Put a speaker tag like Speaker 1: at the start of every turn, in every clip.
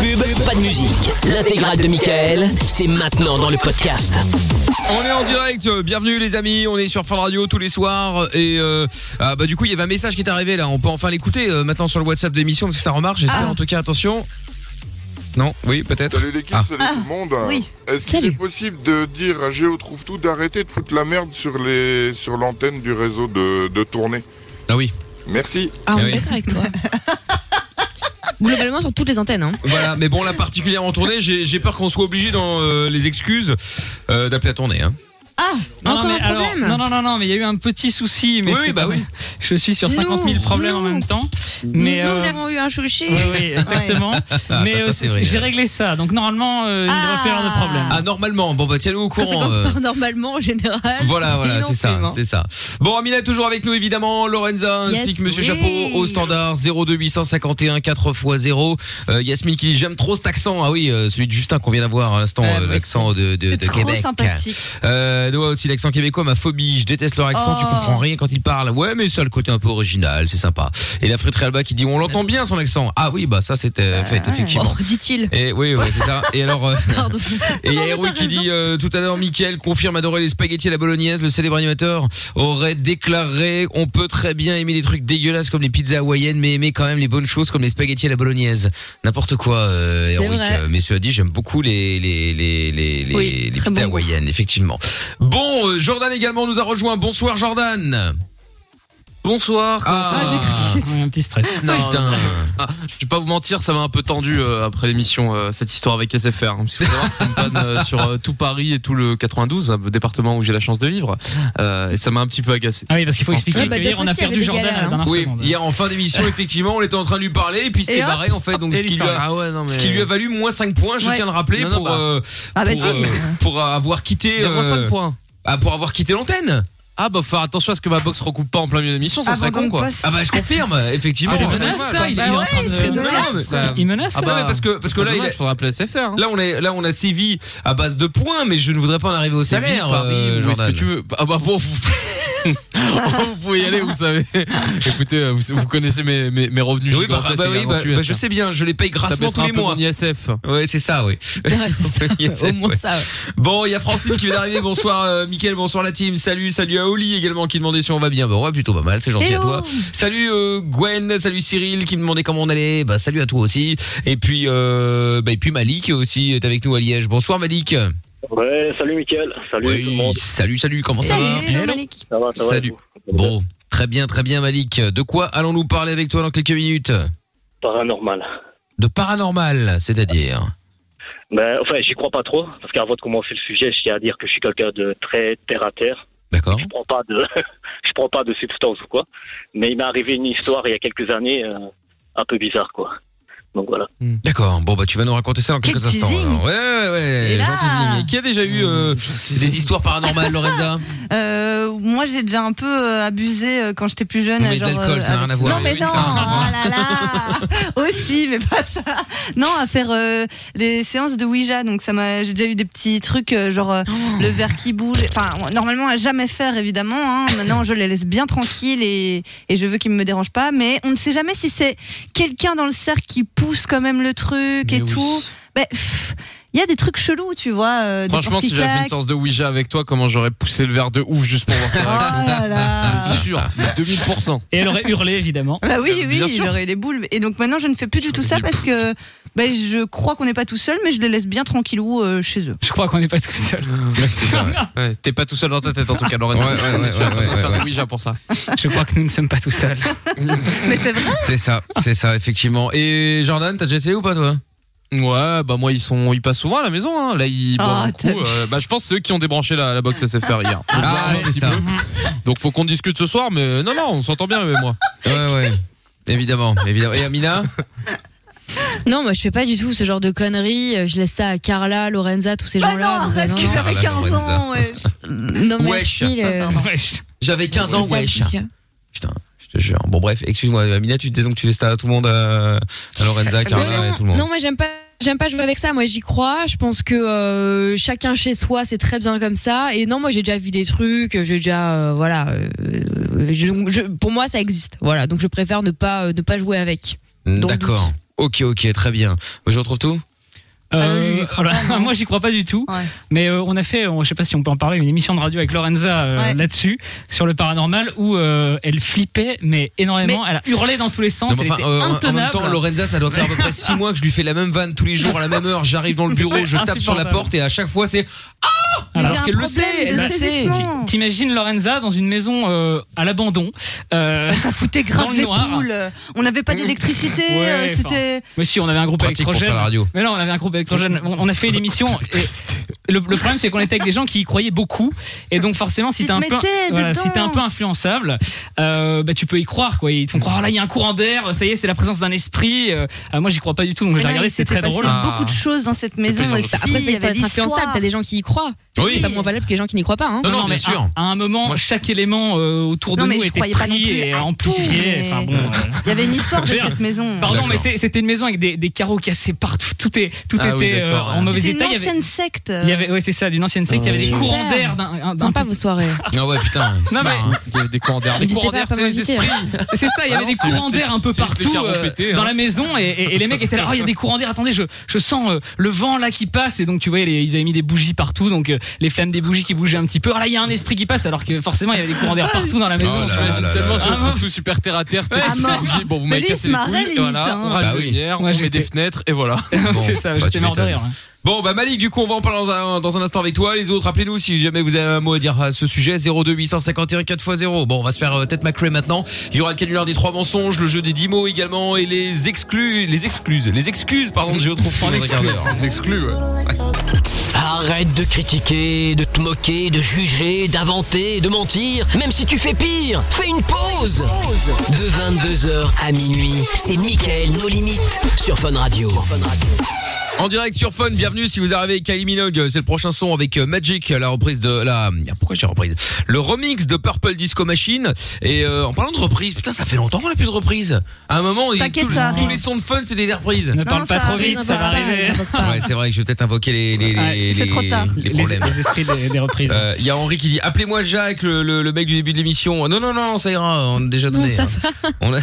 Speaker 1: pub, pas de musique. L'intégrale de Michael, c'est maintenant dans le podcast.
Speaker 2: On est en direct, euh, bienvenue les amis, on est sur Fun Radio tous les soirs et euh, ah, bah, du coup il y avait un message qui est arrivé là, on peut enfin l'écouter euh, maintenant sur le WhatsApp de l'émission parce que ça remarche,
Speaker 3: Ah.
Speaker 2: j'espère en tout cas, attention. Non, oui peut-être.
Speaker 4: Salut l'équipe,
Speaker 2: Ah.
Speaker 4: salut tout le monde. hein.
Speaker 5: oui.
Speaker 4: Est-ce qu'il est
Speaker 5: Salut.
Speaker 4: possible de dire à Géo Trouve Tout d'arrêter de foutre la merde sur les sur l'antenne du réseau de, de tournée
Speaker 2: Ah oui.
Speaker 4: Merci.
Speaker 6: Ah, on
Speaker 2: Ah
Speaker 6: est
Speaker 2: oui.
Speaker 6: d'accord avec toi. Globalement, sur toutes les antennes. Hein.
Speaker 2: Voilà, mais bon là particulièrement tournée, j'ai j'ai peur qu'on soit obligé dans euh, les excuses euh, d'appeler à tourner. Hein.
Speaker 6: Ah, Encore
Speaker 3: mais
Speaker 6: un problème
Speaker 3: non, non, non, non, mais il y a eu un petit souci. Mais
Speaker 2: Oui,
Speaker 3: c'est
Speaker 2: oui, bah
Speaker 3: pas-
Speaker 2: oui.
Speaker 3: Je suis sur 50 000
Speaker 6: Nous,
Speaker 3: problèmes en
Speaker 6: nous.
Speaker 3: même temps. Mais,
Speaker 6: Nous,
Speaker 3: euh,
Speaker 6: avons eu un chouchi.
Speaker 3: oui, oui, exactement.
Speaker 2: Ah,
Speaker 3: mais
Speaker 2: attends,
Speaker 3: euh,
Speaker 2: c'est vrai.
Speaker 3: j'ai réglé ça. Donc normalement, euh, il ne devrait
Speaker 5: Ah.
Speaker 3: pas y avoir de problème.
Speaker 2: Ah normalement, bon bah tiens-nous au
Speaker 6: Quand ça
Speaker 2: courant.
Speaker 6: commence
Speaker 2: euh,
Speaker 6: par normalement, en général.
Speaker 2: Voilà, voilà,
Speaker 6: Non,
Speaker 2: c'est ça,
Speaker 6: vraiment.
Speaker 2: c'est ça. Bon, Amina est toujours avec nous évidemment, Lorenza ainsi
Speaker 6: Yes,
Speaker 2: que Monsieur
Speaker 6: oui.
Speaker 2: Chapeau au standard 02851 4 x 0. Euh, Yasmine qui dit j'aime trop cet accent. Ah oui, euh, celui de Justin qu'on vient d'avoir à l'instant,
Speaker 6: Ouais,
Speaker 2: euh,
Speaker 6: moi
Speaker 2: l'accent de, de, de
Speaker 5: Trop
Speaker 2: Québec.
Speaker 5: sympathique.
Speaker 2: Euh, Noah aussi l'accent québécois, ma phobie, je déteste leur accent, tu
Speaker 5: Oh.
Speaker 2: comprends rien quand ils parlent. Ouais, mais ça le côté un peu original, c'est sympa. Et la friterie Alba qui dit on l'entend bien son accent. Ah oui, bah ça c'était fait effectivement.
Speaker 6: Oh, dit-il.
Speaker 2: Et oui, ouais, c'est ça. Et alors euh,
Speaker 6: Pardon.
Speaker 2: et il y a Héroï
Speaker 6: t'as
Speaker 2: qui
Speaker 6: raison.
Speaker 2: dit euh, tout à l'heure, Mickaël confirme adorer les spaghettis à la bolognaise. Le célèbre animateur aurait déclaré on peut très bien aimer des trucs dégueulasses comme les pizzas hawaïennes, mais aimer quand même les bonnes choses comme les spaghettis à la bolognaise. N'importe quoi, euh,
Speaker 6: C'est
Speaker 2: Héroï.
Speaker 6: vrai.
Speaker 2: Euh, Mais cela dit, j'aime beaucoup les les les les les,
Speaker 6: Oui,
Speaker 2: les
Speaker 6: très
Speaker 2: pizzas
Speaker 6: bon goût.
Speaker 2: hawaïennes, effectivement. Bon, euh, Jordan également nous a rejoint. Bonsoir, Jordan.
Speaker 7: Bonsoir. comment ça
Speaker 2: Ah,
Speaker 7: va
Speaker 3: Ouais, un petit stress.
Speaker 7: Non,
Speaker 2: Putain.
Speaker 7: non. Ah, je vais pas vous mentir, ça m'a un peu tendu euh, après l'émission euh, cette histoire avec SFR. hein, parce que vous savez, c'est une panne euh, sur euh, tout Paris et tout le 92, un département où j'ai la chance de vivre, euh, et ça m'a un petit peu agacé.
Speaker 3: Ah oui, parce qu'il faut expliquer
Speaker 6: Ouais, bah,
Speaker 3: que hier, on a
Speaker 6: Doc aussi avait
Speaker 3: perdu
Speaker 6: des
Speaker 3: Jordan à
Speaker 6: galères, hein.
Speaker 3: la dernière
Speaker 2: Oui,
Speaker 3: seconde.
Speaker 2: hier en fin d'émission, effectivement, on était en train de lui parler et puis il s'était
Speaker 5: Et hop.
Speaker 2: barré en fait. Donc
Speaker 3: Et
Speaker 2: ce
Speaker 3: il
Speaker 2: qui lui
Speaker 3: disparaît.
Speaker 2: a
Speaker 7: Ah ouais, non mais.
Speaker 2: ce qui lui a valu moins 5 points, Hein, je
Speaker 5: Ouais.
Speaker 2: tiens à le rappeler
Speaker 7: Non, non,
Speaker 2: pour
Speaker 7: bah.
Speaker 2: euh,
Speaker 5: Ah bah
Speaker 2: pour,
Speaker 5: si.
Speaker 2: euh, pour avoir quitté
Speaker 7: Il y a moins
Speaker 2: euh,
Speaker 7: cinq points.
Speaker 2: ah, pour avoir quitté l'antenne.
Speaker 7: Ah bah faut faire attention à ce que ma box recoupe pas en plein milieu de l'émission, ça serait
Speaker 5: Abandonne
Speaker 7: con quoi.
Speaker 5: pas ce-
Speaker 2: Ah bah je confirme effectivement. Bah,
Speaker 3: Ah, il
Speaker 2: Non,
Speaker 3: menace ça, il il est en train
Speaker 5: c'est
Speaker 3: de.
Speaker 2: non, mais-
Speaker 7: Ça-
Speaker 3: Il menace
Speaker 7: Ah
Speaker 3: ça
Speaker 2: non, mais parce que parce que là il
Speaker 7: il
Speaker 2: est-
Speaker 7: faudra appeler SFR. hein.
Speaker 2: là on est là on a sévi à base de points mais je ne voudrais pas en arriver au
Speaker 7: C'est
Speaker 2: salaire
Speaker 7: Ville, Paris,
Speaker 2: euh,
Speaker 7: ou est-ce
Speaker 2: Jordan.
Speaker 7: que tu veux Ah bah bon, vous... vous pouvez y aller, vous savez. Écoutez, euh, vous, vous connaissez mes, mes, mes revenus.
Speaker 2: Oui bah,
Speaker 7: gigantesques
Speaker 2: bah
Speaker 7: et
Speaker 2: oui bah,
Speaker 7: gargantues,
Speaker 2: bah, je
Speaker 7: ça.
Speaker 2: sais bien je les paye
Speaker 7: hein. Ça
Speaker 2: grassement
Speaker 7: baissera
Speaker 2: tous
Speaker 7: un
Speaker 2: les
Speaker 7: peu
Speaker 2: mois. hein.
Speaker 7: mon ISF.
Speaker 2: Ouais c'est ça oui.
Speaker 6: Ouais, c'est ça. Au moins ça.
Speaker 2: Bon, il y a Francine qui vient d'arriver. Bonsoir, euh, Mickaël. Bonsoir, la team. Salut, salut à Oli également qui demandait si on va bien. Bah, on va plutôt pas mal. C'est gentil à
Speaker 5: Hello.
Speaker 2: toi. Salut, euh, Gwen. Salut, Cyril qui me demandait comment on allait. Bah, salut à toi aussi. Et puis, euh, bah, et puis Malik aussi est avec nous à Liège. Bonsoir, Malik.
Speaker 8: Ouais, salut Mickaël, salut tout le monde.
Speaker 2: salut, salut. Comment ça va?
Speaker 5: Salut,
Speaker 3: Hello.
Speaker 5: Malik.
Speaker 8: Ça va, ça va
Speaker 7: Salut.
Speaker 8: et vous
Speaker 2: Bon. Très bien, très bien, Malik. De quoi allons-nous parler avec toi dans quelques minutes?
Speaker 8: Paranormal.
Speaker 2: De paranormal, c'est-à-dire.
Speaker 8: Ben, enfin, j'y crois pas trop, parce qu'avant de commencer le sujet, je tiens à dire que je suis quelqu'un de très terre à terre.
Speaker 2: D'accord?
Speaker 8: Je prends pas de, je prends pas de substance ou quoi. Mais il m'est arrivé une histoire il y a quelques années, euh, un peu bizarre quoi. Donc voilà.
Speaker 2: D'accord. Bon, bah, tu vas nous raconter ça dans quelques
Speaker 5: Quel
Speaker 2: instants.
Speaker 5: teasing.
Speaker 2: alors. Ouais, ouais, ouais.
Speaker 5: Et là.
Speaker 2: gentil teasing. Qui a déjà eu, euh, des histoires paranormales, Lorenza?
Speaker 5: Euh, moi, j'ai déjà un peu euh, abusé euh, quand j'étais plus jeune.
Speaker 2: Mais de
Speaker 5: genre,
Speaker 2: l'alcool,
Speaker 5: euh,
Speaker 2: ça n'a rien à voir.
Speaker 5: Non, mais
Speaker 2: Oui,
Speaker 5: non.
Speaker 2: ça.
Speaker 5: Oh là là. Aussi, mais pas ça. Non, à faire euh, les séances de Ouija. Donc, ça m'a. J'ai déjà eu des petits trucs euh, genre
Speaker 7: Oh.
Speaker 5: euh, le verre qui bouge. Enfin, normalement à jamais faire, évidemment. hein. Maintenant, je les laisse bien tranquilles et, et je veux qu'ils me dérangent pas. Mais on ne sait jamais si c'est quelqu'un dans le cercle qui pousse quand même le truc et
Speaker 7: Mais oui.
Speaker 5: tout. Mais pff, il y a des trucs chelous, tu vois. euh, des
Speaker 7: Franchement, si j'avais fait une
Speaker 5: portiques.
Speaker 7: séance de Ouija avec toi, comment j'aurais poussé le verre de ouf juste pour voir
Speaker 5: Oh
Speaker 7: ça
Speaker 5: là là.
Speaker 7: C'est sûr, mais 2000%.
Speaker 3: Et elle aurait hurlé, évidemment.
Speaker 5: Bah oui,
Speaker 7: Bien
Speaker 5: oui, il
Speaker 7: sûr.
Speaker 5: aurait les boules. Et donc maintenant, je ne fais plus du tout
Speaker 7: Les
Speaker 5: ça
Speaker 7: boules.
Speaker 5: parce que bah, je crois qu'on n'est pas tout seul, mais je les laisse bien tranquillou euh, chez eux.
Speaker 3: Je crois qu'on n'est pas tout seul.
Speaker 2: Ah, Ouais, c'est ça, ouais.
Speaker 7: Ouais, T'es pas tout seul dans ta tête en tout cas, Lorraine.
Speaker 2: Ouais, ouais, ouais, ouais, ouais,
Speaker 7: faire
Speaker 2: ouais.
Speaker 7: du Ouija pour ça.
Speaker 3: Je crois que nous ne sommes pas tout seuls.
Speaker 5: Mais c'est vrai.
Speaker 2: C'est ça, c'est ça, effectivement. Et Jordan, t'as déjà essayé ou pas, toi
Speaker 7: Ouais, bah moi ils sont, ils passent souvent à la maison. Hein. Là ils
Speaker 5: Ah,
Speaker 7: boivent
Speaker 5: t'as
Speaker 7: beaucoup. Euh, bah je pense que c'est eux qui ont débranché la, la box SFR hier.
Speaker 2: Ah, c'est ça.
Speaker 7: Donc faut qu'on discute ce soir, mais non non, on s'entend bien avec moi.
Speaker 2: Ouais, ouais. Évidemment, évidemment. Et Amina
Speaker 6: Non, moi, je fais pas du tout ce genre de conneries. Euh, Je laisse ça à Carla, Lorenza, tous ces gens-là. donc, bah, non, non.
Speaker 2: j'avais 15 ans,
Speaker 6: Non,
Speaker 2: Wesh. Ah,
Speaker 6: merci. le-
Speaker 3: Wesh.
Speaker 2: J'avais 15 ans,
Speaker 6: le
Speaker 2: wesh.
Speaker 6: tablier.
Speaker 2: Putain, je te jure. Bon, bref, excuse-moi, Amina, tu disais donc que tu laisses ça à tout le monde, euh, à Lorenza,
Speaker 6: Ouais,
Speaker 2: Carla, et
Speaker 6: non,
Speaker 2: à hein, tout le monde.
Speaker 6: non, moi j'aime pas. J'aime pas jouer avec ça, moi j'y crois. Je pense que euh, chacun chez soi, c'est très bien comme ça. Et non, moi j'ai déjà vu des trucs, j'ai déjà euh, voilà. euh, je- je- pour moi, ça existe. Voilà, donc je préfère ne pas euh, ne pas jouer avec.
Speaker 2: D'accord. Ok, ok, très bien. Je retrouve tout
Speaker 3: Euh, voilà. moi j'y crois pas du tout, mais euh, on a fait, euh, je sais pas si on peut en parler, une émission de radio avec Lorenza euh, là-dessus sur le paranormal où euh, elle flippait mais énormément, elle a hurlé dans tous les sens,
Speaker 2: Non, mais
Speaker 3: elle
Speaker 2: enfin,
Speaker 3: était
Speaker 2: euh, en- en
Speaker 3: intenable.
Speaker 2: même temps, Lorenza, ça doit faire à peu près 6 mois que je lui fais la même vanne tous les jours à la même heure. J'arrive dans le bureau, je tape sur la
Speaker 3: Insupportable.
Speaker 2: porte et à chaque fois c'est Ah Alors qu'elle le sait, elle le sait.
Speaker 3: Ti- T'imagines Lorenza dans une maison euh, à l'abandon, euh,
Speaker 5: C'était
Speaker 3: dans
Speaker 5: grave
Speaker 3: le
Speaker 5: les
Speaker 3: noir. Mmh.
Speaker 5: poules. On n'avait pas d'électricité.
Speaker 3: Ouais,
Speaker 5: euh,
Speaker 3: enfin,
Speaker 5: C'était.
Speaker 3: Mais si, on avait un groupe
Speaker 2: pratique pour
Speaker 3: électrogène.
Speaker 2: faire la radio.
Speaker 3: Mais non, on avait un groupe électrogène. On, on a fait l'émission. et le, le problème, c'est qu'on était avec des gens qui y croyaient beaucoup. Et donc, forcément, si
Speaker 5: Ils
Speaker 3: t'es
Speaker 5: te
Speaker 3: un peu,
Speaker 5: mettaient
Speaker 3: voilà,
Speaker 5: dedans.
Speaker 3: si t'es un peu influençable, euh, bah, tu peux y croire, quoi. Ils te font croire, oh là, il y a un courant d'air. Ça y est, c'est la présence d'un esprit. Euh, euh, moi, j'y crois pas du tout. Donc, j'ai
Speaker 5: Voilà,
Speaker 3: regardé,
Speaker 5: Ah il
Speaker 3: c'était
Speaker 5: s'était
Speaker 3: très
Speaker 5: passé
Speaker 3: drôle. Ah.
Speaker 5: beaucoup de
Speaker 2: Ah.
Speaker 5: choses dans cette maison.
Speaker 7: plaisir de-
Speaker 5: aussi.
Speaker 6: Après, c'est
Speaker 5: Il y
Speaker 6: pas
Speaker 5: avait
Speaker 6: être
Speaker 5: l'histoire.
Speaker 6: influençable. T'as des gens qui y croient.
Speaker 2: Oui.
Speaker 6: C'est pas moins valable que les gens qui n'y croient pas. hein.
Speaker 2: Non, non, bien
Speaker 3: mais ah,
Speaker 2: sûr.
Speaker 3: À, à un moment, chaque élément euh, autour de
Speaker 5: Non, mais
Speaker 3: nous
Speaker 5: je
Speaker 3: était
Speaker 5: croyais pas non
Speaker 3: pris
Speaker 5: plus
Speaker 3: et
Speaker 5: à tout,
Speaker 3: amplifié.
Speaker 5: mais-
Speaker 3: Enfin, bon, euh,
Speaker 5: Il y avait une histoire de
Speaker 3: Merde.
Speaker 5: cette maison.
Speaker 3: Pardon,
Speaker 2: D'accord.
Speaker 3: mais c'est- c'était une maison avec des, des carreaux cassés partout. Tout, est, tout
Speaker 7: Ah oui,
Speaker 3: était euh,
Speaker 7: d'accord,
Speaker 3: en
Speaker 7: ouais.
Speaker 3: mauvais
Speaker 5: C'est une
Speaker 3: état. Il y avait-
Speaker 5: ancienne secte.
Speaker 3: Il y avait, ouais, c'est ça, d'une ancienne
Speaker 5: Ah,
Speaker 3: secte. Il y avait des
Speaker 6: Super.
Speaker 3: courants d'air d'un, d'un-
Speaker 6: Sympa vos soirées.
Speaker 2: Ah ouais, putain. c'est
Speaker 3: Non, mais-
Speaker 2: marrant, hein.
Speaker 7: Vous avez des courants d'air.
Speaker 3: des
Speaker 6: N'hésitez
Speaker 3: courants
Speaker 6: pas à
Speaker 3: d'air,
Speaker 6: pas
Speaker 3: c'est les
Speaker 6: m'inviter.
Speaker 3: esprits. hein. C'est ça, il y avait
Speaker 7: Ah non,
Speaker 3: des
Speaker 7: c'est
Speaker 3: courants
Speaker 7: juste-
Speaker 3: d'air un peu
Speaker 7: c'est juste des
Speaker 3: partout
Speaker 7: carreaux
Speaker 3: euh,
Speaker 7: pétés,
Speaker 3: dans
Speaker 7: hein.
Speaker 3: la maison et, et- et les mecs étaient là. Oh, il y a des courants d'air. Attendez, je, je sens euh, le vent là qui passe et donc tu vois, les- ils avaient mis des bougies partout, donc euh, les flammes des bougies qui bougeaient un petit peu. Oh là, il y a un esprit qui passe, alors que forcément il y avait des courants d'air partout dans la maison.
Speaker 2: Oh là
Speaker 3: j'imagine.
Speaker 2: là là
Speaker 7: Tellement
Speaker 2: là
Speaker 7: je
Speaker 2: là.
Speaker 3: Ah,
Speaker 7: trouve tout super terre à terre. tu sais,
Speaker 3: Ouais,
Speaker 7: c'est
Speaker 5: marrant.
Speaker 7: obligé. Bon, vous m'avez
Speaker 5: Mais
Speaker 7: cassé les
Speaker 5: lui, il se marrait,
Speaker 7: couilles.
Speaker 5: limite,
Speaker 7: et Voilà,
Speaker 5: hein.
Speaker 7: on rase
Speaker 2: Bah
Speaker 7: des
Speaker 2: oui.
Speaker 7: lumières,
Speaker 3: Moi,
Speaker 7: on met
Speaker 3: j'étais-
Speaker 7: des fenêtres et voilà.
Speaker 3: c'est ça,
Speaker 2: Bon, bah,
Speaker 3: j'étais
Speaker 2: tu
Speaker 3: mort de
Speaker 2: m'étonnes.
Speaker 3: rire.
Speaker 2: Bon, bah Malik, du coup, on va en parler dans un, dans un instant avec toi. Les autres, appelez-nous si jamais vous avez un mot à dire à ce sujet. 02 851 4x0. Bon, on va se faire euh, tête macrée maintenant. Il y aura le canular des trois mensonges, le jeu des 10 mots également et les exclus, les excuses, les excuses, pardon, de Géo Trouve Fran dans un quart d'heure.
Speaker 7: Exclu, ouais.
Speaker 1: Arrête de critiquer, de te moquer, de juger, d'inventer, de mentir, même si tu fais pire. Fais une pause. De 22h à minuit, c'est Mickaël nos limites sur Fun Radio.
Speaker 2: En direct sur Fun, bienvenue si vous arrivez Kylie Minogue, c'est le prochain son avec euh, Magic, la reprise de la pourquoi j'ai reprise Le remix de Purple Disco Machine et euh, en parlant de reprise, putain, ça fait longtemps qu'on a plus de reprise. À un moment, il-
Speaker 5: T'inquiète,
Speaker 2: tous les-
Speaker 5: ça arrive.
Speaker 2: tous les sons de Fun, c'était des reprises.
Speaker 3: Ne parle
Speaker 5: non,
Speaker 3: pas
Speaker 5: ça
Speaker 3: trop
Speaker 5: arrive,
Speaker 3: vite,
Speaker 6: Ils
Speaker 3: ça va
Speaker 6: invoquent pas, ils
Speaker 3: arriver.
Speaker 6: invoquent pas.
Speaker 2: Ouais, c'est vrai que je vais peut-être invoquer les les les,
Speaker 3: Ouais,
Speaker 5: c'est
Speaker 2: les-
Speaker 5: trop tard.
Speaker 2: les
Speaker 3: Les,
Speaker 2: problèmes.
Speaker 3: les esprits des, des reprises.
Speaker 2: Euh, Il y a Henri qui dit appelez-moi Jacques, le, le- le mec du début de l'émission. Non non non, ça ira, on a déjà donné.
Speaker 6: ça
Speaker 2: hein. On a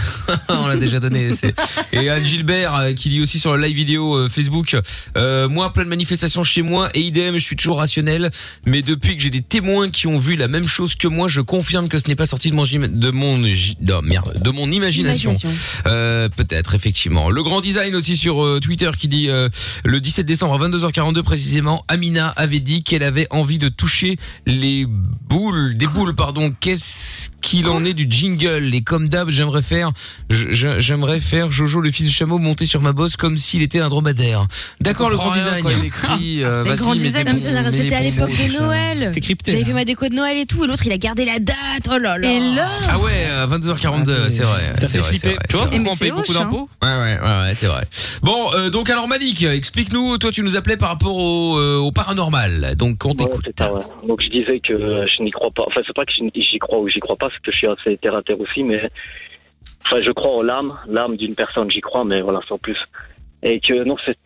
Speaker 2: on l'a déjà donné. c'est- Et Anne Gilbert euh, qui dit aussi sur le live vidéo euh, Facebook, euh, moi plein de manifestations chez moi et idem, je suis toujours rationnel, mais depuis que j'ai des témoins qui ont vu la même chose que moi, je confirme que ce n'est pas sorti de mon gym- de mon gi- non, merde, de mon imagination.
Speaker 6: Imagination.
Speaker 2: Euh, peut-être effectivement. Le grand design aussi sur euh, Twitter qui dit euh, le 17 décembre à 22h42 précisément, Amina avait dit qu'elle avait envie de toucher les boules, des boules pardon. Qu'est-ce qu'il en est du jingle Et comme d'hab, j'aimerais faire je- je- j'aimerais faire Jojo le fils du chameau monter sur ma bosse comme s'il était un dromadaire. D'accord le grand design.
Speaker 6: euh, Ah,
Speaker 5: Les grands designs,
Speaker 6: Non, mais ça, C'était à l'époque de Noël.
Speaker 3: C'est crypté. hein.
Speaker 6: J'avais fait ma déco de Noël et tout, et l'autre il a gardé la date. Oh là là.
Speaker 5: Et là,
Speaker 2: Ah ouais, euh, 22h42, c'est vrai.
Speaker 3: Ça
Speaker 2: c'est
Speaker 3: fait
Speaker 2: vrai,
Speaker 3: flipper.
Speaker 2: c'est vrai,
Speaker 7: Tu vois
Speaker 2: c'est vrai.
Speaker 7: pourquoi on
Speaker 5: c'est
Speaker 7: paye beaucoup
Speaker 5: hoche, hein.
Speaker 7: d'impôts
Speaker 2: Ouais, ouais, ouais, ouais, c'est vrai. Bon, euh, donc alors Malik, explique-nous, toi tu nous appelais par rapport au, euh, au paranormal, Euh, donc on
Speaker 8: Ouais,
Speaker 2: t'écoute.
Speaker 8: c'est ça, ouais. Donc je disais que euh, je n'y crois pas. Enfin, c'est pas que je n'y- j'y crois ou j'y crois pas, c'est que je suis assez terre à terre aussi, mais enfin, je crois en l'âme, l'âme d'une personne, j'y crois, mais voilà, sans plus. Et que non, c'est-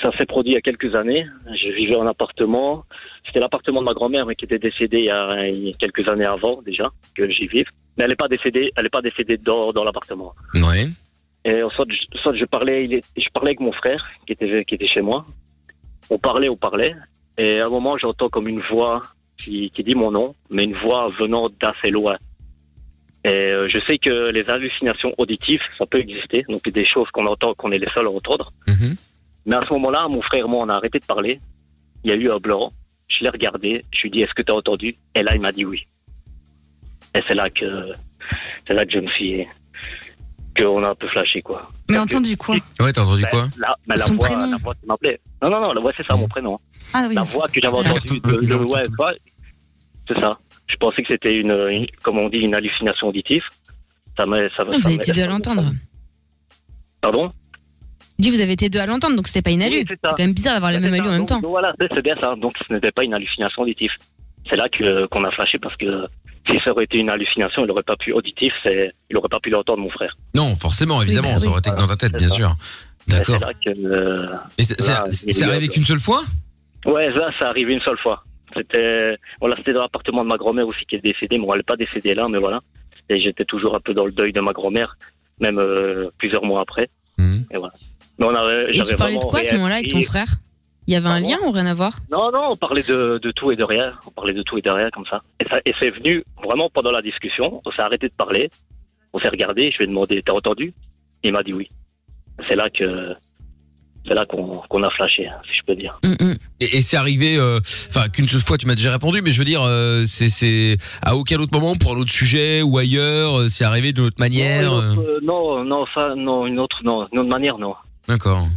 Speaker 8: ça s'est produit il y a quelques années. Je vivais en appartement. C'était l'appartement de ma grand-mère, mais qui était décédée il y a il y a quelques années avant déjà que j'y vive. Mais elle n'est pas décédée, elle n'est pas décédée dans, dans l'appartement.
Speaker 2: Ouais.
Speaker 8: Et en sorte, je, soit je parlais, il est- je parlais avec mon frère qui était, qui était chez moi. On parlait, on parlait. Et à un moment, j'entends comme une voix qui, qui dit mon nom, mais une voix venant d'assez loin. Et euh, je sais que les hallucinations auditives, ça peut exister. Donc des choses qu'on entend, qu'on est les seuls à entendre.
Speaker 2: Mhm.
Speaker 8: Mais à ce moment-là, mon frère et moi, on a arrêté de parler. Il y a eu un blanc. Je l'ai regardé. Je lui ai dit, est-ce que tu as entendu Et là, il m'a dit oui. Et c'est là que, c'est là que je me suis, qu'on a un peu flashé, quoi.
Speaker 5: mais entendu quoi
Speaker 2: Ouais, t'as entendu quoi Mm.
Speaker 8: Ben, la, ben, la
Speaker 6: Son
Speaker 8: voix,
Speaker 6: prénom.
Speaker 8: la voix qui m'appelait. Non, non, non, la voix, c'est ça, mon prénom. hein.
Speaker 5: Ah oui.
Speaker 2: Bah,
Speaker 8: La voix que j'avais entendue.
Speaker 7: Le-
Speaker 8: de-
Speaker 7: le-
Speaker 8: de-
Speaker 7: le-
Speaker 8: ouais, ouais, c'est ça. Je pensais que c'était une, une- comme on dit, une hallucination auditive. Ça m'a, ça m'a-
Speaker 6: Vous
Speaker 8: ça
Speaker 6: avez
Speaker 8: m'a-
Speaker 6: été deux à l'entendre.
Speaker 8: Pardon
Speaker 6: Je dis, vous avez été deux à l'entendre, donc c'était pas une alu.
Speaker 8: Oui,
Speaker 6: c'est
Speaker 8: c'est ça.
Speaker 6: quand même bizarre d'avoir la
Speaker 8: C'est
Speaker 6: même alu
Speaker 8: ça.
Speaker 6: en même
Speaker 8: Donc,
Speaker 6: temps.
Speaker 8: donc Voilà, c'est c'est bien ça. Donc ce n'était pas une hallucination auditive. C'est là que qu'on a flashé parce que si ça aurait été une hallucination, il n'aurait pas pu auditif, c'est il n'aurait pas pu l'entendre mon frère.
Speaker 2: Non, forcément, évidemment,
Speaker 6: bah oui.
Speaker 2: ça aurait été que dans ta tête, bien
Speaker 8: C'est ça.
Speaker 2: sûr.
Speaker 8: Et C'est
Speaker 2: D'accord.
Speaker 8: là que euh,
Speaker 2: Et c'est c'est-
Speaker 8: Là,
Speaker 2: c'est
Speaker 8: il y a-
Speaker 2: arrivé qu'une seule fois
Speaker 8: ouais, là ça arrive une seule fois. C'était voilà, c'était dans l'appartement de ma grand-mère aussi qui est décédée. Bon, elle n'est pas décédée là, mais voilà. Et j'étais toujours un peu dans le deuil de ma grand-mère, même euh, plusieurs mois après.
Speaker 2: Mhm.
Speaker 8: Et voilà. Mais on avait,
Speaker 6: Et tu parlais de quoi à ce moment-là avec ton frère Il y avait un lien ou rien à voir
Speaker 8: Non, non, on parlait de, de tout et de rien. On parlait de tout et de rien comme ça. Et, ça- et c'est venu vraiment pendant la discussion. On s'est arrêté de parler. On s'est regardé. Je lui ai demandé T'as entendu Il m'a dit oui. C'est là que. C'est là qu'on qu'on a flashé, hein, si je peux dire.
Speaker 6: Mm,
Speaker 2: Et, et c'est arrivé, euh, enfin qu'une seule fois tu m'as déjà répondu, mais je veux dire, euh, c'est c'est à aucun autre moment pour un autre sujet ou ailleurs, euh, c'est arrivé d'une autre manière.
Speaker 8: Non, une
Speaker 2: euh,
Speaker 8: autre, euh, non, non, ça, non, une autre, non, une autre manière, non.
Speaker 2: D'accord.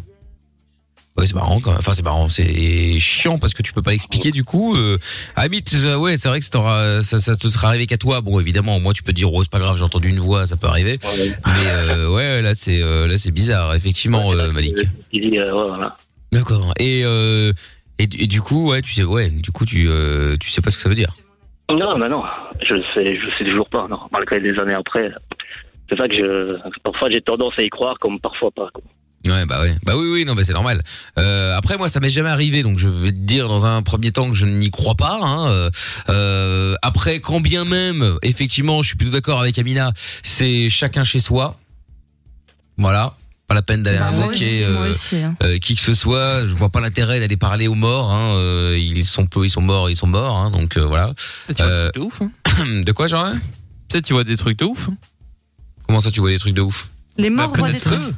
Speaker 2: Ouais, c'est marrant quand même. Enfin, c'est marrant, c'est chiant parce que tu peux pas l'expliquer du coup. Euh, Amit, euh, ouais, c'est vrai que ça t'aura- ça, ça te sera arrivé qu'à toi. Bon, évidemment, moi tu peux te dire, oh, c'est pas grave, j'ai entendu une voix, ça peut arriver. Mais euh, ouais, là c'est euh, là c'est bizarre, effectivement, euh, Malik.
Speaker 8: Il dit, euh, ouais, voilà.
Speaker 2: D'accord. Et, euh, et du- et du coup, ouais, tu sais, ouais, du coup tu euh, tu sais pas ce que ça veut dire.
Speaker 8: Non, non, non, je le sais, je le sais toujours pas, non. Malgré des années après, c'est ça que je, parfois j'ai tendance à y croire, comme parfois pas. quoi.
Speaker 2: Ouais, bah ouais. Bah oui, oui, non, bah c'est normal. Euh, après, moi, ça m'est jamais arrivé, donc je vais te dire dans un premier temps que je n'y crois pas. Hein. Euh, euh, après, quand bien même, effectivement, je suis plutôt d'accord avec Amina, c'est chacun chez soi. Voilà. Pas la peine d'aller
Speaker 5: Bah, moi aussi,
Speaker 2: invoquer
Speaker 5: moi
Speaker 2: euh,
Speaker 5: aussi, hein.
Speaker 2: euh, qui que ce soit. Je vois pas l'intérêt d'aller parler aux morts. Hein. Euh, ils sont peu, ils sont morts, ils sont morts. Hein. Donc euh, voilà. de ouf. de quoi, genre Peut-être tu vois des trucs de ouf. hein. Comment ça, tu vois des trucs de ouf
Speaker 5: Les morts
Speaker 7: Bah,
Speaker 5: voient des
Speaker 7: connaissez-le.
Speaker 5: trucs.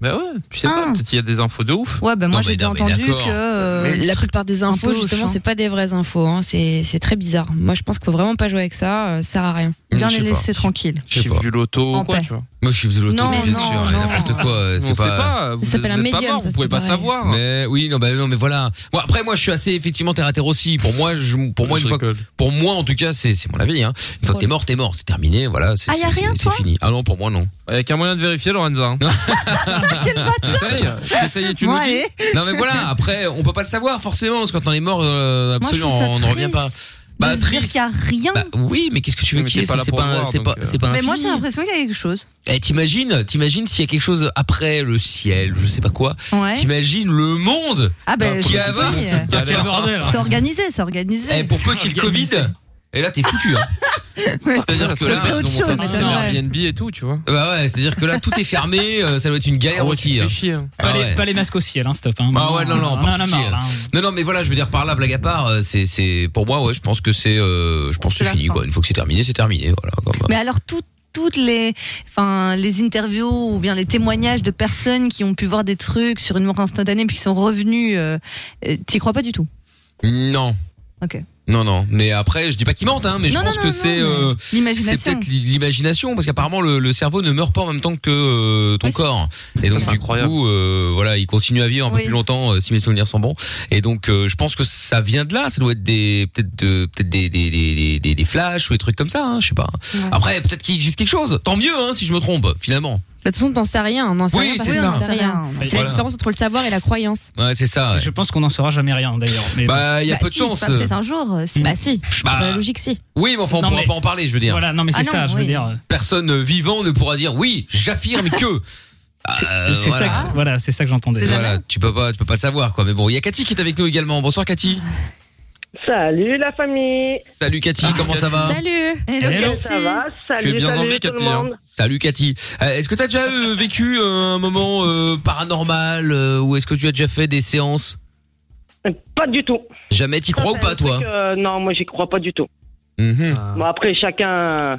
Speaker 7: Bah ouais, tu sais pas, peut-être il y a des infos de ouf.
Speaker 5: Ah. Ouais, bah moi j'ai bien entendu que. euh,
Speaker 6: la plupart des infos,
Speaker 5: peu au
Speaker 6: justement,
Speaker 5: champ.
Speaker 6: c'est pas des vraies infos. hein. C'est c'est très bizarre. Moi, je pense qu'il faut vraiment pas jouer avec ça. euh, Ça sert à rien.
Speaker 2: Bien Je les sais pas. laisser
Speaker 5: tranquilles.
Speaker 7: Chiffre du loto
Speaker 6: En
Speaker 7: ou quoi,
Speaker 6: paix.
Speaker 7: tu vois.
Speaker 2: Moi, je suis de l'auto,
Speaker 6: Non,
Speaker 2: bien sûr,
Speaker 6: non,
Speaker 2: et n'importe quoi. euh,
Speaker 7: On
Speaker 2: C'est
Speaker 7: sait
Speaker 2: pas...
Speaker 7: pas, vous Ça s'appelle êtes un pas médium, mort, ça, vous c'est pouvez pas pas pareil. savoir.
Speaker 2: Mais oui, non, bah non, mais voilà. Bon, après, moi, je suis assez effectivement terre à terre aussi. Pour moi, je, pour moi, une fois, que- pour moi, en tout cas, c'est, c'est mon avis. Hein. Une fois que t'es mort, t'es mort, c'est terminé, voilà. C'est,
Speaker 5: Oh Ah, y a
Speaker 2: c'est-
Speaker 5: rien,
Speaker 2: c'est
Speaker 5: toi
Speaker 2: fini. Ah non, pour moi, non. Avec un moyen de vérifier, Lorenza.
Speaker 7: hein. T'essayes, tu nous
Speaker 5: Bon,
Speaker 7: dis.
Speaker 5: allez.
Speaker 2: Non mais voilà, après on peut pas le savoir forcément parce que quand on est mort euh,
Speaker 5: Moi, je
Speaker 2: absolument
Speaker 5: trouve ça
Speaker 2: on ne revient
Speaker 5: triste
Speaker 2: pas. Bah
Speaker 5: dire qu'il
Speaker 2: triste.
Speaker 5: y a rien.
Speaker 2: Bah, oui, mais qu'est-ce que tu veux
Speaker 7: Mais
Speaker 2: qu'il y ait
Speaker 7: t'es pas
Speaker 2: si
Speaker 7: là
Speaker 2: c'est
Speaker 7: pour
Speaker 2: pas un-
Speaker 7: voir,
Speaker 2: c'est pas
Speaker 7: donc, euh.
Speaker 2: c'est pas
Speaker 5: mais moi j'ai
Speaker 2: infini.
Speaker 5: l'impression qu'il y a quelque chose.
Speaker 2: Eh, t'imagines, t'imagines s'il y a quelque chose après le ciel, je sais pas quoi.
Speaker 5: Ouais.
Speaker 2: T'imagines le monde
Speaker 5: Ah, bah,
Speaker 2: qui
Speaker 5: c'est-
Speaker 2: avance.
Speaker 5: oui, euh,
Speaker 3: Ah, bah,
Speaker 5: C'est organisé, c'est organisé.
Speaker 2: Eh, pour peu qu'il y ait le Covid, et là t'es foutu. Hein. C'est-à-dire que là,
Speaker 5: c'est autre
Speaker 2: dans mon
Speaker 5: chose,
Speaker 2: sens,
Speaker 5: c'est vrai.
Speaker 2: Airbnb et tout, tu vois. Bah ouais, c'est-à-dire que là tout est fermé, euh, ça doit être une galère
Speaker 3: Ah ouais, tu
Speaker 2: aussi.
Speaker 3: te fais
Speaker 2: hein.
Speaker 3: chier, hein.
Speaker 2: Ah
Speaker 3: Pas,
Speaker 2: ouais.
Speaker 3: les, pas les masques au ciel, hein, stop. Hein.
Speaker 2: Ah ouais, non, non,
Speaker 3: on en
Speaker 2: par
Speaker 3: a
Speaker 2: pitié.
Speaker 3: marre, hein. là.
Speaker 2: Non, non, mais voilà, je veux dire, par là, blague à part, euh, c'est, c'est, pour moi, ouais, je pense que c'est, euh, je pense que c'est fini, quoi. Une fois que c'est terminé, c'est terminé, voilà. quoi.
Speaker 5: Mais alors tout- toutes les, enfin les interviews ou bien les témoignages de personnes qui ont pu voir des trucs sur une mort instantanée puis qui sont revenus, euh, euh, t'y crois pas du tout.
Speaker 2: Non.
Speaker 5: Ok.
Speaker 2: Non, non. Mais après, je dis pas qu'il mente, hein, mais je
Speaker 5: Non,
Speaker 2: pense
Speaker 5: non,
Speaker 2: que
Speaker 5: non,
Speaker 2: c'est,
Speaker 5: non,
Speaker 2: euh,
Speaker 5: mais l'imagination.
Speaker 2: c'est peut-être l'i- l'imagination, parce qu'apparemment, le, le cerveau ne meurt pas en même temps que euh, ton corps. Et donc, du coup, euh, voilà, il continue à vivre un peu
Speaker 5: Oui.
Speaker 2: plus longtemps, euh, si mes souvenirs sont bons. Et donc, euh, je pense que ça vient de là. Ça doit être des, peut-être, de- peut-être des, des, des, des, des- des flashs ou des trucs comme ça, hein, je sais pas. Après, peut-être qu'il existe quelque chose. Tant mieux, hein, si je me trompe, finalement.
Speaker 6: Bah, De toute façon, t'en sais rien. Non,
Speaker 2: Oui,
Speaker 6: rien parce
Speaker 2: c'est
Speaker 6: que
Speaker 2: ça.
Speaker 6: t'en sais rien.
Speaker 2: Voilà.
Speaker 6: C'est la différence entre le savoir et la croyance.
Speaker 2: Ouais, c'est ça.
Speaker 3: Je pense qu'on n'en saura jamais rien d'ailleurs. mais
Speaker 2: Bah, il y a
Speaker 6: Bah
Speaker 2: peu de
Speaker 6: si,
Speaker 2: chance.
Speaker 6: bah, peut-être
Speaker 5: un jour.
Speaker 6: Bah si.
Speaker 2: Bah,
Speaker 6: Dans la logique, si.
Speaker 2: Oui, mais enfin, on
Speaker 6: Non,
Speaker 2: pourra
Speaker 6: mais-
Speaker 2: pas en parler, je veux dire.
Speaker 3: Voilà, non, mais c'est Ah non, ça, je veux oui. dire.
Speaker 2: Personne euh, vivant ne pourra dire oui, j'affirme que. Euh,
Speaker 3: c'est
Speaker 2: voilà.
Speaker 3: ça que, voilà, c'est ça que j'entendais.
Speaker 2: Voilà, tu peux pas, tu peux pas le savoir, quoi. Mais bon, il y a Cathy qui est avec nous également. Bonsoir, Cathy.
Speaker 9: Salut la famille.
Speaker 2: Salut, Cathy. comment ça va
Speaker 6: Salut.
Speaker 9: Hello,
Speaker 2: Hello.
Speaker 9: Ça va Salut,
Speaker 2: Tu es bien
Speaker 9: salut
Speaker 2: tombée,
Speaker 9: tout le
Speaker 2: Cathy. hein.
Speaker 9: monde.
Speaker 2: Salut, Cathy. Euh, est-ce que t'as déjà euh, vécu euh, un moment euh, paranormal euh, ou est-ce que tu as déjà fait des séances
Speaker 9: Euh, Pas du tout.
Speaker 2: Jamais, t'y crois ou pas, toi
Speaker 9: Euh, non, moi j'y crois pas du tout.
Speaker 2: Mhm.
Speaker 9: Bon après chacun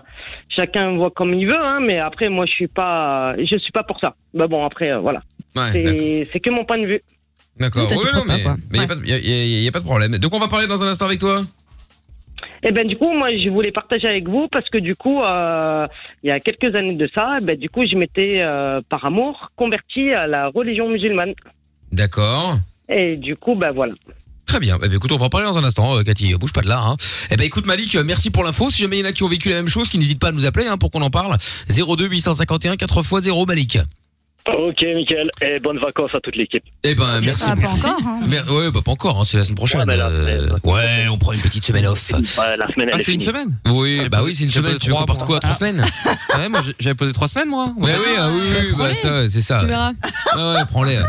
Speaker 9: chacun voit comme il veut hein, mais après moi je suis pas je suis pas pour ça. Bah bon après euh, voilà.
Speaker 2: Ouais,
Speaker 9: c'est c'est que mon point de vue.
Speaker 2: D'accord.
Speaker 9: Oui, t'as
Speaker 2: Ouais,
Speaker 9: dit
Speaker 2: non,
Speaker 9: pourquoi
Speaker 2: mais
Speaker 9: pas,
Speaker 2: mais y a pas de- y a- y a- y a pas de problème. Donc on va parler dans un instant avec toi.
Speaker 9: Et ben du coup moi je voulais partager avec vous parce que du coup euh, il y a quelques années de ça, eh ben du coup je m'étais euh, par amour converti à la religion musulmane
Speaker 2: D'accord.
Speaker 9: et du coup ben voilà.
Speaker 2: Très bien. Eh bien, écoute, on va en parler dans un instant, euh, Cathy. Bouge pas de là. Hein. Eh ben, écoute, Malik, euh, merci pour l'info. Si jamais il y en a qui ont vécu la même chose, qui n'hésitent pas à nous appeler hein, pour qu'on en parle. 02 851 4 x 0, Malik.
Speaker 8: Ok, Michael, et bonnes vacances à toute l'équipe.
Speaker 2: Eh ben, merci.
Speaker 8: Ah, pas
Speaker 2: merci.
Speaker 8: encore, hein.
Speaker 2: Mer- ouais, bah, pas encore. hein, c'est la semaine prochaine.
Speaker 8: Ouais, mais là,
Speaker 2: euh, ouais, on prend une petite semaine off.
Speaker 8: Ouais, la semaine, elle
Speaker 2: Ah,
Speaker 8: est
Speaker 2: c'est une
Speaker 8: finie.
Speaker 2: semaine Oui, bah oui, c'est une semaine. Tu veux qu'on parte quoi Trois Ah. semaines
Speaker 7: Ouais, moi j'ai- j'avais posé trois semaines, moi.
Speaker 2: Ouais, oui, ah oui, oui, bah, ça, ouais, c'est ça.
Speaker 7: Tu
Speaker 2: ouais.
Speaker 7: verras.
Speaker 2: Ah ouais, prends-les.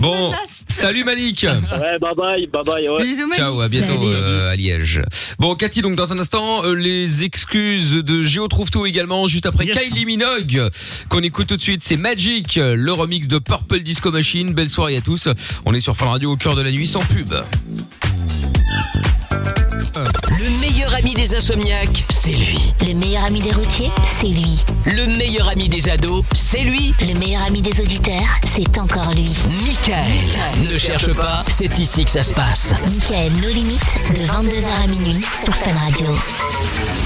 Speaker 2: Bon, Salut Malik
Speaker 8: Ouais, bye bye, bye bye. Ouais.
Speaker 2: Ciao, à bientôt euh, à Liège. Bon, Cathy, donc dans un instant, euh, les excuses de Géo Trouve Tout également, juste après Kylie Minogue, qu'on écoute tout de suite, c'est Magic, euh, le remix de Purple Disco Machine. Belle soirée à tous. On est sur Fun Radio au cœur de la nuit sans pub.
Speaker 1: Le meilleur ami des insomniaques, c'est lui.
Speaker 10: Le meilleur ami des routiers, c'est lui.
Speaker 1: Le meilleur ami des ados, c'est lui.
Speaker 10: Le meilleur ami des auditeurs, c'est encore lui.
Speaker 1: Michael. Ne cherche pas, c'est ici que ça se passe.
Speaker 10: Michael No Limites, de 22h à minuit sur Fun Radio.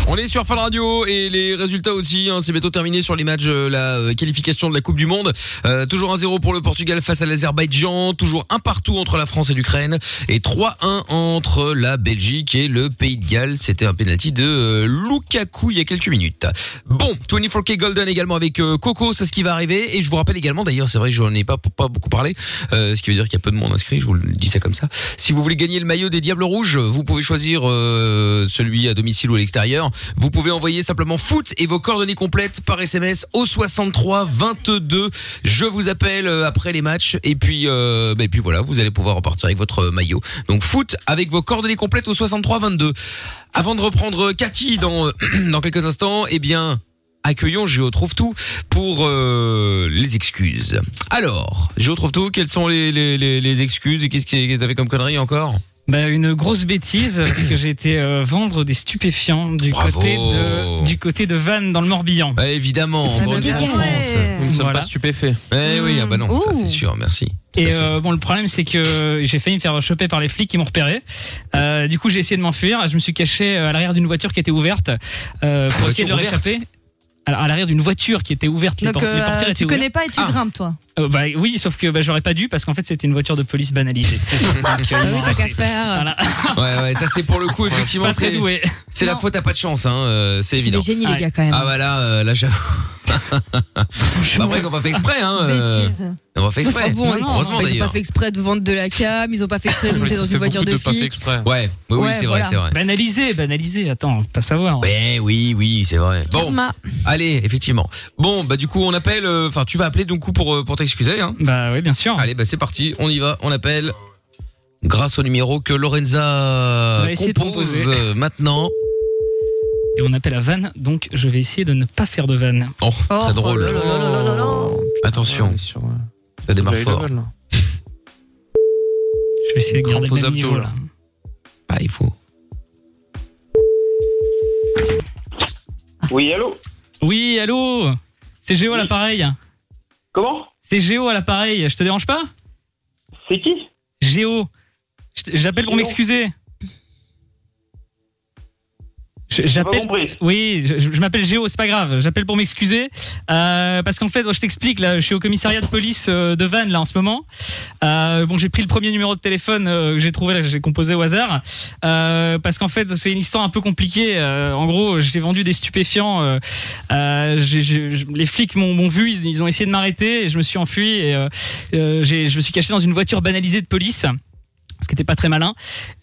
Speaker 2: On est sur Fun Radio et les résultats aussi. hein, c'est bientôt terminé sur les matchs, euh, la euh, qualification de la Coupe du Monde. Euh, toujours 1-0 pour le Portugal face à l'Azerbaïdjan. Toujours un partout entre la France et l'Ukraine. Et 3-1 entre la Belgique et le Pays de Galles. C'était un penalty de euh, Lukaku il y a quelques minutes. Bon, 24K Golden également avec euh, Coco, c'est ce qui va arriver. Et je vous rappelle également, d'ailleurs, c'est vrai que j'en ai pas, pas beaucoup parlé, euh, ce qui veut dire qu'il y a peu de monde inscrit, je vous le dis ça comme ça. Si vous voulez gagner le maillot des Diables Rouges, vous pouvez choisir euh, celui à domicile ou à l'extérieur. Vous pouvez envoyer simplement foot et vos coordonnées complètes par SMS au 63 22. Je vous appelle euh, après les matchs et puis euh, bah, et puis voilà, vous allez pouvoir repartir avec votre euh, maillot. Donc foot avec vos coordonnées complètes au 63 22. Avant de reprendre Cathy dans euh, dans quelques instants, eh bien accueillons Géo Trouve Tout pour euh, les excuses. Alors, Géo Trouve Tout, quelles sont les, les, les, les excuses et qu'est-ce que vous avez comme connerie encore
Speaker 3: Bah, une grosse bêtise parce que j'ai été euh, vendre des stupéfiants du
Speaker 2: Bravo.
Speaker 3: côté de du côté de Vannes dans le Morbihan.
Speaker 2: Bah, évidemment,
Speaker 3: Ça
Speaker 2: en
Speaker 3: veut
Speaker 2: Bretagne,
Speaker 3: dire-
Speaker 2: en France.
Speaker 3: Ouais. Nous ne sommes Voilà. pas
Speaker 7: stupéfaits.
Speaker 2: Eh oui, ah bah non, ça
Speaker 3: Ouh.
Speaker 2: c'est sûr, merci.
Speaker 3: Et euh, bon, le problème, c'est que j'ai failli me faire choper par les flics qui m'ont repéré. Euh, du coup, j'ai essayé de m'enfuir. Je me suis caché euh, à l'arrière d'une voiture qui était ouverte euh, pour
Speaker 5: Une
Speaker 3: essayer de leur
Speaker 5: voiture ouverte
Speaker 3: échapper. Alors, à l'arrière d'une voiture qui était ouverte, les,
Speaker 5: Donc,
Speaker 3: por- les
Speaker 5: euh,
Speaker 3: portières étaient
Speaker 5: tu
Speaker 3: ouvertes.
Speaker 5: connais pas et tu
Speaker 3: Ah.
Speaker 5: grimpes, toi.
Speaker 3: Euh, bah, oui, sauf que bah, j'aurais pas dû parce qu'en fait c'était une voiture de police banalisée.
Speaker 5: Ah
Speaker 3: Donc, euh,
Speaker 6: Bah oui, t'as qu'à faire. Ah,
Speaker 2: Ouais, ouais, ça c'est pour le coup, effectivement,
Speaker 3: Pas très
Speaker 2: c'est
Speaker 3: doué.
Speaker 2: c'est la faute à pas de chance, hein, euh, c'est évident.
Speaker 6: des génies, les Ouais. gars, quand même.
Speaker 2: Ah bah là, euh, là j'avoue. bah après, ils n'ont pas fait exprès, hein. euh, Ils n'ont pas fait exprès.
Speaker 6: Enfin bon, non,
Speaker 2: Heureusement
Speaker 6: enfin, ils ont
Speaker 2: d'ailleurs.
Speaker 6: pas fait exprès de vendre de la cam, ils ont pas fait exprès de monter dans une voiture de flic.
Speaker 2: Ouais, oui, oui,
Speaker 6: Ouais,
Speaker 2: c'est vrai,
Speaker 6: voilà.
Speaker 2: c'est vrai.
Speaker 3: Banalisé, banalisé. Attends, pas savoir.
Speaker 2: Ouais, oui, oui, c'est vrai. Bon,
Speaker 6: Karma.
Speaker 2: allez, effectivement. Bon, bah du coup, on appelle. euh, Enfin, tu vas appeler donc coup pour euh, pour t'excuser, hein.
Speaker 3: Bah oui, bien sûr.
Speaker 2: Allez, bah c'est parti, on y va, on appelle. Grâce au numéro que Lorenza
Speaker 3: va essayer de
Speaker 2: compose
Speaker 3: composer.
Speaker 2: euh, maintenant.
Speaker 3: Et on appelle à Vannes, donc je vais essayer de ne pas faire de vanne.
Speaker 2: Oh, très drôle. Attention, ça démarre
Speaker 3: Bah, il
Speaker 2: fort.
Speaker 3: avale, là. Je vais essayer de garder le
Speaker 2: Crampes
Speaker 3: même
Speaker 2: aux abdos,
Speaker 3: niveau
Speaker 2: là.
Speaker 3: là.
Speaker 2: Ah, il faut.
Speaker 11: Oui, allô
Speaker 3: Oui, allô C'est Géo à l'appareil.
Speaker 11: Comment
Speaker 3: C'est Géo à l'appareil, je te dérange pas
Speaker 11: C'est qui
Speaker 3: Géo. Je t- J'appelle pour
Speaker 11: Géo.
Speaker 3: m'excuser. Je-
Speaker 11: J'ai pas
Speaker 3: J'appelle.
Speaker 11: compris.
Speaker 3: Oui, je, je m'appelle Géo, c'est pas grave. J'appelle pour m'excuser euh, parce qu'en fait, je t'explique là, je suis au commissariat de police euh, de Vannes là en ce moment. Euh, bon, j'ai pris le premier numéro de téléphone euh, que j'ai trouvé là, que j'ai composé au hasard euh, parce qu'en fait, c'est une histoire un peu compliquée. Euh, en gros, j'ai vendu des stupéfiants. euh, euh, j'ai- j'ai- j- les flics m'ont m'ont vu, ils, ils ont essayé de m'arrêter et je me suis enfui et euh, euh, j'ai- je me suis caché dans une voiture banalisée de police ce qui n'était pas très malin.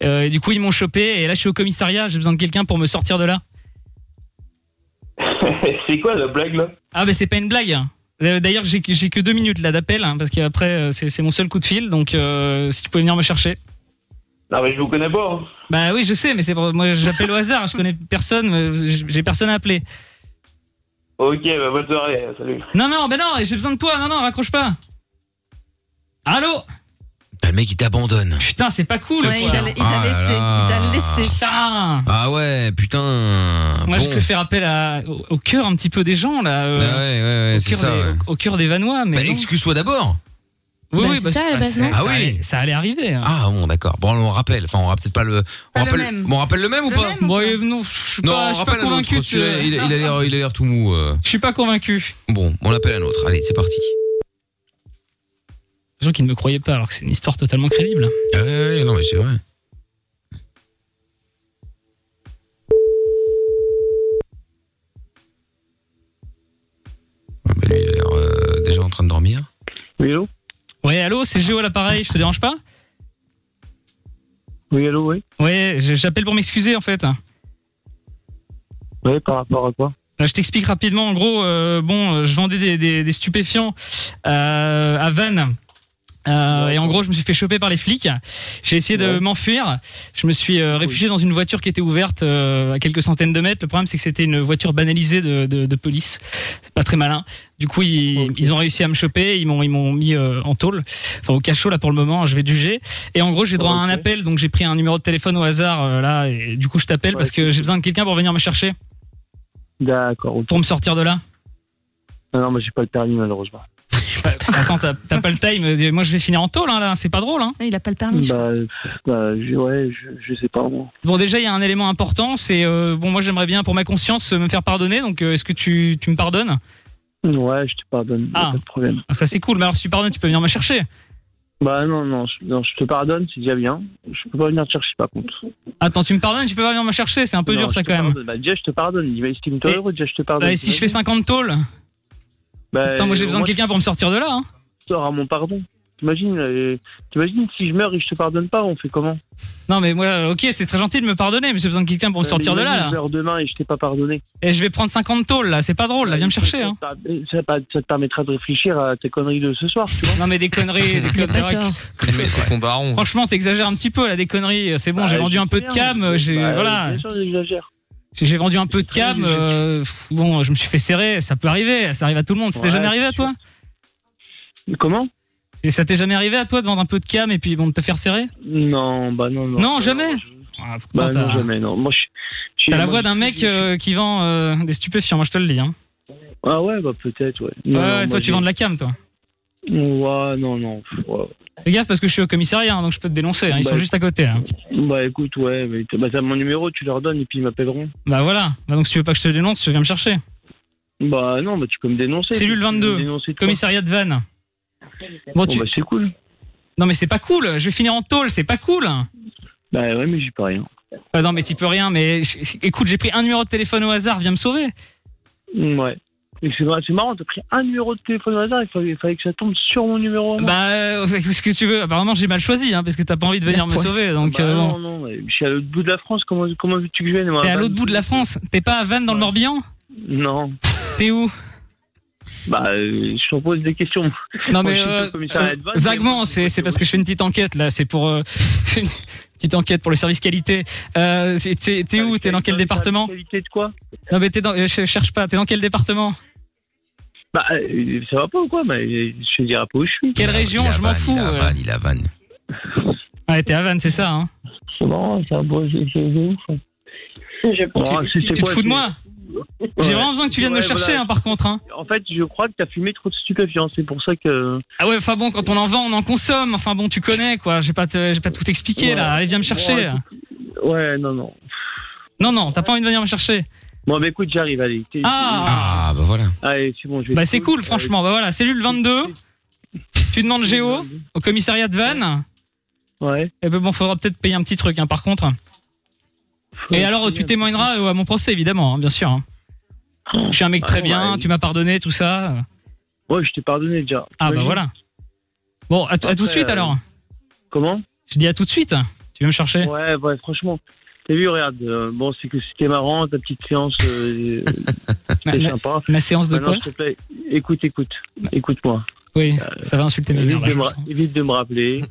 Speaker 3: Euh, et du coup, ils m'ont chopé et là, je suis au commissariat. J'ai besoin de quelqu'un pour me sortir de là.
Speaker 11: C'est quoi la blague là
Speaker 3: Ah, mais c'est pas une blague. Euh, D'ailleurs, j'ai que j'ai que deux minutes là d'appel hein, parce qu'après, euh, c'est c'est mon seul coup de fil. Donc, euh, si tu pouvais venir me chercher.
Speaker 11: Non, mais je vous connais pas. hein.
Speaker 3: Bah oui, je sais, mais c'est pour... moi, j'appelle au hasard. Je connais personne. mais j'ai- J'ai personne à appeler.
Speaker 11: Ok, bah bonne soirée, salut.
Speaker 3: Non, non, mais non, j'ai besoin de toi. Non, non, raccroche pas. Allô
Speaker 2: T'as le mec qui t'abandonne.
Speaker 3: Putain, c'est pas cool.
Speaker 2: Ouais,
Speaker 3: quoi.
Speaker 2: il a- il a Ah laissé, là là. il a laissé.
Speaker 3: Putain.
Speaker 2: Ah ouais, putain.
Speaker 3: Moi,
Speaker 2: bon.
Speaker 3: je préfère appel à, au, au cœur un petit peu des gens là. euh,
Speaker 2: Bah ouais, ouais, ouais,
Speaker 3: au
Speaker 2: c'est
Speaker 3: cœur
Speaker 2: ça.
Speaker 3: des-
Speaker 2: ouais.
Speaker 3: au- au cœur des Vanois, mais
Speaker 2: Bah,
Speaker 3: non.
Speaker 2: excuse-toi d'abord.
Speaker 3: Oui,
Speaker 2: Bah,
Speaker 3: oui,
Speaker 2: c'est
Speaker 3: bah,
Speaker 2: ça, à la
Speaker 3: bah,
Speaker 2: base,
Speaker 3: ça-
Speaker 2: non
Speaker 3: ça
Speaker 2: Ah oui.
Speaker 3: allait- ça allait arriver. hein.
Speaker 2: Ah bon, d'accord. Bon, on rappelle. Enfin, on rappelle pas le. On rappelle. bon, on rappelle le même ou pas
Speaker 3: Bon, euh, non, je suis
Speaker 2: Non,
Speaker 3: pas,
Speaker 2: on
Speaker 3: je suis pas
Speaker 2: rappelle un autre.
Speaker 3: convaincu. de ce-
Speaker 2: celui-là, Il, il a l'air, il a l'air tout mou. euh.
Speaker 3: Je suis pas convaincu.
Speaker 2: Bon, on appelle un autre. Allez, c'est parti.
Speaker 3: Les gens qui ne me croyaient pas alors que c'est une histoire totalement crédible.
Speaker 2: Ah ouais, ouais, non, mais c'est vrai. Ah bah lui, il a l'air euh, déjà en train de dormir.
Speaker 11: Oui, allô
Speaker 3: Ouais, allô, c'est Géo à l'appareil, je te dérange pas
Speaker 11: Oui, allô, oui.
Speaker 3: Ouais, je- j'appelle pour m'excuser en fait.
Speaker 11: Oui, par rapport à quoi
Speaker 3: Euh, Je t'explique rapidement. En gros, euh, bon, euh, je vendais des, des- des stupéfiants euh, à Vannes. Euh, et en gros, je me suis fait choper par les flics. J'ai essayé de m'enfuir. Je me suis euh, réfugié dans une voiture qui était ouverte euh, à quelques centaines de mètres. Le problème, c'est que c'était une voiture banalisée de, de, de police. C'est pas très malin. Du coup, ils, ils ont réussi à me choper. Ils m'ont ils m'ont mis euh, en tôle, enfin au cachot là pour le moment. Je vais te juger. Et en gros, j'ai droit à un appel. Donc j'ai pris un numéro de téléphone au hasard euh, là. Et du coup, je t'appelle parce que j'ai besoin de quelqu'un pour venir me chercher,
Speaker 11: D'accord. ok.
Speaker 3: pour me sortir de là.
Speaker 11: Non, non, mais j'ai pas le permis malheureusement.
Speaker 3: Attends, t'as t'as pas le time. Moi, je vais finir en tôle hein, là. C'est pas drôle. Hein.
Speaker 5: Ah, Il a pas le permis.
Speaker 11: Bah, euh, bah, je- ouais, je, je sais pas moi.
Speaker 3: Bon, déjà, il y a un élément important, c'est euh, bon, moi j'aimerais bien pour ma conscience euh, me faire pardonner, donc euh, est-ce que tu, tu me pardonnes
Speaker 11: Ouais, je te pardonne, y a
Speaker 3: Ah.
Speaker 11: pas de problème.
Speaker 3: Ah, Ça c'est cool, mais alors si tu pardonnes, tu peux venir me chercher.
Speaker 11: Bah non, non, je, non, je te pardonne, c'est déjà bien. Je peux pas venir te chercher par contre.
Speaker 3: Attends, tu me pardonnes, tu peux pas venir me chercher, c'est un peu
Speaker 11: Non,
Speaker 3: dur
Speaker 11: je
Speaker 3: ça
Speaker 11: te
Speaker 3: quand même.
Speaker 11: pardonne. Bah, déjà, je te pardonne. Estime-toi heureux, déjà, je te pardonne.
Speaker 3: Bah, et si je fais 50 tôles
Speaker 11: Bah,
Speaker 3: Attends, moi j'ai besoin
Speaker 11: au
Speaker 3: de
Speaker 11: moins,
Speaker 3: quelqu'un pour me sortir de là. hein.
Speaker 11: tu sors à mon pardon. T'imagines, euh, t'imagines si je meurs et je te pardonne pas, on fait comment
Speaker 3: Non, mais moi, euh, ok, c'est très gentil de me pardonner, mais j'ai besoin de quelqu'un pour me
Speaker 11: Euh,
Speaker 3: sortir
Speaker 11: mais
Speaker 3: de là.
Speaker 11: imagine,
Speaker 3: là.
Speaker 11: Je meurs demain et je t'ai pas pardonné.
Speaker 3: Et je vais prendre 50 tôles là, c'est pas drôle, là, viens me chercher. Hein.
Speaker 11: Ça, ça- ça te permettra de réfléchir à tes conneries de ce soir, tu vois.
Speaker 3: Non, mais des conneries, des conneries.
Speaker 7: Mais c'est ton baron.
Speaker 3: Franchement, t'exagères un petit peu là, des conneries. C'est bon,
Speaker 11: Bah,
Speaker 3: j'ai vendu
Speaker 11: je
Speaker 3: un peu de
Speaker 11: sais
Speaker 3: cam,
Speaker 11: bien.
Speaker 3: euh, j'ai.
Speaker 11: Bah,
Speaker 3: voilà.
Speaker 11: Bien sûr, j'exagère.
Speaker 3: J'ai j'ai vendu un peu de cam. euh, pff, bon, je me suis fait serrer. Ça peut arriver. Ça arrive à tout le monde. C'était
Speaker 11: Ouais,
Speaker 3: jamais arrivé à toi
Speaker 11: Comment
Speaker 3: Et ça t'est jamais arrivé à toi de vendre un peu de cam et puis bon de te faire serrer
Speaker 11: Non, bah non, non.
Speaker 3: Non, jamais. Ah, pourtant,
Speaker 11: Bah non,
Speaker 3: t'as-
Speaker 11: jamais, non. Moi, je- je-
Speaker 3: T'as la
Speaker 11: moi,
Speaker 3: voix
Speaker 11: je-
Speaker 3: d'un mec euh, qui vend euh, des stupéfiants. Moi, je te le dis. Hein.
Speaker 11: Ah ouais, bah peut-être, ouais.
Speaker 3: Ouais,
Speaker 11: Non, non, moi,
Speaker 3: toi, tu
Speaker 11: j'ai-
Speaker 3: vends de la cam, toi.
Speaker 11: Ouais, non, non. pff, ouais.
Speaker 3: Fais gaffe parce que je suis au commissariat, hein, donc je peux te dénoncer. hein, Ils
Speaker 11: Bah,
Speaker 3: sont juste à côté. hein.
Speaker 11: Bah écoute, ouais, mais t'as bah, t'as mon numéro, tu leur donnes et puis ils m'appelleront.
Speaker 3: Bah voilà. Bah, donc si tu veux pas que je te dénonce, tu viens me chercher.
Speaker 11: Bah non, bah tu peux me dénoncer.
Speaker 3: Cellule
Speaker 11: Tu peux me
Speaker 3: 22,
Speaker 11: dénoncer, toi.
Speaker 3: commissariat de Vannes. Bon,
Speaker 11: Bon,
Speaker 3: tu.
Speaker 11: bah, c'est cool.
Speaker 3: Non, mais c'est pas cool. Je vais finir en tôle. C'est pas cool.
Speaker 11: Bah ouais, mais j'y peux rien.
Speaker 3: Bah non, mais t'y peux rien. Mais écoute, j'ai pris un numéro de téléphone au hasard. Viens me sauver.
Speaker 11: Ouais. Et c'est vrai- c'est marrant, t'as pris un numéro de téléphone au hasard, il fallait, il fallait que ça tombe sur mon numéro. à moi.
Speaker 3: Bah, euh, qu'est-ce que tu veux Apparemment, j'ai mal choisi, hein, parce que t'as pas envie de venir me sauver. Donc,
Speaker 11: Bah
Speaker 3: euh,
Speaker 11: non,
Speaker 3: bon.
Speaker 11: non, ouais, je suis à l'autre bout de la France, comment, comment veux-tu que je vienne moi,
Speaker 3: t'es à
Speaker 11: Vannes
Speaker 3: l'autre bout de la France. T'es pas à Vannes dans le Morbihan
Speaker 11: Non.
Speaker 3: T'es où
Speaker 11: Bah, euh, je te pose des questions. Moi,
Speaker 3: Non, mais
Speaker 11: je suis
Speaker 3: euh,
Speaker 11: au commissariat de Vannes, mais-
Speaker 3: vaguement, c'est c'est parce que je fais une petite enquête là. C'est pour euh, une petite enquête pour le service qualité. Euh, t'es- t'es t'es où T'es dans quel département
Speaker 11: Ah, Qualité de quoi
Speaker 3: Non, mais t'es dans. euh, Je cherche pas. T'es dans quel département
Speaker 11: Bah, euh, ça va pas ou quoi Bah, je te dirai pas où je suis.
Speaker 2: Ah,
Speaker 3: Quelle région Je m'en fous. euh.
Speaker 2: il a vanne.
Speaker 3: Ouais, Ah, t'es à Vannes, c'est ça. Hein.
Speaker 11: C'est marrant, c'est un beau jeu de ouf. Bon, c'est-
Speaker 3: Tu
Speaker 11: c'est
Speaker 3: te
Speaker 11: quoi,
Speaker 3: fous
Speaker 11: c'est-
Speaker 3: de moi J'ai vraiment besoin que tu viennes me
Speaker 11: Ouais,
Speaker 3: chercher,
Speaker 11: voilà.
Speaker 3: hein, par contre. Hein.
Speaker 11: En fait, je crois que t'as fumé trop de stupéfiants, c'est pour ça que.
Speaker 3: Ah ouais, enfin bon, quand on en vend, on en consomme. Enfin bon, tu connais quoi. J'ai pas, te- j'ai pas tout expliqué
Speaker 11: Ouais.
Speaker 3: là. Allez, viens me chercher.
Speaker 11: Ouais, Ouais, non, non.
Speaker 3: Non, non, t'as pas envie de venir me chercher.
Speaker 11: Bon, bah écoute, j'arrive, allez. T'es-
Speaker 3: Ah,
Speaker 2: Ah bah voilà.
Speaker 11: Allez, c'est bon, je vais.
Speaker 3: Bah c'est cool, franchement. Bah voilà, cellule 22. Tu demandes Géo au commissariat de Vannes.
Speaker 11: Ouais.
Speaker 3: Et ben bon, faudra peut-être payer un petit truc, hein, par contre. Et alors, tu témoigneras euh, à mon procès, évidemment, hein, bien sûr. hein. Je suis un mec très
Speaker 11: Ah,
Speaker 3: bien,
Speaker 11: ouais.
Speaker 3: tu m'as pardonné, tout ça.
Speaker 11: Ouais, je t'ai pardonné déjà.
Speaker 3: Ah bah
Speaker 11: Oui.
Speaker 3: voilà. Bon, à, t- à tout de
Speaker 11: Après,
Speaker 3: suite
Speaker 11: euh,
Speaker 3: alors.
Speaker 11: Comment
Speaker 3: Je dis à tout de suite. Tu viens me chercher
Speaker 11: Ouais, ouais, franchement. T'as vu, regarde, euh, bon, c'est que c'était marrant, ta petite séance, euh,
Speaker 3: Ma-
Speaker 11: c'était
Speaker 3: ma-
Speaker 11: sympa.
Speaker 3: Ma séance de
Speaker 11: Maintenant,
Speaker 3: quoi
Speaker 11: s'il te plaît, écoute, écoute, écoute-moi. Euh,
Speaker 3: Oui, ça va insulter mes
Speaker 11: Évite,
Speaker 3: mères. là,
Speaker 11: de
Speaker 3: je
Speaker 11: me
Speaker 3: le
Speaker 11: ra-
Speaker 3: sens.
Speaker 11: évite de me rappeler.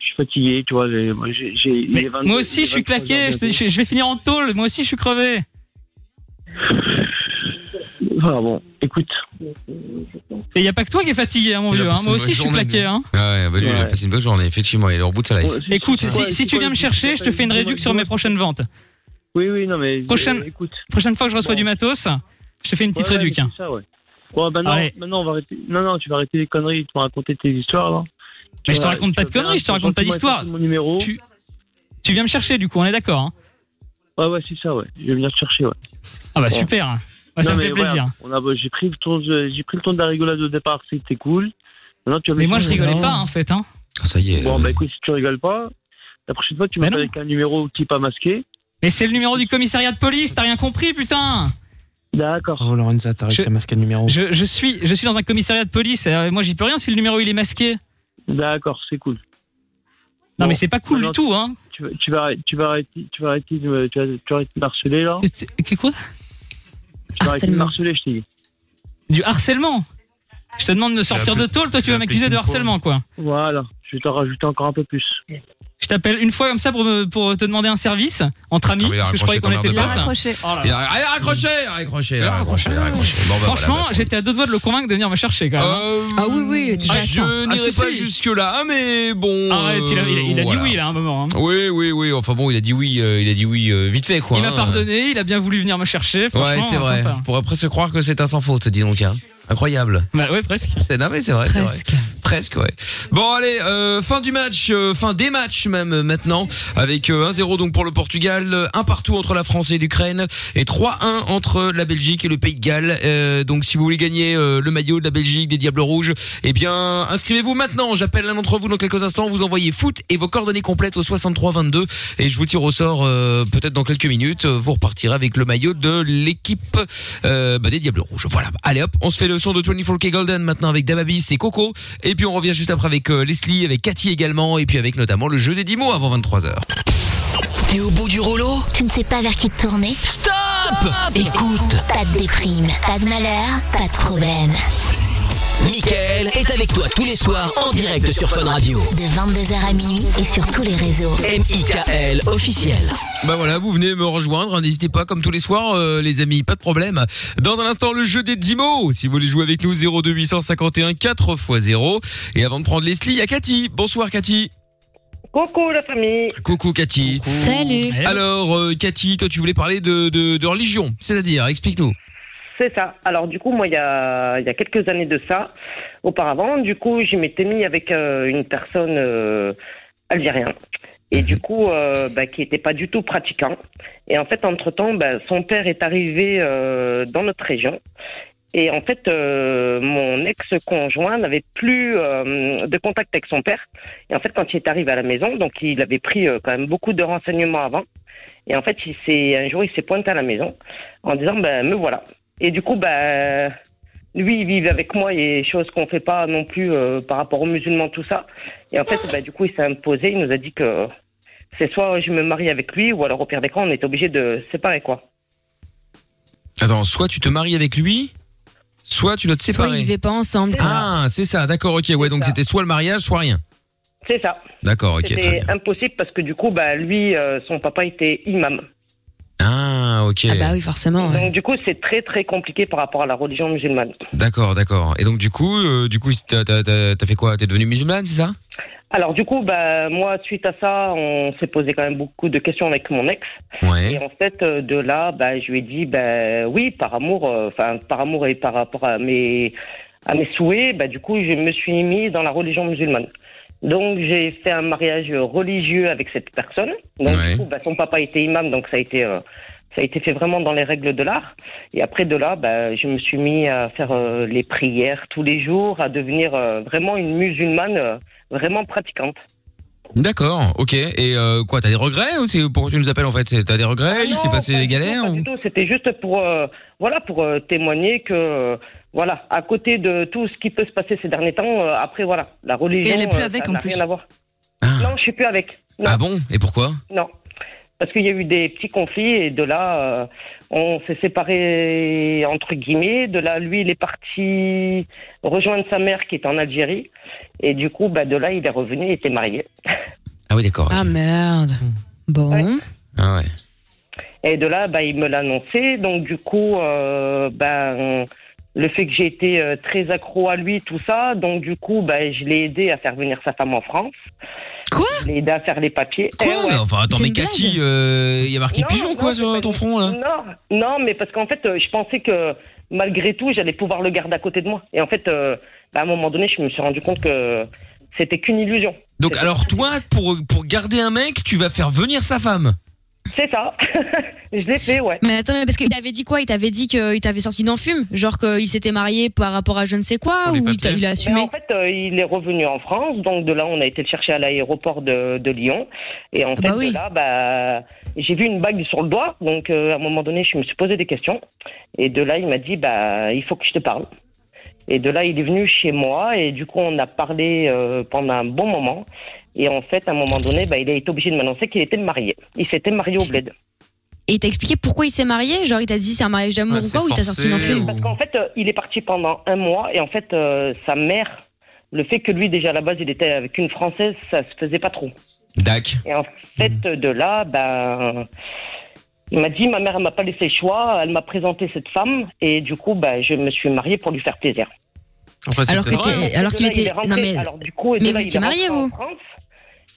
Speaker 11: Je suis fatigué, tu vois. j'ai- moi, j'ai- j'ai- il est
Speaker 3: Mais
Speaker 11: 22,
Speaker 3: moi aussi, je suis
Speaker 11: 23
Speaker 3: claqué.
Speaker 11: heures
Speaker 3: Je, te- je- je vais finir en tôle. Moi aussi, je suis crevé.
Speaker 11: bientôt. Ah bon, écoute.
Speaker 3: Et y a pas que toi qui est fatigué, hein, mon
Speaker 7: Il a
Speaker 3: vieux. hein.
Speaker 7: passé
Speaker 3: Moi
Speaker 7: une
Speaker 3: aussi,
Speaker 7: bonne
Speaker 3: je suis
Speaker 7: journée,
Speaker 3: claqué.
Speaker 7: nous.
Speaker 3: Hein.
Speaker 2: Ah ouais, bah lui, il a
Speaker 11: Ouais.
Speaker 2: passé une bonne journée, effectivement, il est au bout de sa life.
Speaker 11: Bon, c'est-
Speaker 3: Écoute,
Speaker 11: c'est
Speaker 3: si,
Speaker 11: quoi-
Speaker 3: si
Speaker 11: c'est
Speaker 3: tu
Speaker 11: quoi
Speaker 3: viens
Speaker 11: le
Speaker 3: me
Speaker 11: but
Speaker 3: chercher, je te fais une
Speaker 11: C'est quoi-
Speaker 3: réduction sur mes prochaines ventes.
Speaker 11: Oui, oui, non, mais.
Speaker 3: Prochaine-
Speaker 11: euh, écoute.
Speaker 3: Prochaine fois que je reçois
Speaker 11: Bon.
Speaker 3: du matos, je te fais une petite hein.
Speaker 11: Ouais, ouais,
Speaker 3: réduction.
Speaker 11: mais c'est ça, ouais. Bon, maintenant,
Speaker 3: Allez.
Speaker 11: maintenant, on va arrêter. Non, non, tu vas arrêter les conneries, tu vas raconter tes histoires, là.
Speaker 3: Mais je
Speaker 11: Tu
Speaker 3: te
Speaker 11: vas-
Speaker 3: raconte
Speaker 11: tu
Speaker 3: pas
Speaker 11: vas
Speaker 3: de
Speaker 11: faire
Speaker 3: conneries,
Speaker 11: un-
Speaker 3: je te raconte pas
Speaker 11: gentiment
Speaker 3: d'histoire.
Speaker 11: écouter Mon numéro.
Speaker 3: Tu... tu viens me chercher, du coup, on est d'accord. hein.
Speaker 11: Ouais, ouais, c'est ça, ouais. Je vais venir te chercher, ouais.
Speaker 3: Ah bah
Speaker 11: Bon.
Speaker 3: super. Bah, ça
Speaker 11: Non,
Speaker 3: me
Speaker 11: mais
Speaker 3: fait plaisir.
Speaker 11: voilà, on a, bah, j'ai pris le ton, de- j'ai pris le ton de la rigolade au départ, c'était cool. Maintenant, tu vas me
Speaker 3: Mais moi,
Speaker 7: Oh
Speaker 3: je
Speaker 11: changer.
Speaker 3: rigolais pas, en fait. Hein.
Speaker 2: Ah, ça y est.
Speaker 11: Bon,
Speaker 2: euh,
Speaker 11: bah écoute, si tu rigoles pas, la prochaine fois, tu
Speaker 3: Bah
Speaker 11: m'appelles
Speaker 3: non.
Speaker 11: avec un numéro qui est pas masqué.
Speaker 3: Mais c'est le numéro du commissariat de police, t'as rien compris, putain
Speaker 11: D'accord.
Speaker 7: Oh, Lorenza, t'as réussi
Speaker 3: Je-
Speaker 7: à masquer le numéro.
Speaker 3: je, je suis, je suis dans un commissariat de police, euh, moi j'y peux rien si le numéro il est masqué.
Speaker 11: D'accord, c'est cool.
Speaker 3: Non
Speaker 11: Bon.
Speaker 3: mais c'est pas cool
Speaker 11: Alors,
Speaker 3: du tout, hein.
Speaker 11: Tu, vas- tu vas, arrêter- tu vas arrêter, tu vas arrêter de me, tu vas, tu vas arrêter de marceler, là.
Speaker 3: C'est- c'est- quoi
Speaker 11: Tu vas arrêter de
Speaker 6: Harcèlement.
Speaker 11: marceler, je t'ai dit.
Speaker 3: Du harcèlement Je te demande de me sortir de tôle, toi tu vas m'accuser de harcèlement quoi.
Speaker 11: Voilà, je vais t'en rajouter encore un peu plus.
Speaker 3: Je t'appelle une fois comme ça pour, me- pour te demander un service entre amis,
Speaker 2: Ah oui, il a
Speaker 3: parce que je
Speaker 2: raccroché,
Speaker 3: croyais qu'on était
Speaker 2: t'emmerdes pas.
Speaker 3: potes. Oh
Speaker 2: Il a raccroché. Il a- allez, raccroché, raccroché, raccroché, raccroché. Bon, bah, voilà,
Speaker 3: Hein Franchement,
Speaker 2: bah,
Speaker 3: j'étais à deux doigts de le convaincre de venir me chercher quand même. hein.
Speaker 2: ah oui,
Speaker 3: oui,
Speaker 2: ah, je n'irai pas
Speaker 3: hein,
Speaker 2: jusque-là, mais bon.
Speaker 3: Arrête, il a, il a- il a
Speaker 2: voilà.
Speaker 3: dit oui là à un moment. hein.
Speaker 2: Oui, oui, oui. Enfin bon, il a dit oui, euh, il a dit oui euh, vite fait, quoi.
Speaker 3: il m'a
Speaker 2: hein.
Speaker 3: pardonné, il a bien voulu venir me chercher. Franchement,
Speaker 2: Ouais, c'est vrai.
Speaker 3: sympa.
Speaker 2: Pour après se croire que c'est un sans faute, dis donc. Hein. Incroyable.
Speaker 3: Bah ouais, presque.
Speaker 2: C'est non mais c'est vrai, c'est vrai.
Speaker 3: Presque.
Speaker 2: Presque, ouais. Bon allez, euh, fin du match, euh, fin des matchs même euh, maintenant, avec euh, 1-0 donc pour le Portugal, euh, un partout entre la France et l'Ukraine et 3-1 entre la Belgique et le Pays de Galles. Euh, donc si vous voulez gagner euh, le maillot de la Belgique des Diables Rouges, eh bien inscrivez-vous maintenant. J'appelle l'un d'entre vous dans quelques instants. Vous envoyez foot et vos coordonnées complètes au 63 22 et je vous tire au sort euh, peut-être dans quelques minutes. Euh, Vous repartirez avec le maillot de l'équipe euh, bah, des Diables Rouges. Voilà. Allez hop, on se fait le son de 24K Golden maintenant avec Dababis et Coco et puis on revient juste après avec euh, Leslie, avec Cathy également et puis avec notamment le jeu des 10 mots avant 23 h
Speaker 10: T'es au bout du rouleau Tu ne sais pas vers qui te tourner
Speaker 1: Stop, Écoute
Speaker 10: Pas de déprime, pas de malheur, pas de problème.
Speaker 1: Michael est avec toi tous les soirs en direct sur Fun Radio.
Speaker 10: De 22h à minuit et sur tous les réseaux.
Speaker 1: M.I.K.L. officiel.
Speaker 2: Bah voilà, vous venez me rejoindre, hein, n'hésitez pas comme tous les soirs euh, les amis, pas de problème. Dans un instant le jeu des 10 mots, si vous voulez jouer avec nous 02851 4 x 0 et avant de prendre Leslie, il y a Cathy. Bonsoir Cathy.
Speaker 9: Coucou la famille.
Speaker 2: Coucou Cathy.
Speaker 6: Salut.
Speaker 2: Alors euh, Cathy, toi tu voulais parler de, de, de religion, c'est-à-dire explique-nous.
Speaker 9: C'est ça. Alors du coup, moi, il y a, il y a quelques années de ça, auparavant, du coup, je m'étais mis avec euh, une personne euh, algérienne. Et du coup, euh, bah, qui n'était pas du tout pratiquant. Et en fait, entre-temps, bah, son père est arrivé euh, dans notre région. Et en fait, euh, mon ex-conjoint n'avait plus euh, de contact avec son père. Et en fait, quand il est arrivé à la maison, donc il avait pris euh, quand même beaucoup de renseignements avant. Et en fait, il s'est, un jour, il s'est pointé à la maison en disant, ben, me voilà. Et du coup, ben, lui, il vivait avec moi et chose qu'on fait pas non plus euh, par rapport aux musulmans, tout ça. Et en fait, ben, du coup, il s'est imposé. Il nous a dit que c'est soit je me marie avec lui, ou alors au pire des cas, on est obligé de se séparer, quoi.
Speaker 2: Attends, soit tu te maries avec lui, soit tu dois te
Speaker 6: Soit
Speaker 2: séparer.
Speaker 6: ils vivaient pas ensemble. quoi.
Speaker 2: Ah, c'est ça, d'accord, ok, ouais, donc c'était soit le mariage, soit rien.
Speaker 9: C'est ça.
Speaker 2: D'accord, ok, très bien.
Speaker 9: C'était impossible parce que du coup, bah, lui, euh, son papa était imam.
Speaker 2: Eh. Ah, ok.
Speaker 6: forcément.
Speaker 9: Donc du coup, c'est très très compliqué par rapport à la religion musulmane.
Speaker 2: D'accord, d'accord. Et donc du coup, euh, du coup, t'as t'as- t'as- t'as fait quoi T'es devenue musulmane, c'est ça
Speaker 9: Alors du coup, bah, moi, suite à ça, on s'est posé quand même beaucoup de questions avec mon ex. Et en fait, euh, de là, bah, je lui ai dit, bah, oui, par amour, euh, enfin par amour et par rapport à mes à mes souhaits, bah, du coup, je me suis mis dans la religion musulmane. Donc j'ai fait un mariage religieux avec cette personne. Donc du coup, bah, son papa était imam, donc ça a été euh, ça a été fait vraiment dans les règles de l'art. Et après de là, bah, je me suis mis à faire euh, les prières tous les jours, à devenir euh, vraiment une musulmane euh, vraiment pratiquante.
Speaker 2: D'accord, ok. Et euh, quoi, t'as des regrets ou c'est pourquoi tu nous appelles en fait C'est- T'as des
Speaker 6: Ah
Speaker 2: regrets Il s'est passé des galères
Speaker 9: Pas
Speaker 2: ou-
Speaker 9: du tout, C'était juste pour euh, voilà pour euh, témoigner que euh, voilà à côté de tout ce qui peut se passer ces derniers temps, euh, après voilà la religion.
Speaker 5: Et elle est plus
Speaker 9: euh,
Speaker 5: avec,
Speaker 9: ça
Speaker 5: en
Speaker 9: n'a
Speaker 5: plus.
Speaker 9: Rien à voir. Non, je suis plus avec. Non,
Speaker 2: Ah bon Et pourquoi
Speaker 9: non. Parce qu'il y a eu des petits conflits et de là, euh, on s'est séparés entre guillemets. De là, lui, il est parti rejoindre sa mère qui est en Algérie et du coup, bah, de là, il est revenu, il était marié.
Speaker 2: Ah oui, d'accord.
Speaker 6: Ah merde. Bon.
Speaker 2: Ah ouais.
Speaker 9: Et de là, bah, il me l'a annoncé. Donc, du coup, euh, ben, le fait que j'ai été euh, très accro à lui, tout ça, donc, du coup, bah, je l'ai aidé à faire venir sa femme en France.
Speaker 6: Quoi
Speaker 9: Je l'ai aidé à faire les papiers.
Speaker 2: Quoi
Speaker 9: Eh ouais.
Speaker 2: Mais Enfin, attends, mais Cathy, euh, il y a marqué pigeon quoi sur ton front là
Speaker 9: Euh, Non, non, mais parce qu'en fait, euh, je pensais que malgré tout, j'allais pouvoir le garder à côté de moi. Et en fait, euh, bah, à un moment donné, je me suis rendu compte que c'était qu'une illusion.
Speaker 2: Donc alors toi, pour pour garder un mec, tu vas faire venir sa femme.
Speaker 9: C'est ça. je l'ai fait, ouais.
Speaker 6: Mais attends, mais parce qu'il t'avait dit quoi Il t'avait dit qu'il t'avait sorti d'une enfume Genre qu'il s'était marié par rapport à je ne sais quoi Ou il, t'a- il a
Speaker 9: Mais
Speaker 6: assumé
Speaker 9: en fait, euh, il est revenu en France, donc de là, on a été le chercher à l'aéroport de, de Lyon. Et en fait,
Speaker 6: bah
Speaker 9: de
Speaker 6: oui.
Speaker 9: là, bah, j'ai vu une bague sur le doigt, donc euh, à un moment donné, je me suis posé des questions. Et de là, il m'a dit, bah, il faut que je te parle. Et de là, il est venu chez moi, et du coup, on a parlé euh, pendant un bon moment. Et en fait, à un moment donné, bah, il a été obligé de m'annoncer qu'il était marié. Il s'était marié au bled.
Speaker 6: Et il t'a expliqué pourquoi il s'est marié Genre, il t'a dit Bah, c'est un mariage d'amour ou quoi Ou il t'a sorti un film
Speaker 9: Parce qu'en fait, euh, il est parti pendant un mois et en fait, euh, sa mère, le fait que lui, déjà à la base, il était avec une Française, ça se faisait pas trop.
Speaker 2: Dac.
Speaker 9: Et en fait,
Speaker 6: Mhm.
Speaker 9: de là, ben, il m'a dit ma mère, elle m'a pas laissé le choix, elle m'a présenté cette femme et du coup, ben, je me suis mariée pour lui faire plaisir.
Speaker 6: Alors que t'es- alors qu'il
Speaker 9: Parce que là,
Speaker 6: était.
Speaker 9: il est rentré-
Speaker 6: Non, mais.
Speaker 9: alors, du coup, et de
Speaker 6: Mais
Speaker 9: là,
Speaker 6: vous
Speaker 9: il est
Speaker 6: étiez mariés,
Speaker 9: rentré en
Speaker 6: vous
Speaker 9: France.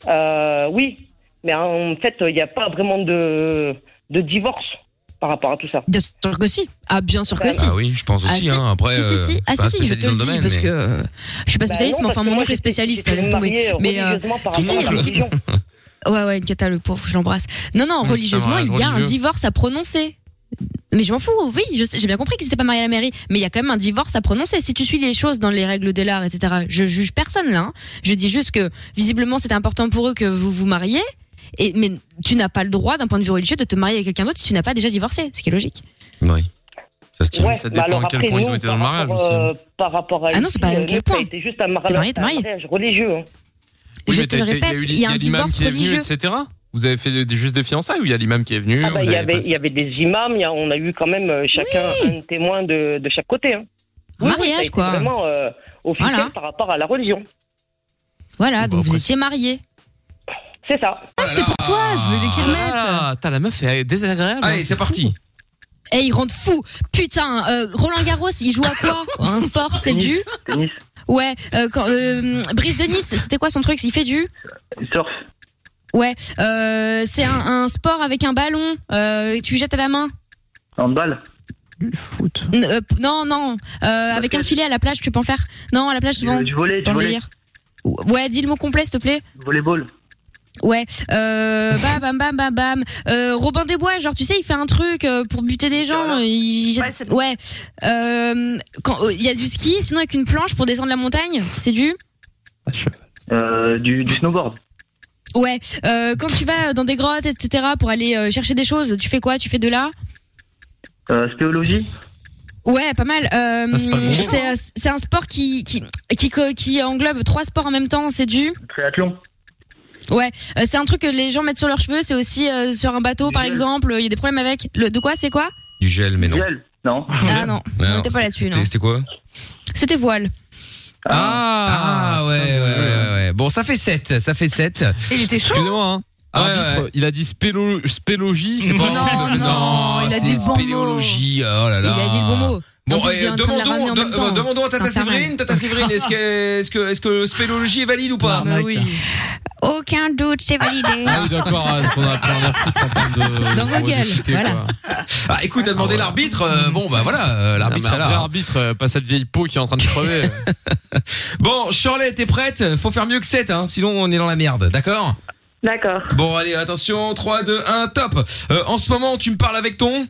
Speaker 9: Euh, Oui, mais en fait, il n'y a pas vraiment de, de divorce par rapport à tout ça. Ben
Speaker 6: Bien sûr que si. Ah, bien sûr que si.
Speaker 2: Ah oui, je pense aussi,
Speaker 6: Ah, si.
Speaker 2: hein. Après,
Speaker 6: Si, si,
Speaker 2: euh,
Speaker 6: si. Ah,
Speaker 2: pas
Speaker 6: si, si, je
Speaker 2: spécialiste
Speaker 6: te
Speaker 2: dans
Speaker 6: le
Speaker 2: le
Speaker 6: dis,
Speaker 2: domaine,
Speaker 6: parce
Speaker 2: mais-
Speaker 6: que euh, je suis pas
Speaker 9: Bah
Speaker 6: spécialiste,
Speaker 9: non,
Speaker 6: mais
Speaker 9: parce
Speaker 6: enfin,
Speaker 9: que
Speaker 6: mon oncle
Speaker 9: moi,
Speaker 6: est
Speaker 9: j'étais-
Speaker 6: spécialiste,
Speaker 9: j'étais
Speaker 6: laisse tomber.
Speaker 9: mariée
Speaker 6: Mais. euh,
Speaker 9: religieusement par
Speaker 6: si,
Speaker 9: rapport à la
Speaker 6: si,
Speaker 9: religion.
Speaker 6: Ouais, ouais, une cata, le pauvre, je l'embrasse. Non, non,
Speaker 9: Oui, c'est
Speaker 6: religieusement,
Speaker 9: un
Speaker 6: il y a un
Speaker 9: religieux.
Speaker 6: divorce à prononcer. Mais je m'en fous, oui, je sais- j'ai bien compris qu'ils n'étaient pas mariés à la mairie, mais il y a quand même un divorce à prononcer. Si tu suis les choses dans les règles de l'art, etc., je juge personne là. hein. Je dis juste que visiblement c'était important pour eux que vous vous mariez, et, mais tu n'as pas le droit d'un point de vue religieux de te marier avec quelqu'un d'autre si tu n'as pas déjà divorcé, ce qui est logique.
Speaker 2: Oui. Ça se tient.
Speaker 9: Ouais,
Speaker 7: ça
Speaker 9: bah
Speaker 7: dépend
Speaker 9: alors
Speaker 7: à quel
Speaker 9: après,
Speaker 7: point ils
Speaker 9: nous,
Speaker 7: ont été dans le
Speaker 9: par
Speaker 7: mariage
Speaker 9: rapport,
Speaker 7: aussi.
Speaker 9: euh, par rapport à
Speaker 6: Ah non, c'est pas à quel point.
Speaker 9: C'était juste un mariage, un mariage religieux. hein.
Speaker 6: Je
Speaker 7: mais
Speaker 6: te
Speaker 7: t'as-
Speaker 6: le
Speaker 7: t'as-
Speaker 6: répète,
Speaker 7: eu-
Speaker 6: il y a un
Speaker 7: l'imam
Speaker 6: divorce
Speaker 7: qui est venu,
Speaker 6: religieux.
Speaker 7: etc. Vous avez fait des- juste des fiançailles ou il y a l'imam qui est venu
Speaker 9: Ah
Speaker 7: vous
Speaker 9: bah, il y
Speaker 7: avez
Speaker 9: avait,
Speaker 7: passé-
Speaker 9: il y avait des imams, il y a- on a eu quand même euh, chacun un témoin de, de chaque côté. Hein.
Speaker 6: Un
Speaker 9: Oui, oui, ça a
Speaker 6: mariage,
Speaker 9: été
Speaker 6: quoi.
Speaker 9: Vraiment euh, officiel
Speaker 6: Voilà.
Speaker 9: par rapport à la religion.
Speaker 6: Voilà, donc vous étiez mariés.
Speaker 9: C'est ça.
Speaker 6: C'était pour toi, je voulais qu'ils
Speaker 7: Ah, t'as la meuf est désagréable. hein,
Speaker 2: Allez, c'est parti.
Speaker 6: Eh, il rentre fou Putain, euh, Roland Garros, il joue à quoi Un sport, Oh, c'est
Speaker 11: Tennis.
Speaker 6: du
Speaker 11: Tennis,
Speaker 6: Ouais, euh, quand, euh, Brice de Nice, c'était quoi son truc Il fait du
Speaker 11: surf,
Speaker 6: Ouais, euh, c'est un, un sport avec un ballon, euh, tu jettes à la main.
Speaker 11: handball.
Speaker 6: N- euh, p- non, non, euh, avec un filet à la plage, tu peux en faire. Non, à la plage, souvent.
Speaker 11: Du- du volley, du
Speaker 6: dans le
Speaker 11: volley.
Speaker 6: délire. Ouais, dis le mot complet, s'il te plaît.
Speaker 11: Volleyball.
Speaker 6: Ouais, euh, bam, bam, bam, bam, bam. Euh, Robin des Bois, genre, tu sais, il fait un truc euh, pour buter des gens. il- Ouais, Euh, quand euh, il y a du ski, sinon avec une planche pour descendre la montagne, c'est du.
Speaker 11: Euh, du, du snowboard.
Speaker 6: Ouais, euh, quand tu vas dans des grottes, etc., pour aller euh, chercher des choses, tu fais quoi Tu fais de là
Speaker 11: Euh, spéologie.
Speaker 6: Ouais, pas mal. Euh,
Speaker 11: Ah, c'est pas bon.
Speaker 6: c'est c'est un sport qui qui, qui co- qui englobe trois sports en même temps. C'est du.
Speaker 11: Triathlon.
Speaker 6: Ouais, euh, c'est un truc que les gens mettent sur leurs cheveux. C'est aussi euh, sur un bateau, par exemple. Il y a des problèmes avec. Le, de quoi C'est quoi
Speaker 2: Du gel, mais non.
Speaker 11: Non.
Speaker 6: Ah non, on était pas là-dessus. non.
Speaker 2: C'était quoi
Speaker 6: C'était voile.
Speaker 2: Ah, ouais, ouais, ouais, ouais. Bon, ça fait 7, ça fait 7.
Speaker 6: Il était chaud.
Speaker 7: Excusez-moi, hein.
Speaker 2: Ouais,
Speaker 7: Arbitre, il a dit spélo- spélogie, c'est pas
Speaker 2: Non,
Speaker 7: possible.
Speaker 2: non, il a dit le bon spéléologie, oh là là.
Speaker 6: Il a dit le bon mot. En
Speaker 2: Bon,
Speaker 6: plus,
Speaker 2: eh,
Speaker 6: il est en train de la ramener
Speaker 2: demandons,
Speaker 6: en
Speaker 2: de-
Speaker 6: même temps.
Speaker 2: euh, demandons à Tata
Speaker 6: C'est infernal.
Speaker 2: Séverine, Tata Séverine, est-ce que, est-ce que, est-ce que spéléologie est valide ou pas
Speaker 6: Bah Aucun doute, c'est validé.
Speaker 7: Ah oui, d'accord, hein, on a plein d'air foutre en train de.
Speaker 6: Dans vos
Speaker 7: de
Speaker 6: gueules,
Speaker 7: discuter,
Speaker 6: voilà.
Speaker 7: quoi.
Speaker 2: Ah, écoute, à demander l'arbitre, euh, bon, bah voilà, euh, l'arbitre
Speaker 7: Non, Hmm. Ah, mais
Speaker 2: est
Speaker 7: un vrai
Speaker 2: là.
Speaker 7: arbitre, euh, pas cette vieille peau qui est en train de crever. euh,
Speaker 2: Bon, Shirley, t'es prête Faut faire mieux que 7, hein, sinon on est dans la merde, d'accord
Speaker 12: D'accord.
Speaker 2: Bon, allez, attention, 3, 2, 1, top Euh, En ce moment, tu me parles avec ton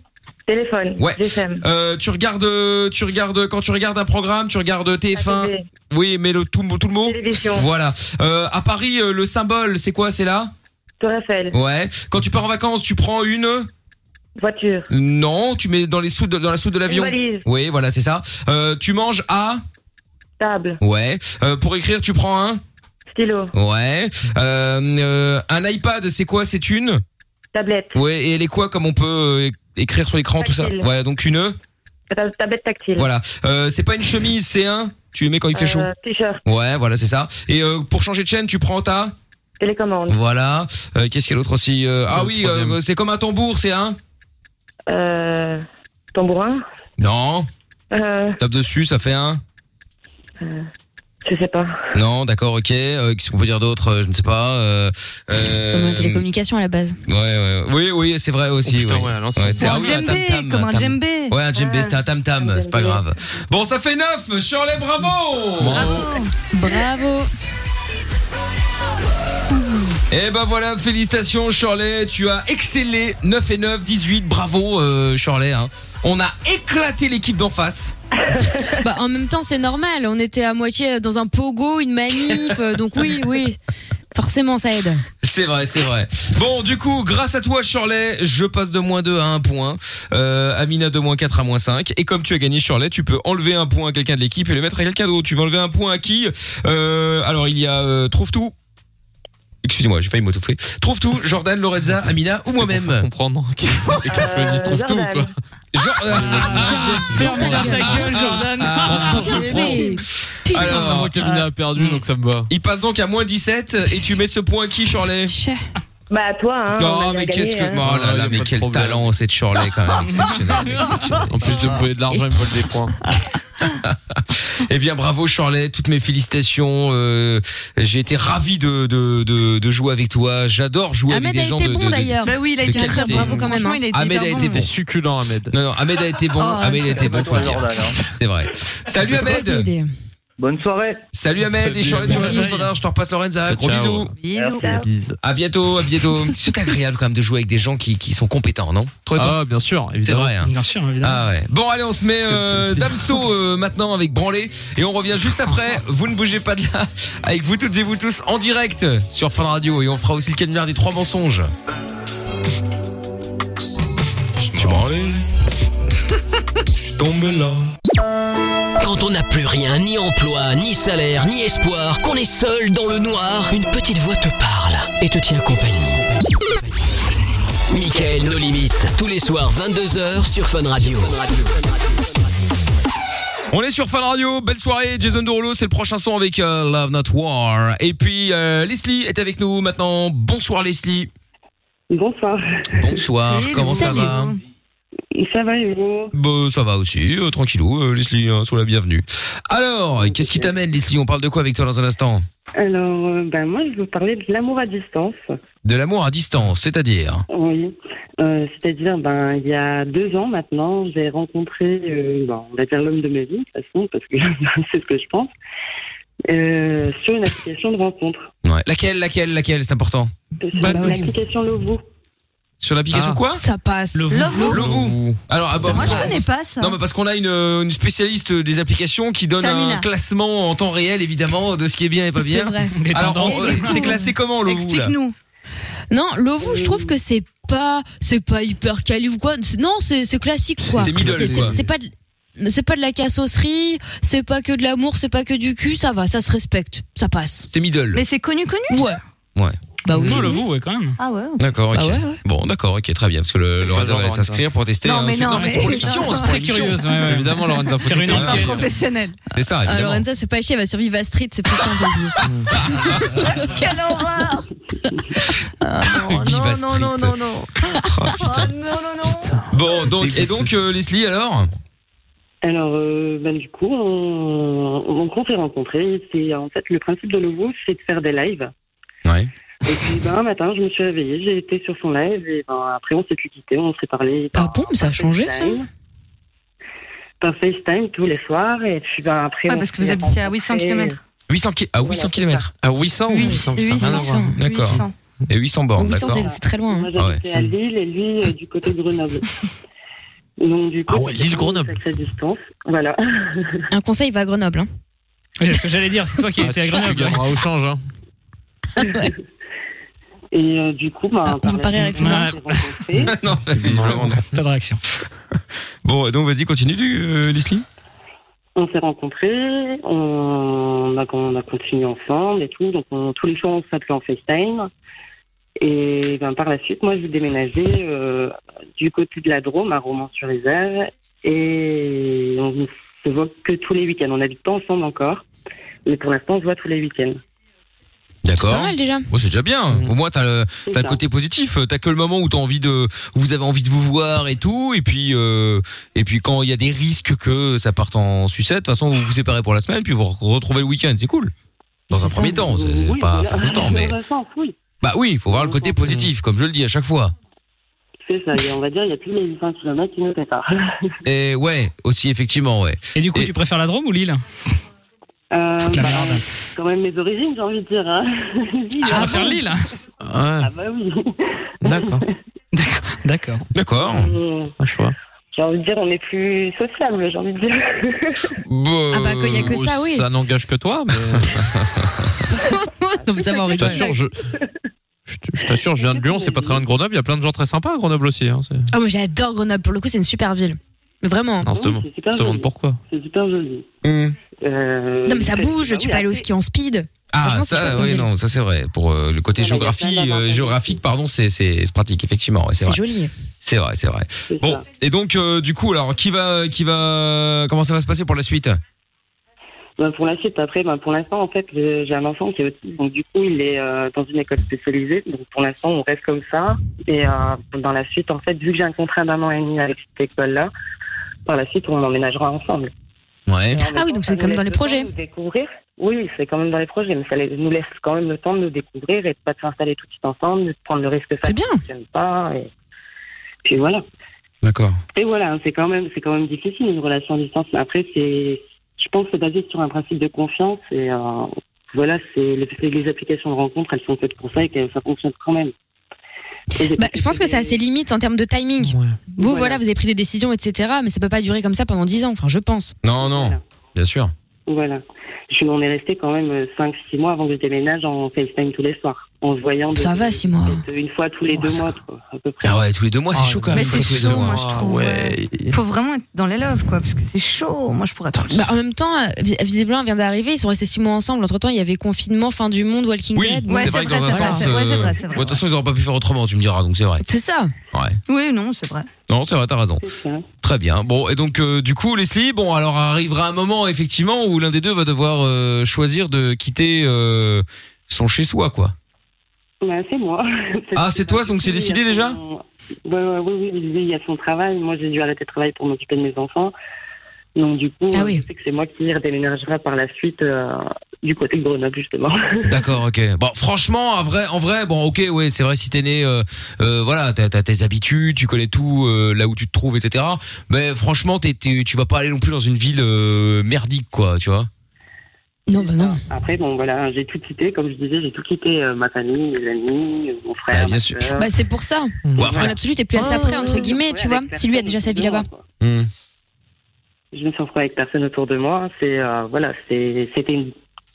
Speaker 12: Téléphone.
Speaker 2: Ouais.
Speaker 12: GSM.
Speaker 2: Euh, tu regardes, euh, tu regardes quand tu regardes un programme, tu regardes TF1.
Speaker 12: La télé.
Speaker 2: Oui, mais le tout, tout le mot. Voilà. Euh, à Paris, euh, le symbole, c'est quoi C'est là
Speaker 12: Tour Eiffel.
Speaker 2: Ouais. Quand tu pars en vacances, tu prends une
Speaker 12: Voiture.
Speaker 2: Non, tu mets dans les soutes, de- dans la soute de l'avion.
Speaker 12: Une valise.
Speaker 2: Oui, voilà, c'est ça. Euh, tu manges à
Speaker 12: Table.
Speaker 2: Ouais. Euh, pour écrire, tu prends un
Speaker 12: Stylo.
Speaker 2: Ouais. Euh, euh, un iPad, c'est quoi C'est une
Speaker 12: Tablette.
Speaker 2: Ouais. Et elle est quoi comme on peut euh, écrire sur l'écran tout ça
Speaker 12: Tactile.
Speaker 2: Ouais. Donc une.
Speaker 12: Ta- Tablette tactile.
Speaker 2: Voilà. Euh, c'est pas une chemise, c'est un. Tu le mets quand Oh, il fait chaud.
Speaker 12: Euh, T-shirt.
Speaker 2: Ouais, voilà, c'est ça. Et euh, pour changer de chaîne, tu prends ta.
Speaker 12: Télécommande.
Speaker 2: Voilà. Euh, Qu'est-ce qu'il y a d'autre aussi Euh, Ah
Speaker 12: Le
Speaker 2: oui,
Speaker 12: troisième.
Speaker 2: euh, c'est comme un tambour, c'est un.
Speaker 12: Euh, tambourin.
Speaker 2: Non.
Speaker 12: Euh,
Speaker 2: Tape dessus, ça fait un.
Speaker 12: hein. je sais pas.
Speaker 2: Non, d'accord, ok. Euh, Qu'est-ce qu'on peut dire d'autre Euh, Je ne sais pas. Euh,
Speaker 6: C'est
Speaker 2: euh,
Speaker 6: une télécommunication à la base.
Speaker 2: Ouais, ouais, oui, oui, c'est vrai aussi. oui. Ouais, c'est-
Speaker 5: Ou un
Speaker 2: ah oui,
Speaker 5: djembé,
Speaker 2: tam-tam,
Speaker 5: comme un
Speaker 2: tam-
Speaker 5: djembé.
Speaker 2: Ouais, un djembé, c'était un tam tam, c'est pas grave. Bon, ça fait 9 Shirley, bravo.
Speaker 6: Bravo.
Speaker 2: Et ben voilà, félicitations Shirley, tu as excellé 9 et 9, 18, bravo euh, Shirley. hein. On a éclaté l'équipe d'en face.
Speaker 6: Bah, en même temps, c'est normal. On était à moitié dans un pogo, une manif. euh, donc, oui, oui. Forcément, ça aide.
Speaker 2: C'est vrai, c'est vrai. Bon, du coup, grâce à toi Shirley, je passe de moins 2 à 1 point. Euh, Amina de moins 4 à moins 5. Et comme tu as gagné Shirley, tu peux enlever un point à quelqu'un de l'équipe et le mettre à quelqu'un d'autre. Tu vas enlever un point à qui Euh, Alors il y a euh, Trouve tout. Excusez-moi, j'ai failli m'autouffer. Trouve tout, Jordan, Lorenza, Amina ou moi-même. Comprendre. Et qu'ils choisissent trouve tout ou pas
Speaker 7: Ferme ta gueule,
Speaker 6: Ah,
Speaker 7: Ah,
Speaker 2: Jordan. Alors, Camina a perdu, donc ça me va. Il passe donc à moins 17 et tu mets ce point à qui, Shirley
Speaker 12: Bah, toi,
Speaker 2: Ah,
Speaker 12: hein. on a
Speaker 2: Non, mais
Speaker 12: bien
Speaker 2: qu'est-ce que.
Speaker 12: gagné, hein.
Speaker 2: Oh
Speaker 7: Ah,
Speaker 2: là là, mais quel talent cette Shirley quand même. exceptionnel, exceptionnel.
Speaker 7: En plus de
Speaker 6: Ah.
Speaker 7: me voler de l'argent, il me vole des points.
Speaker 2: Eh bien, bravo Shirley, toutes mes félicitations. euh, J'ai été ravi de, de, de, de jouer avec toi. J'adore jouer
Speaker 6: Ahmed
Speaker 2: avec
Speaker 6: a
Speaker 2: des gens
Speaker 6: été
Speaker 2: de,
Speaker 6: bon
Speaker 2: de- de-
Speaker 6: d'ailleurs.
Speaker 5: Bah oui, il a
Speaker 2: de
Speaker 5: été très
Speaker 2: qualité.
Speaker 6: bravo quand même. hein.
Speaker 2: Ahmed a été bon. succulent, Ahmed. Non, non, Ahmed a été bon.
Speaker 6: Oh,
Speaker 2: Ahmed a été bon, faut le dire.
Speaker 6: Jordan, hein.
Speaker 2: C'est vrai. Salut Ahmed.
Speaker 8: Bonne soirée.
Speaker 2: Salut Ahmed et Shirley, tu restes au standard. Je te repasse Lorenza.
Speaker 7: Ciao,
Speaker 2: Gros
Speaker 7: ciao.
Speaker 2: bisous. À bientôt, à bientôt. C'est agréable quand même de jouer avec des gens qui, qui sont compétents, non Toi, toi
Speaker 7: Ah, bien sûr,
Speaker 2: C'est
Speaker 7: évidemment.
Speaker 2: vrai. hein.
Speaker 7: Bien sûr, évidemment.
Speaker 2: Ah ouais. Bon, allez, on se met euh, Damso euh, maintenant avec Branlé et on revient juste après. Vous ne bougez pas de là avec vous toutes et vous tous en direct sur Fun Radio et on fera aussi le canular des trois mensonges.
Speaker 13: Tu branles Je suis tombé là.
Speaker 1: Quand on n'a plus rien, ni emploi, ni salaire, ni espoir, qu'on est seul dans le noir, une petite voix te parle et te tient compagnie. Michael, nos limites, tous les soirs 22h sur Fun Radio.
Speaker 2: On est sur Fun Radio, belle soirée, Jason Derulo, c'est le prochain son avec euh, Love Not War. Et puis euh, Leslie est avec nous maintenant. Bonsoir Leslie.
Speaker 12: Bonsoir.
Speaker 2: Bonsoir, comment ça va
Speaker 12: Ça va, et vous
Speaker 2: Bah, ça va aussi, euh, tranquillou, euh, Leslie, hein, sois la bienvenue. Alors, qu'est-ce qui t'amène Leslie On parle de quoi avec toi dans un instant
Speaker 12: Alors, euh, ben moi, je vais vous parler de l'amour à distance.
Speaker 2: De l'amour à distance, c'est-à-dire
Speaker 12: Oui. Euh, C'est-à-dire, ben, il y a deux ans maintenant, j'ai rencontré, euh, ben, on va dire l'homme de ma vie, de toute façon, parce que c'est ce que je pense, euh, sur une application de rencontre.
Speaker 2: Ouais. Laquelle, laquelle, laquelle, c'est important Bah
Speaker 5: Bah,
Speaker 12: L'application Lovoo.
Speaker 2: Sur l'application Ah, quoi
Speaker 6: Ça passe.
Speaker 2: Lovoo.
Speaker 6: Lovoo.
Speaker 2: Lovoo. Alors, ah, bah,
Speaker 5: Moi, je
Speaker 2: parce-
Speaker 5: connais pas Ah. ça.
Speaker 2: Non, mais parce qu'on a une, euh, une spécialiste des applications qui donne
Speaker 5: Tamina.
Speaker 2: un classement en temps réel, évidemment, de ce qui est bien et pas
Speaker 6: C'est
Speaker 2: bien.
Speaker 6: vrai. Des
Speaker 2: Alors, on-
Speaker 6: tendances.
Speaker 2: c'est classé comment, le vous, là
Speaker 6: Non, l'ovu, je trouve que c'est pas, c'est pas hyper quali ou quoi. C'est- Non, c'est c'est classique quoi.
Speaker 2: C'est middle,
Speaker 6: C'est-
Speaker 2: quoi.
Speaker 6: C'est pas, de- c'est pas de la cassosserie, c'est pas que de l'amour, c'est pas que du cul. Ça va, ça se respecte, ça passe.
Speaker 2: C'est middle.
Speaker 6: c'est connu, connu. Ouais.
Speaker 2: Ouais.
Speaker 6: Bah oui.
Speaker 3: Non, le vous, ouais, quand même.
Speaker 5: Ah ouais.
Speaker 2: D'accord, ok.
Speaker 3: Bah ouais, ouais.
Speaker 2: Bon, d'accord, ok, très bien. Parce que le, Lorenza
Speaker 7: genre
Speaker 2: va
Speaker 7: Lorenza.
Speaker 2: s'inscrire pour tester.
Speaker 7: Non,
Speaker 2: hein,
Speaker 7: mais
Speaker 2: ensuite.
Speaker 7: non,
Speaker 2: mais c'est
Speaker 7: mais-
Speaker 2: pour l'émission, c'est pour
Speaker 7: Très
Speaker 2: l'émission.
Speaker 7: curieuse, ouais, ouais. Évidemment, Lorenza, faut Faire une tester. enquête.
Speaker 5: Professionnel.
Speaker 2: C'est ça,
Speaker 6: Ah,
Speaker 2: évidemment.
Speaker 6: Lorenza se fait pas chier, elle va survivre à Street, c'est plus simple à dire.
Speaker 5: Quelle horreur
Speaker 2: Viva
Speaker 5: Non, non, non, non.
Speaker 2: Oh, Bon, donc, et donc, euh, Leslie, alors
Speaker 12: Alors, euh, ben, du coup, on, on, on s'est rencontrés. C'est en fait le principe de Lovoo, c'est de faire des lives.
Speaker 2: Ouais.
Speaker 12: Et puis, ben, un matin, je me suis réveillée, j'ai été sur son live, et ben, après, on s'est plus quittés, on s'est parlé. Ah bon, ça a
Speaker 6: changé, ça
Speaker 12: Par FaceTime tous les soirs, et puis, ben, après.
Speaker 5: Ouais,
Speaker 12: on
Speaker 5: parce que
Speaker 12: s'est
Speaker 5: vous habitez à
Speaker 12: rencontrés.
Speaker 5: 800 kilomètres.
Speaker 2: 800 ki- à 800 km. À 800 ou 800
Speaker 12: 800.
Speaker 2: D'accord. Et 800 bornes,
Speaker 12: Ou 800,
Speaker 2: d'accord.
Speaker 12: c'est
Speaker 6: très loin.
Speaker 12: Moi, j'habitais
Speaker 2: Ouais.
Speaker 12: à Lille, et lui, euh, du côté de Grenoble. Donc, du coup. Ah ouais, Lille-Grenoble. distance. Voilà.
Speaker 6: Un conseil, va à Grenoble. Hein.
Speaker 3: Oui, c'est ce que j'allais dire, c'est
Speaker 2: Ah,
Speaker 3: toi qui étais à Grenoble. Tu gagneras au change, hein.
Speaker 12: Et euh, du coup, bah,
Speaker 6: Ah, on va parler avec le
Speaker 3: Ouais.
Speaker 2: non, visiblement non.
Speaker 3: Pas de réaction.
Speaker 2: Bon, et donc vas-y, continue, euh, Leslie.
Speaker 12: on s'est rencontrés, on a, on a continué ensemble et tout. Donc, on- tous les jours, on s'appelait en FaceTime. Et ben, par la suite, moi, j'ai déménagé euh, du côté de la Drôme à Romans-sur-Isère. Et on se voit que tous les week-ends. On n'habite pas ensemble encore. Mais pour l'instant, on se voit tous les week-ends.
Speaker 2: D'accord.
Speaker 6: C'est pas mal, déjà.
Speaker 2: Ouais, c'est déjà bien. Au moins, t'as le,
Speaker 12: Mm. C'est
Speaker 2: t'as le
Speaker 12: ça.
Speaker 2: côté positif. T'as que le moment où t'as envie de, où vous avez envie de vous voir et tout. Et puis, euh, et puis quand il y a des risques que ça parte en sucette, de toute façon, vous vous séparez pour la semaine, puis vous re- retrouvez le week-end. C'est cool. Dans un premier temps, c'est c'est
Speaker 12: Oui,
Speaker 2: pas
Speaker 12: voilà.
Speaker 2: faire tout le temps, mais
Speaker 12: Dans un sens, oui.
Speaker 2: bah oui, il faut voir le côté positif, comme je le dis à chaque fois.
Speaker 12: C'est ça. Et on va dire, il y a plus les 800 km qui nous séparent.
Speaker 2: Et ouais, aussi effectivement, ouais.
Speaker 3: Et du coup, tu préfères la Drôme ou Lille
Speaker 12: Euh,
Speaker 3: Faut de la
Speaker 12: bah,
Speaker 3: merde.
Speaker 12: quand même mes origines, j'ai envie de dire. Hein. Lille,
Speaker 3: Tu
Speaker 12: hein.
Speaker 3: préfères Lille hein
Speaker 12: Ah bah oui.
Speaker 7: D'accord.
Speaker 3: D'accord.
Speaker 2: D'accord.
Speaker 7: Un choix.
Speaker 12: Euh, J'ai envie de dire, on est plus sociable, j'ai envie de dire.
Speaker 6: Ah bah, qu'il y a que ça, oui.
Speaker 7: Ça n'engage que toi, mais.
Speaker 6: non, mais ça va, on
Speaker 7: je
Speaker 6: rigole.
Speaker 7: t'assure, je. je t- Je t'assure, je viens de Lyon, c'est pas très loin de Grenoble. Il y a plein de gens très sympas à Grenoble aussi. Hein. c'est-
Speaker 6: Ah, moi j'adore Grenoble, pour le coup, Ah, c'est une super ville. Mais Vraiment. hein.
Speaker 7: Non, on se demande, on se demande pourquoi.
Speaker 12: C'est super joli. Euh,
Speaker 6: Non, mais ça
Speaker 12: je-
Speaker 6: bouge,
Speaker 12: bah
Speaker 6: tu
Speaker 12: oui,
Speaker 6: peux aller au ski en speed.
Speaker 2: Ah
Speaker 6: Franchement, c'est chouette
Speaker 2: ça
Speaker 6: comme
Speaker 2: oui
Speaker 6: ville.
Speaker 2: non ça c'est vrai pour euh, le côté
Speaker 12: Ah, bah,
Speaker 6: Voilà, il y a
Speaker 2: géographie
Speaker 6: plein d'avantages.
Speaker 2: euh, géographique pardon c'est c'est c'est pratique effectivement ouais, c'est
Speaker 6: C'est
Speaker 2: vrai.
Speaker 6: joli.
Speaker 2: C'est vrai c'est vrai. Bon et donc euh, du coup alors qui va qui va comment ça va se passer pour la suite
Speaker 12: Ben, pour la suite, après, ben, pour l'instant, en fait, j'ai j'ai un enfant qui est autiste, donc du coup, il est euh, dans une école spécialisée. Donc pour l'instant, on reste comme ça. Et euh, dans la suite, en fait, vu que j'ai un contrat d'un an et demi avec cette école-là, par la suite, on emménagera ensemble.
Speaker 2: Ouais.
Speaker 6: Ah oui, donc c'est comme dans les projets.
Speaker 12: Découvrir. Oui, c'est quand même dans les projets, mais ça les- nous laisse quand même le temps de nous découvrir et de pas de s'installer tout de suite ensemble, de prendre le risque que ça ne fonctionne pas. Et puis voilà.
Speaker 2: D'accord.
Speaker 12: Et voilà, c'est quand même, c'est quand même difficile une relation à distance. Mais après, c'est, je pense, que c'est basé sur un principe de confiance. Et euh, voilà, c'est les, c'est les applications de rencontre, elles sont faites pour ça et que ça fonctionne quand même. Et j'ai
Speaker 6: Bah,
Speaker 12: pas-
Speaker 6: je pense que c'est assez limite en termes de timing. Vous, voilà. vous avez pris des décisions, etc. Mais ça peut pas durer comme ça pendant 10 ans. Enfin, je pense.
Speaker 2: Non non bien sûr.
Speaker 12: Voilà. Je, on est resté quand même 5-6 mois avant que je déménage en FaceTime tous les soirs, en se voyant.
Speaker 6: Ça va, 6 mois. Oh,
Speaker 12: de- une fois tous les deux mois, quoi, à peu près.
Speaker 2: Ah ouais tous les deux mois c'est
Speaker 12: Ah,
Speaker 2: chaud quand
Speaker 12: mais
Speaker 2: même.
Speaker 12: c'est
Speaker 2: tous les
Speaker 12: chaud,
Speaker 2: deux mois.
Speaker 12: moi, je trouve,
Speaker 2: Ah, ouais.
Speaker 5: Faut vraiment être dans les loves, quoi, parce que c'est chaud. Moi, je pourrais pas.
Speaker 6: Bah, en même temps, euh, vis- visiblement, elle vient d'arriver. Ils sont restés 6 mois ensemble. Entre temps, il y avait confinement, fin du monde, Walking
Speaker 2: Oui
Speaker 6: Dead.
Speaker 2: c'est vrai que dans un sens. euh, bon, De toute façon ils auraient pas pu faire autrement tu me diras donc c'est vrai.
Speaker 6: C'est ça.
Speaker 2: Ouais.
Speaker 5: Oui, non, c'est vrai.
Speaker 2: Non, c'est vrai, t'as raison. Très bien. Bon, et donc euh, du coup, Leslie, bon, alors arrivera un moment effectivement où l'un des deux va devoir euh, choisir de quitter euh, son chez soi, quoi.
Speaker 12: Ben, c'est moi.
Speaker 2: Ah, c'est toi, donc c'est décidé déjà
Speaker 12: Ouais, ouais, Oui, oui, oui, il y a son travail. Moi, j'ai dû arrêter le travail pour m'occuper de mes enfants. Donc, du coup,
Speaker 6: Ah
Speaker 12: euh, je sais que c'est moi qui redéménagera par la suite euh, du côté de Grenoble, justement.
Speaker 2: D'accord, ok. Bon, franchement, en vrai, en vrai, bon, ok, ouais, c'est vrai, si t'es né, euh, euh, voilà, t'as t'as tes habitudes, tu connais tout, euh, là où tu te trouves, etc. Mais franchement, t'es- t'es- tu vas pas aller non plus dans une ville euh, merdique, quoi, tu vois.
Speaker 6: Non, bah non.
Speaker 12: Après, bon, voilà, j'ai tout quitté. Comme je disais, j'ai tout quitté. euh, ma famille, mes amis, euh, mon frère.
Speaker 2: bien sûr.
Speaker 6: Bah, c'est pour ça.
Speaker 2: Mmh. Ouais, enfin-
Speaker 6: En absolu, t'es plus à ça près, entre guillemets, tu vois. Si lui a déjà sa vie là-bas.
Speaker 12: Je me suis retrouvée avec personne autour de moi. C'est euh, voilà, c'est- c'était une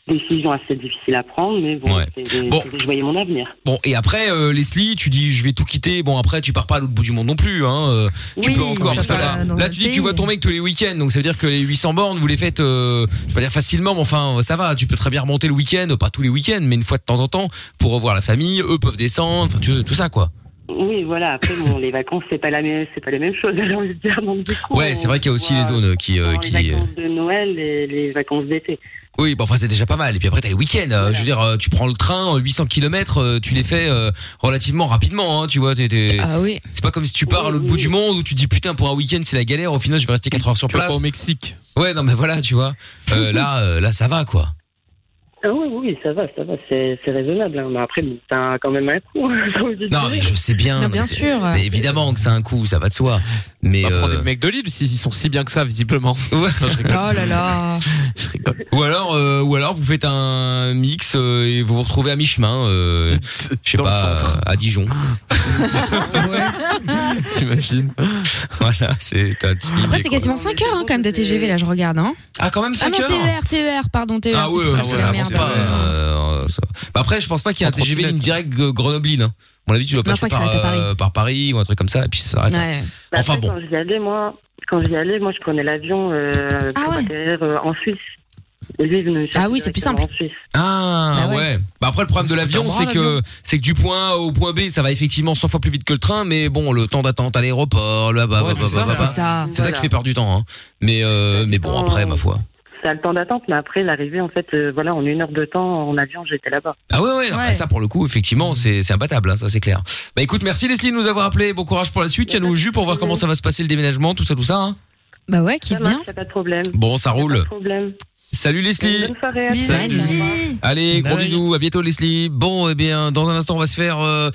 Speaker 12: décision assez difficile à prendre, mais bon, c'est- c'est- je voyais mon avenir.
Speaker 2: Bon, et après, euh, Leslie, tu dis, je vais tout quitter. Bon, après, tu pars pas à l'autre bout du monde non plus. Hein. euh, tu
Speaker 12: Oui,
Speaker 2: peux encore.
Speaker 12: tu vas
Speaker 2: parce que
Speaker 12: pas
Speaker 2: là,
Speaker 12: dans
Speaker 2: là,
Speaker 12: un
Speaker 2: tu dis que
Speaker 12: pays.
Speaker 2: tu vois ton mec tous les week-ends. Donc, ça veut dire que les 800 bornes, vous les faites, euh, je vais pas dire facilement, mais enfin, ça va. Tu peux très bien remonter le week-end, pas tous les week-ends, mais une fois de temps en temps, pour revoir la famille. Eux peuvent descendre, enfin, tu- tout ça, quoi.
Speaker 12: Oui, voilà. Après, bon, les vacances, c'est pas la même, c'est pas les mêmes choses. J'ai envie de dire. Donc, du coup,
Speaker 2: Ouais, c'est vrai qu'il y a aussi les zones qui. euh, qui
Speaker 12: les vacances de Noël et les vacances d'été.
Speaker 2: Oui, bon, enfin, c'est déjà pas mal. Et puis après, t'as les week-ends. euh, Je veux dire, euh, tu prends le train, euh, 800 km, tu les fais euh, relativement rapidement, hein, tu vois. t'es- t'es-
Speaker 6: Ah oui.
Speaker 2: C'est pas comme si tu pars à l'autre bout du monde où tu te dis putain, pour un week-end, c'est la galère. Au final, je vais rester 4 heures sur
Speaker 7: Tu vas
Speaker 2: place.
Speaker 7: pas au
Speaker 2: Mexique. Ouais, non, mais voilà, tu vois. Euh, là, euh, là, ça va, quoi.
Speaker 12: Ah oui, oui, ça va, ça va, c'est c'est raisonnable. hein. Mais après, bon, t'as quand même un coup. hein, j'ai envie de
Speaker 2: Non,
Speaker 12: dire.
Speaker 2: mais je sais bien.
Speaker 12: Non,
Speaker 2: mais
Speaker 12: bien
Speaker 2: c'est-
Speaker 12: sûr.
Speaker 2: mais évidemment que c'est un coup, ça va de soi. Mais.
Speaker 7: va prendre
Speaker 2: euh,
Speaker 7: des mecs de Lille s'ils sont si bien que ça, visiblement. Je rigole.
Speaker 6: Oh là là.
Speaker 2: Ou alors, euh, ou alors vous faites un mix euh, et vous vous retrouvez à mi-chemin, euh, je sais
Speaker 7: Dans le
Speaker 2: pas,
Speaker 7: centre.
Speaker 2: à Dijon.
Speaker 7: T'imagines
Speaker 2: Voilà, c'est. t'as-
Speaker 6: Après, c'est quasiment 5 heures hein, quand même de TGV, là, je regarde. Hein.
Speaker 2: Ah, quand même
Speaker 6: Ah
Speaker 2: 5
Speaker 6: non,
Speaker 2: heures
Speaker 6: TER, TER, pardon, TER.
Speaker 2: Ah
Speaker 6: c'est
Speaker 2: ouais,
Speaker 6: pour ça que
Speaker 2: ouais,
Speaker 6: c'est
Speaker 2: ça
Speaker 6: la
Speaker 2: avance
Speaker 6: merde.
Speaker 2: pas. euh, ça- Bah après, je pense pas qu'il y ait un TGV ligne direct euh, Grenoble-Lille. hein. À mon avis, tu dois
Speaker 12: Non, je
Speaker 2: passer
Speaker 12: crois que
Speaker 2: par,
Speaker 12: ça arrête à
Speaker 2: euh, par Paris ou un truc comme ça, et puis ça s'arrête. là.
Speaker 12: Bah,
Speaker 2: Enfin
Speaker 12: après,
Speaker 2: bon.
Speaker 12: Quand j'y allais, moi, quand j'y allais, moi, je prenais l'avion euh, pour atterrir euh, en Suisse. ah oui, c'est plus simple. En Suisse.
Speaker 2: Ah,
Speaker 12: Bah
Speaker 2: ouais.
Speaker 12: ouais.
Speaker 2: Bah après le problème de
Speaker 12: Parce que
Speaker 2: l'avion
Speaker 12: t'as un
Speaker 2: c'est
Speaker 12: bras,
Speaker 2: que
Speaker 12: l'avion.
Speaker 2: c'est que du point A au point B ça va effectivement 100 fois plus vite que le train mais bon le temps d'attente à l'aéroport bah, là bas
Speaker 12: Ouais, c'est ça,
Speaker 2: c'est
Speaker 12: c'est ça.
Speaker 2: ça
Speaker 12: Voilà.
Speaker 2: qui fait perdre du temps hein. Mais euh, mais bon après ma foi.
Speaker 12: Ça a le temps d'attente, mais après l'arrivée, en fait, euh, voilà, en une heure de temps en avion, j'étais là-bas.
Speaker 2: Ah ouais, ouais, non, bah ça pour le coup effectivement
Speaker 12: Mm.
Speaker 2: c'est c'est imbattable hein, ça c'est clair. Bah écoute merci Leslie de nous avoir appelé bon courage pour la suite tiens nous au jus pour voir comment ça va se passer le déménagement tout ça tout ça. hein.
Speaker 6: Bah ouais, qui vient.
Speaker 12: Pas de problème.
Speaker 2: Bon ça
Speaker 12: Pas de
Speaker 2: roule.
Speaker 12: problème.
Speaker 2: Salut Leslie.
Speaker 12: Bonne soirée. à tous.
Speaker 2: Allez, gros
Speaker 12: Bye.
Speaker 2: bisous, à bientôt Leslie. Bon, eh bien, dans un instant, on va se faire euh,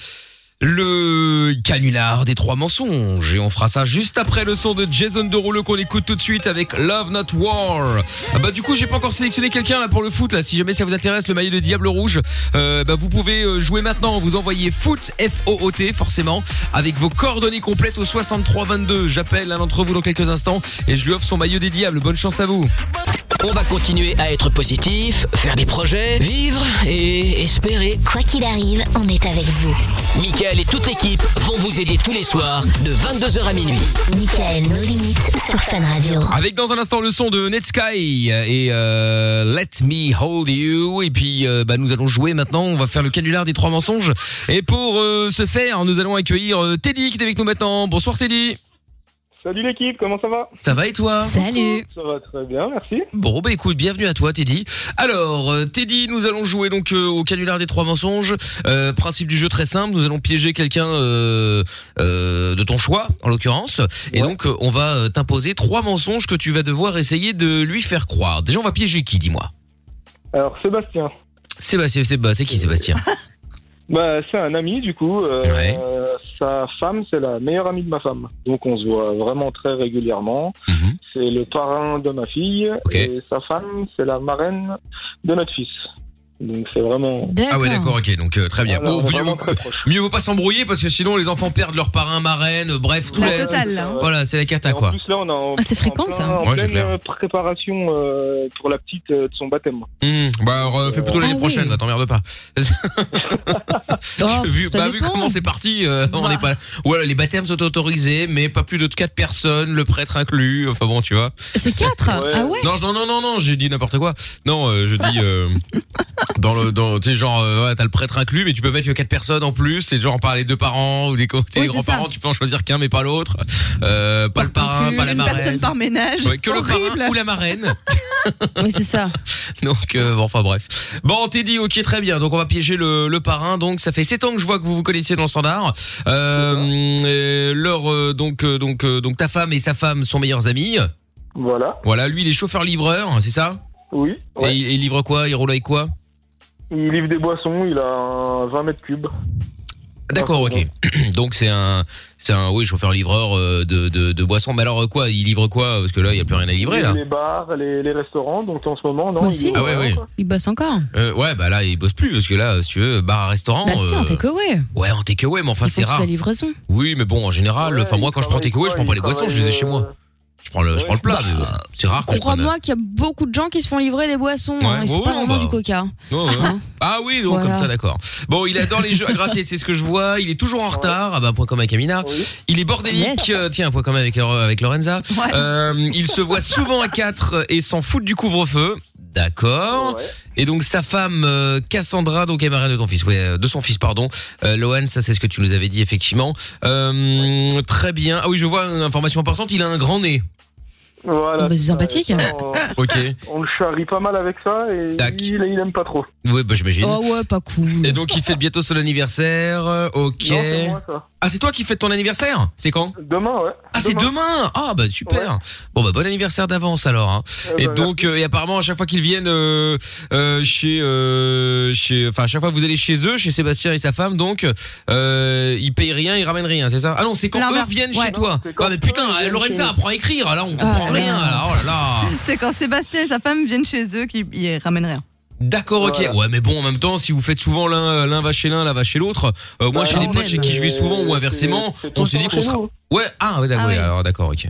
Speaker 2: le canular des trois mensonges et on fera ça juste après le son de Jason Derulo qu'on écoute tout de suite avec Love Not War. Ah bah du coup, j'ai pas encore sélectionné quelqu'un là pour le foot là. Si jamais ça vous intéresse, le maillot de Diable Rouge, euh, bah vous pouvez euh, jouer maintenant. Vous envoyez foot F O O T forcément avec vos coordonnées complètes au 63 22. J'appelle l'un d'entre vous dans quelques instants et je lui offre son maillot des Diables. Bonne chance à vous.
Speaker 1: On va continuer à être positif, faire des projets, vivre et espérer.
Speaker 10: Quoi qu'il arrive, on est avec vous.
Speaker 1: Michael et toute l'équipe vont vous aider tous les soirs de 22h à minuit.
Speaker 10: Michael, nos limites sur Fun Radio.
Speaker 2: Avec dans un instant le son de Netsky et euh, Let Me Hold You. Et puis euh, bah, nous allons jouer maintenant, on va faire le canular des trois mensonges. Et pour euh, ce faire, nous allons accueillir euh, Teddy qui est avec nous maintenant. Bonsoir Teddy.
Speaker 14: Salut l'équipe, comment ça va
Speaker 2: Ça va et toi
Speaker 6: Salut
Speaker 14: Ça va très bien, merci.
Speaker 2: Bon bah écoute, bienvenue à toi Teddy. Alors euh, Teddy, nous allons jouer donc euh, au canular des trois mensonges. Euh, principe du jeu très simple, nous allons piéger quelqu'un euh, euh, de ton choix en l'occurrence, et donc euh, on va euh, t'imposer trois mensonges que tu vas devoir essayer de lui faire croire. Déjà on va piéger qui, dis-moi
Speaker 14: Alors Sébastien,
Speaker 2: Sébastien, Sébastien, c'est qui Sébastien
Speaker 14: bah, c'est un ami du coup. euh, euh, sa femme, c'est la meilleure amie de ma femme. Donc on se voit vraiment très régulièrement.
Speaker 2: Mhm.
Speaker 14: C'est le parrain de ma fille et sa femme, c'est la marraine de notre fils. Donc c'est vraiment...
Speaker 2: Ah ouais d'accord ok donc euh, très bien
Speaker 14: Voilà,
Speaker 2: bon mieux,
Speaker 14: vraiment
Speaker 2: vaut- mieux vaut pas s'embrouiller parce que sinon les enfants perdent leur parrain marraine euh, bref tout
Speaker 14: La
Speaker 2: les-
Speaker 14: totale, là, hein.
Speaker 2: voilà c'est la cata quoi
Speaker 14: Plus là, on est en,
Speaker 6: Ah, c'est fréquent,
Speaker 14: en
Speaker 6: ça.
Speaker 14: plein- En
Speaker 2: Ouais, c'est
Speaker 14: pleine
Speaker 2: clair.
Speaker 14: euh, préparation euh, pour la petite euh, de son baptême.
Speaker 2: Hum, bah alors, euh, fais plutôt l'année
Speaker 14: Ah oui.
Speaker 2: prochaine, va, t'emmerde pas. vu,
Speaker 14: ça
Speaker 2: bah, vu
Speaker 14: dépend.
Speaker 2: comment c'est parti, euh, on n'est pas. Voilà, les baptêmes sont autorisés, mais pas plus de quatre personnes, le prêtre inclus. Enfin bon, tu vois.
Speaker 6: C'est 4 Ah ouais
Speaker 2: Non, je- non, non, non, non, j'ai dit n'importe quoi. Non, euh, je dis euh, dans le, dans, tu sais, genre, euh, ouais, t'as le prêtre inclus, mais tu peux mettre que quatre personnes en plus. C'est genre par les deux parents ou des, co- tu sais,
Speaker 5: Oui,
Speaker 2: les
Speaker 5: c'est
Speaker 2: grands-parents,
Speaker 5: ça.
Speaker 2: tu peux en choisir qu'un, mais pas l'autre. Euh, pas le parrain,
Speaker 5: Une
Speaker 2: pas la
Speaker 5: personne
Speaker 2: marraine.
Speaker 5: par ménage.
Speaker 2: Ouais, que le
Speaker 5: Horrible.
Speaker 2: parrain ou la marraine.
Speaker 6: Oui, c'est ça.
Speaker 2: Donc, euh, bon, enfin bref. Bon, Teddy, ok, très bien. Donc, on va piéger le, le parrain. Donc, ça fait 7 ans que je vois que vous vous connaissiez dans le standard. Euh, euh, leur, euh, donc, euh, donc, euh, donc, ta femme et sa femme sont meilleures amies.
Speaker 14: Voilà.
Speaker 2: Voilà, lui, il est chauffeur-livreur, hein, c'est ça
Speaker 14: Oui.
Speaker 2: Et il, il livre quoi Il roule avec quoi
Speaker 14: Il livre des boissons, il a un 20 mètres cubes.
Speaker 2: Ah, D'accord, ok. Donc, c'est un, c'est un, oui, chauffeur-livreur euh, de, de, de boissons. Mais alors, euh, quoi Il livre quoi Parce que là, il n'y a plus rien à livrer, là.
Speaker 14: Les bars, les, les restaurants, donc en ce moment, non
Speaker 6: Bah
Speaker 14: il
Speaker 6: si.
Speaker 14: est
Speaker 2: Ah ouais, ouais.
Speaker 6: Il bosse Bah, encore.
Speaker 2: Euh, ouais, bah là, il bosse plus, parce que là, si tu veux, bar-restaurant.
Speaker 6: Bah si,
Speaker 2: euh,
Speaker 6: on t'est que ouais.
Speaker 2: Ouais, en takeaway, mais enfin, c'est rare.
Speaker 6: la livraison.
Speaker 2: Oui, mais bon, en général, enfin moi quand je prends takeaway, je prends pas les boissons, je les ai chez moi. Je prends le, je prends le plat, mais bon, c'est rare qu'on prenne. euh,
Speaker 6: Crois-moi qu'il y a beaucoup de gens qui se font livrer des boissons.
Speaker 2: Ouais,
Speaker 6: hein, et c'est
Speaker 2: ouais,
Speaker 6: pas
Speaker 2: ouais,
Speaker 6: vraiment
Speaker 2: bah.
Speaker 6: du coca.
Speaker 2: Ouais, ouais. Ah oui, donc
Speaker 6: Voilà.
Speaker 2: comme ça, d'accord. Bon, il adore les jeux à gratter, c'est ce que je vois. Il est toujours en retard. Ah bah, point commun avec Amina. Il est bordélique. euh, tiens, point commun avec, Laure- avec Lorenza. Euh, il se voit souvent à 4 et s'en fout du couvre-feu. D'accord. Et donc sa femme euh, Cassandra, donc est marraine de ton fils, ouais, euh, de son fils, pardon. Euh, Lohan, ça c'est ce que tu nous avais dit effectivement. Euh, Très bien. Ah oui, je vois une information importante. Il a un grand nez.
Speaker 14: Voilà.
Speaker 6: Bah, c'est sympathique.
Speaker 2: Ok.
Speaker 14: On le charrie pas mal avec ça et il, il aime pas trop.
Speaker 2: Oui, bah j'imagine.
Speaker 6: Oh ouais, pas cool.
Speaker 2: Et donc il fête bientôt son anniversaire, euh, ok.
Speaker 14: Non, c'est moi, ça.
Speaker 2: ah c'est toi qui fêtes ton anniversaire C'est quand
Speaker 14: Demain, ouais.
Speaker 2: Ah c'est demain Ah bah super. Bon bah bon anniversaire d'avance alors. hein.
Speaker 14: Eh
Speaker 2: et
Speaker 14: ben,
Speaker 2: donc euh, et apparemment à chaque fois qu'ils viennent euh, euh, chez euh, chez enfin à chaque fois que vous allez chez eux, chez Sébastien et sa femme donc euh, ils payent rien, ils ramènent rien, c'est ça Ah non c'est quand eux
Speaker 5: L'inverse,
Speaker 2: viennent
Speaker 5: ouais.
Speaker 2: chez toi. Ah mais putain Lorenza apprend à écrire, là on
Speaker 6: Ah,
Speaker 2: comprend rien. Là. Oh là là.
Speaker 5: C'est quand Sébastien et sa femme viennent chez eux qu'ils ils ramènent rien.
Speaker 2: D'accord, ok. Ouais, mais bon, en même temps, si vous faites souvent l'un, l'un va chez l'un, l'un va chez l'autre. euh, moi,
Speaker 14: Bah,
Speaker 2: chez les
Speaker 14: quand
Speaker 2: potes chez qui je vais
Speaker 14: même. euh,
Speaker 2: souvent ou inversement, on s'est dit qu'on sera. Ouais, ah, ouais, d'accord, ouais, alors d'accord, ok.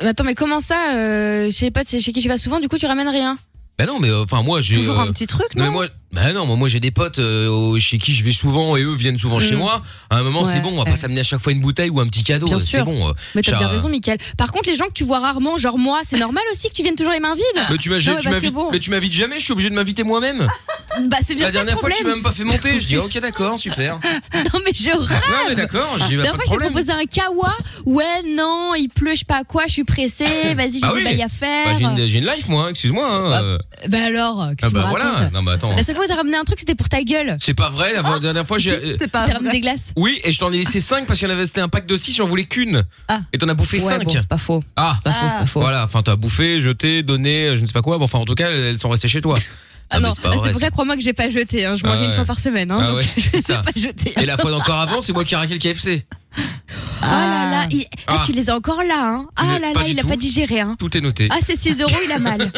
Speaker 6: Mais Attends, mais comment ça euh, Chez les potes chez qui tu vas souvent, du coup, tu ramènes rien
Speaker 2: Bah non, mais euh, enfin moi j'ai
Speaker 6: Toujours un
Speaker 2: euh,
Speaker 6: petit truc,
Speaker 2: mais
Speaker 6: non
Speaker 2: moi, bah non, moi, moi, j'ai des potes euh, au- chez qui je vais souvent et eux viennent souvent chez
Speaker 6: Mm.
Speaker 2: moi. À un moment, c'est
Speaker 6: Ouais,
Speaker 2: bon, on va pas
Speaker 6: ouais.
Speaker 2: s'amener à chaque fois une bouteille ou un petit cadeau.
Speaker 6: Bien
Speaker 2: euh, c'est
Speaker 6: sûr.
Speaker 2: bon. euh,
Speaker 6: Mais t'as
Speaker 2: ça-
Speaker 6: bien raison, Michael. Par contre, les gens que tu vois rarement, genre moi, c'est normal aussi que tu viennes toujours les mains vides.
Speaker 2: Mais tu m'as-
Speaker 6: Non, mais
Speaker 2: tu
Speaker 6: parce que
Speaker 2: m'invites,
Speaker 6: bon,
Speaker 2: mais tu m'invites jamais. Je suis obligé de m'inviter moi-même.
Speaker 6: Bah, c'est bien
Speaker 2: La
Speaker 6: ça le
Speaker 2: dernière fois, tu m'as
Speaker 6: problème.
Speaker 2: même pas fait monter. Je dis ok, d'accord, super.
Speaker 6: Non, mais j'ai horreur.
Speaker 2: Non, mais d'accord, j'ai
Speaker 6: La
Speaker 2: pas de
Speaker 6: dernière fois, je t'ai
Speaker 2: problème.
Speaker 6: proposé un kawa. Ouais, non, il pleut, je sais pas à quoi, je suis pressée. Vas-y, j'ai
Speaker 2: Bah
Speaker 6: des
Speaker 2: oui.
Speaker 6: bails à
Speaker 2: Bah,
Speaker 6: faire.
Speaker 2: j'ai, une, j'ai une life, moi. hein, Excuse-moi. hein, euh.
Speaker 6: Bah alors,
Speaker 2: Ah
Speaker 6: qu'est-ce que
Speaker 2: bah
Speaker 6: tu me
Speaker 2: voilà.
Speaker 6: racontes
Speaker 2: Non, mais attends.
Speaker 6: La seule fois où t'as ramené un truc, c'était pour ta gueule.
Speaker 2: C'est pas vrai. La
Speaker 6: Ah,
Speaker 2: dernière fois, j'ai. euh,
Speaker 6: T'as ramené des glaces.
Speaker 2: Oui, et je t'en ai laissé 5 parce qu'il y en avait, c'était un pack de 6, j'en voulais qu'une. Et t'en as bouffé
Speaker 6: Ah. Ouais,
Speaker 2: 5.
Speaker 6: bon, c'est pas faux.
Speaker 2: Ah, c'est pas
Speaker 6: faux, c'est pas faux.
Speaker 2: Voilà, enfin, t'as bouffé, jeté, donné, euh, je ne sais pas quoi. Bon, enfin, en tout cas, elles elles sont restées chez toi.
Speaker 6: Ah
Speaker 2: mais
Speaker 6: non,
Speaker 2: c'est pas
Speaker 6: à cette
Speaker 2: vrai, ça.
Speaker 6: époque-là, crois-moi que j'ai pas jeté. hein. Je mangeais
Speaker 2: Ah ouais.
Speaker 6: une fois par semaine. hein,
Speaker 2: Ah
Speaker 6: donc
Speaker 2: ouais, c'est
Speaker 6: j'ai
Speaker 2: ça.
Speaker 6: pas jeté.
Speaker 2: Et la fois d'encore avant, c'est moi qui ai raqué le KFC.
Speaker 6: Ah là là, il- ah,
Speaker 2: Ah.
Speaker 6: tu les as encore là, hein Ah
Speaker 2: Mais
Speaker 6: là
Speaker 2: pas
Speaker 6: là,
Speaker 2: du
Speaker 6: il a
Speaker 2: tout.
Speaker 6: pas digéré, hein
Speaker 2: Tout est noté.
Speaker 6: Ah, c'est 6 euros, il a mal.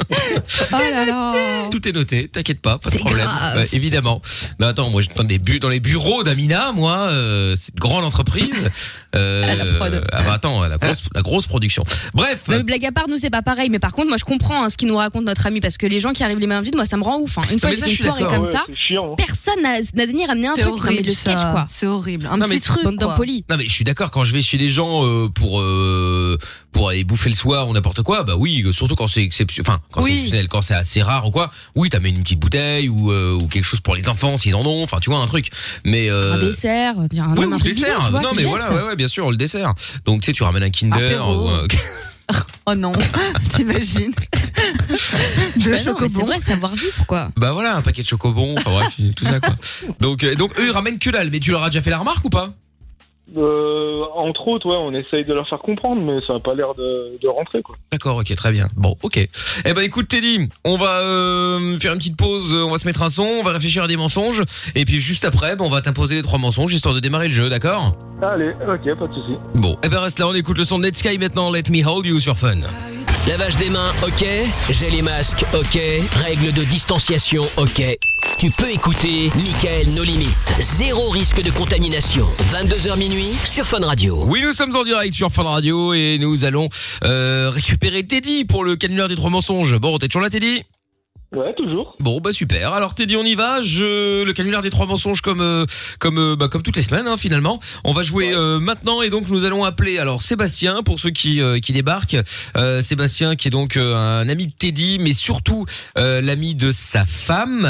Speaker 6: oh là là.
Speaker 2: Tout est noté, t'inquiète pas, pas de
Speaker 6: C'est
Speaker 2: problème.
Speaker 6: grave.
Speaker 2: Ouais, évidemment. Non, attends, moi j'étais dans les, bu- dans les bureaux d'Amina, moi, euh, c'est une grande entreprise. Euh,
Speaker 6: À la prod.
Speaker 2: Ah bah attends, la grosse, la grosse production. Bref.
Speaker 6: Mais blague à part, nous c'est pas pareil, mais par contre, moi je comprends hein, ce qu'il nous raconte notre ami parce que les gens qui arrivent les mains vides, moi ça me rend ouf. hein. Une
Speaker 2: Non,
Speaker 6: fois
Speaker 2: mais
Speaker 6: j'ai
Speaker 2: ça,
Speaker 6: fait une
Speaker 2: je suis
Speaker 6: soirée
Speaker 2: d'accord.
Speaker 6: comme
Speaker 2: Ouais,
Speaker 6: ça,
Speaker 2: c'est chiant, hein.
Speaker 6: personne n'a n'a dernier ramené un
Speaker 5: C'est
Speaker 6: truc. Non, mais
Speaker 5: horrible,
Speaker 6: le sketch
Speaker 5: ça.
Speaker 6: quoi.
Speaker 5: C'est horrible. Un
Speaker 2: Non,
Speaker 5: petit
Speaker 2: mais-
Speaker 5: truc. quoi.
Speaker 2: Non mais je suis d'accord quand je vais chez les gens euh, pour euh, pour aller bouffer le soir ou n'importe quoi bah oui euh, surtout quand c'est exceptionnel enfin quand c'est
Speaker 5: Oui.
Speaker 2: exceptionnel quand c'est assez rare ou quoi oui t'as mis une petite bouteille ou euh, ou quelque chose pour les enfants s'ils en ont enfin tu vois un truc mais euh,
Speaker 6: Un dessert, Ah, un,
Speaker 2: oui,
Speaker 6: un
Speaker 2: ou le
Speaker 6: truc
Speaker 2: dessert
Speaker 6: bidon, tu vois,
Speaker 2: non
Speaker 6: c'est
Speaker 2: mais
Speaker 6: le
Speaker 2: voilà
Speaker 6: geste.
Speaker 2: ouais, ouais, bien sûr le dessert donc tu sais tu ramènes un Kinder
Speaker 5: Apéro.
Speaker 2: ou un-
Speaker 5: Oh non, t'imagines Deux
Speaker 6: Bah non, mais C'est
Speaker 5: chocobons.
Speaker 6: vrai, savoir vivre quoi.
Speaker 2: bah voilà un paquet de chocobons enfin bref tout ça quoi donc euh, donc eux ils ramènent que dalle mais tu leur as déjà fait la remarque ou pas
Speaker 14: Euh, entre autres, ouais, on essaye de leur faire comprendre, mais ça n'a pas l'air de, de rentrer, quoi.
Speaker 2: D'accord, ok, très bien. Bon, ok. Eh ben, écoute, Teddy, on va euh, faire une petite pause, euh, on va se mettre un son, on va réfléchir à des mensonges, et puis juste après, ben, on va t'imposer les trois mensonges histoire de démarrer le jeu, d'accord
Speaker 14: Allez, ok, pas de soucis.
Speaker 2: Bon, eh ben reste là, on écoute le son de Netsky maintenant, Let Me Hold You sur Fun.
Speaker 1: Lavage des mains, ok. J'ai les masques, ok. Règles de distanciation, ok. Tu peux écouter Michael No Limites. Zéro risque de contamination. 22h minuit sur Fun Radio.
Speaker 2: Oui, nous sommes en direct sur Fun Radio et nous allons euh, récupérer Teddy pour le canular des trois mensonges. Bon, t'es toujours là, Teddy
Speaker 14: Ouais, toujours.
Speaker 2: Bon, bah super. Alors Teddy, on y va. Je le canular des trois mensonges comme euh, comme euh, bah, comme toutes les semaines hein, finalement. On va jouer euh, maintenant et donc nous allons appeler alors Sébastien pour ceux qui euh, qui débarquent. Euh, Sébastien qui est donc euh, un ami de Teddy, mais surtout euh, l'ami de sa femme.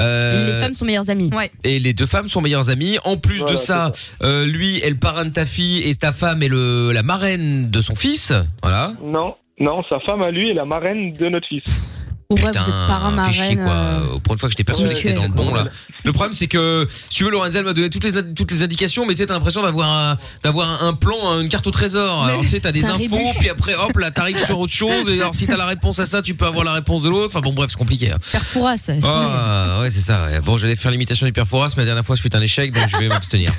Speaker 2: Euh,
Speaker 6: Les femmes sont meilleures amies.
Speaker 2: et les deux femmes sont meilleures amies. En plus
Speaker 6: Voilà,
Speaker 2: de
Speaker 6: c'est
Speaker 2: ça, euh, lui est le parrain de ta fille et ta femme est le la marraine de son fils. Voilà.
Speaker 14: Non, non, sa femme à lui est la marraine de notre fils.
Speaker 6: Ouais,
Speaker 2: vous êtes parrain,
Speaker 14: marraine,
Speaker 2: Fais chier quoi. Euh, Pour une fois que j'étais persuadé
Speaker 14: Ouais,
Speaker 2: que c'était dans le
Speaker 14: ouais,
Speaker 2: bon là. Le problème c'est que si tu veux Lorenzo elle m'a donné toutes les in- toutes les indications mais tu sais t'as l'impression d'avoir un d'avoir un un plan hein, une carte au trésor. Alors tu sais t'as des
Speaker 7: ça
Speaker 2: infos
Speaker 7: rébuche.
Speaker 2: puis après hop là t'arrives sur autre chose et alors si t'as la réponse à ça tu peux avoir la réponse de l'autre. Enfin bon bref c'est compliqué. hein.
Speaker 6: Perfouras, c'est
Speaker 2: Ah ouais c'est ça. ouais. Bon j'allais faire l'imitation du perforas mais la dernière fois je fut un échec donc je vais m'abstenir.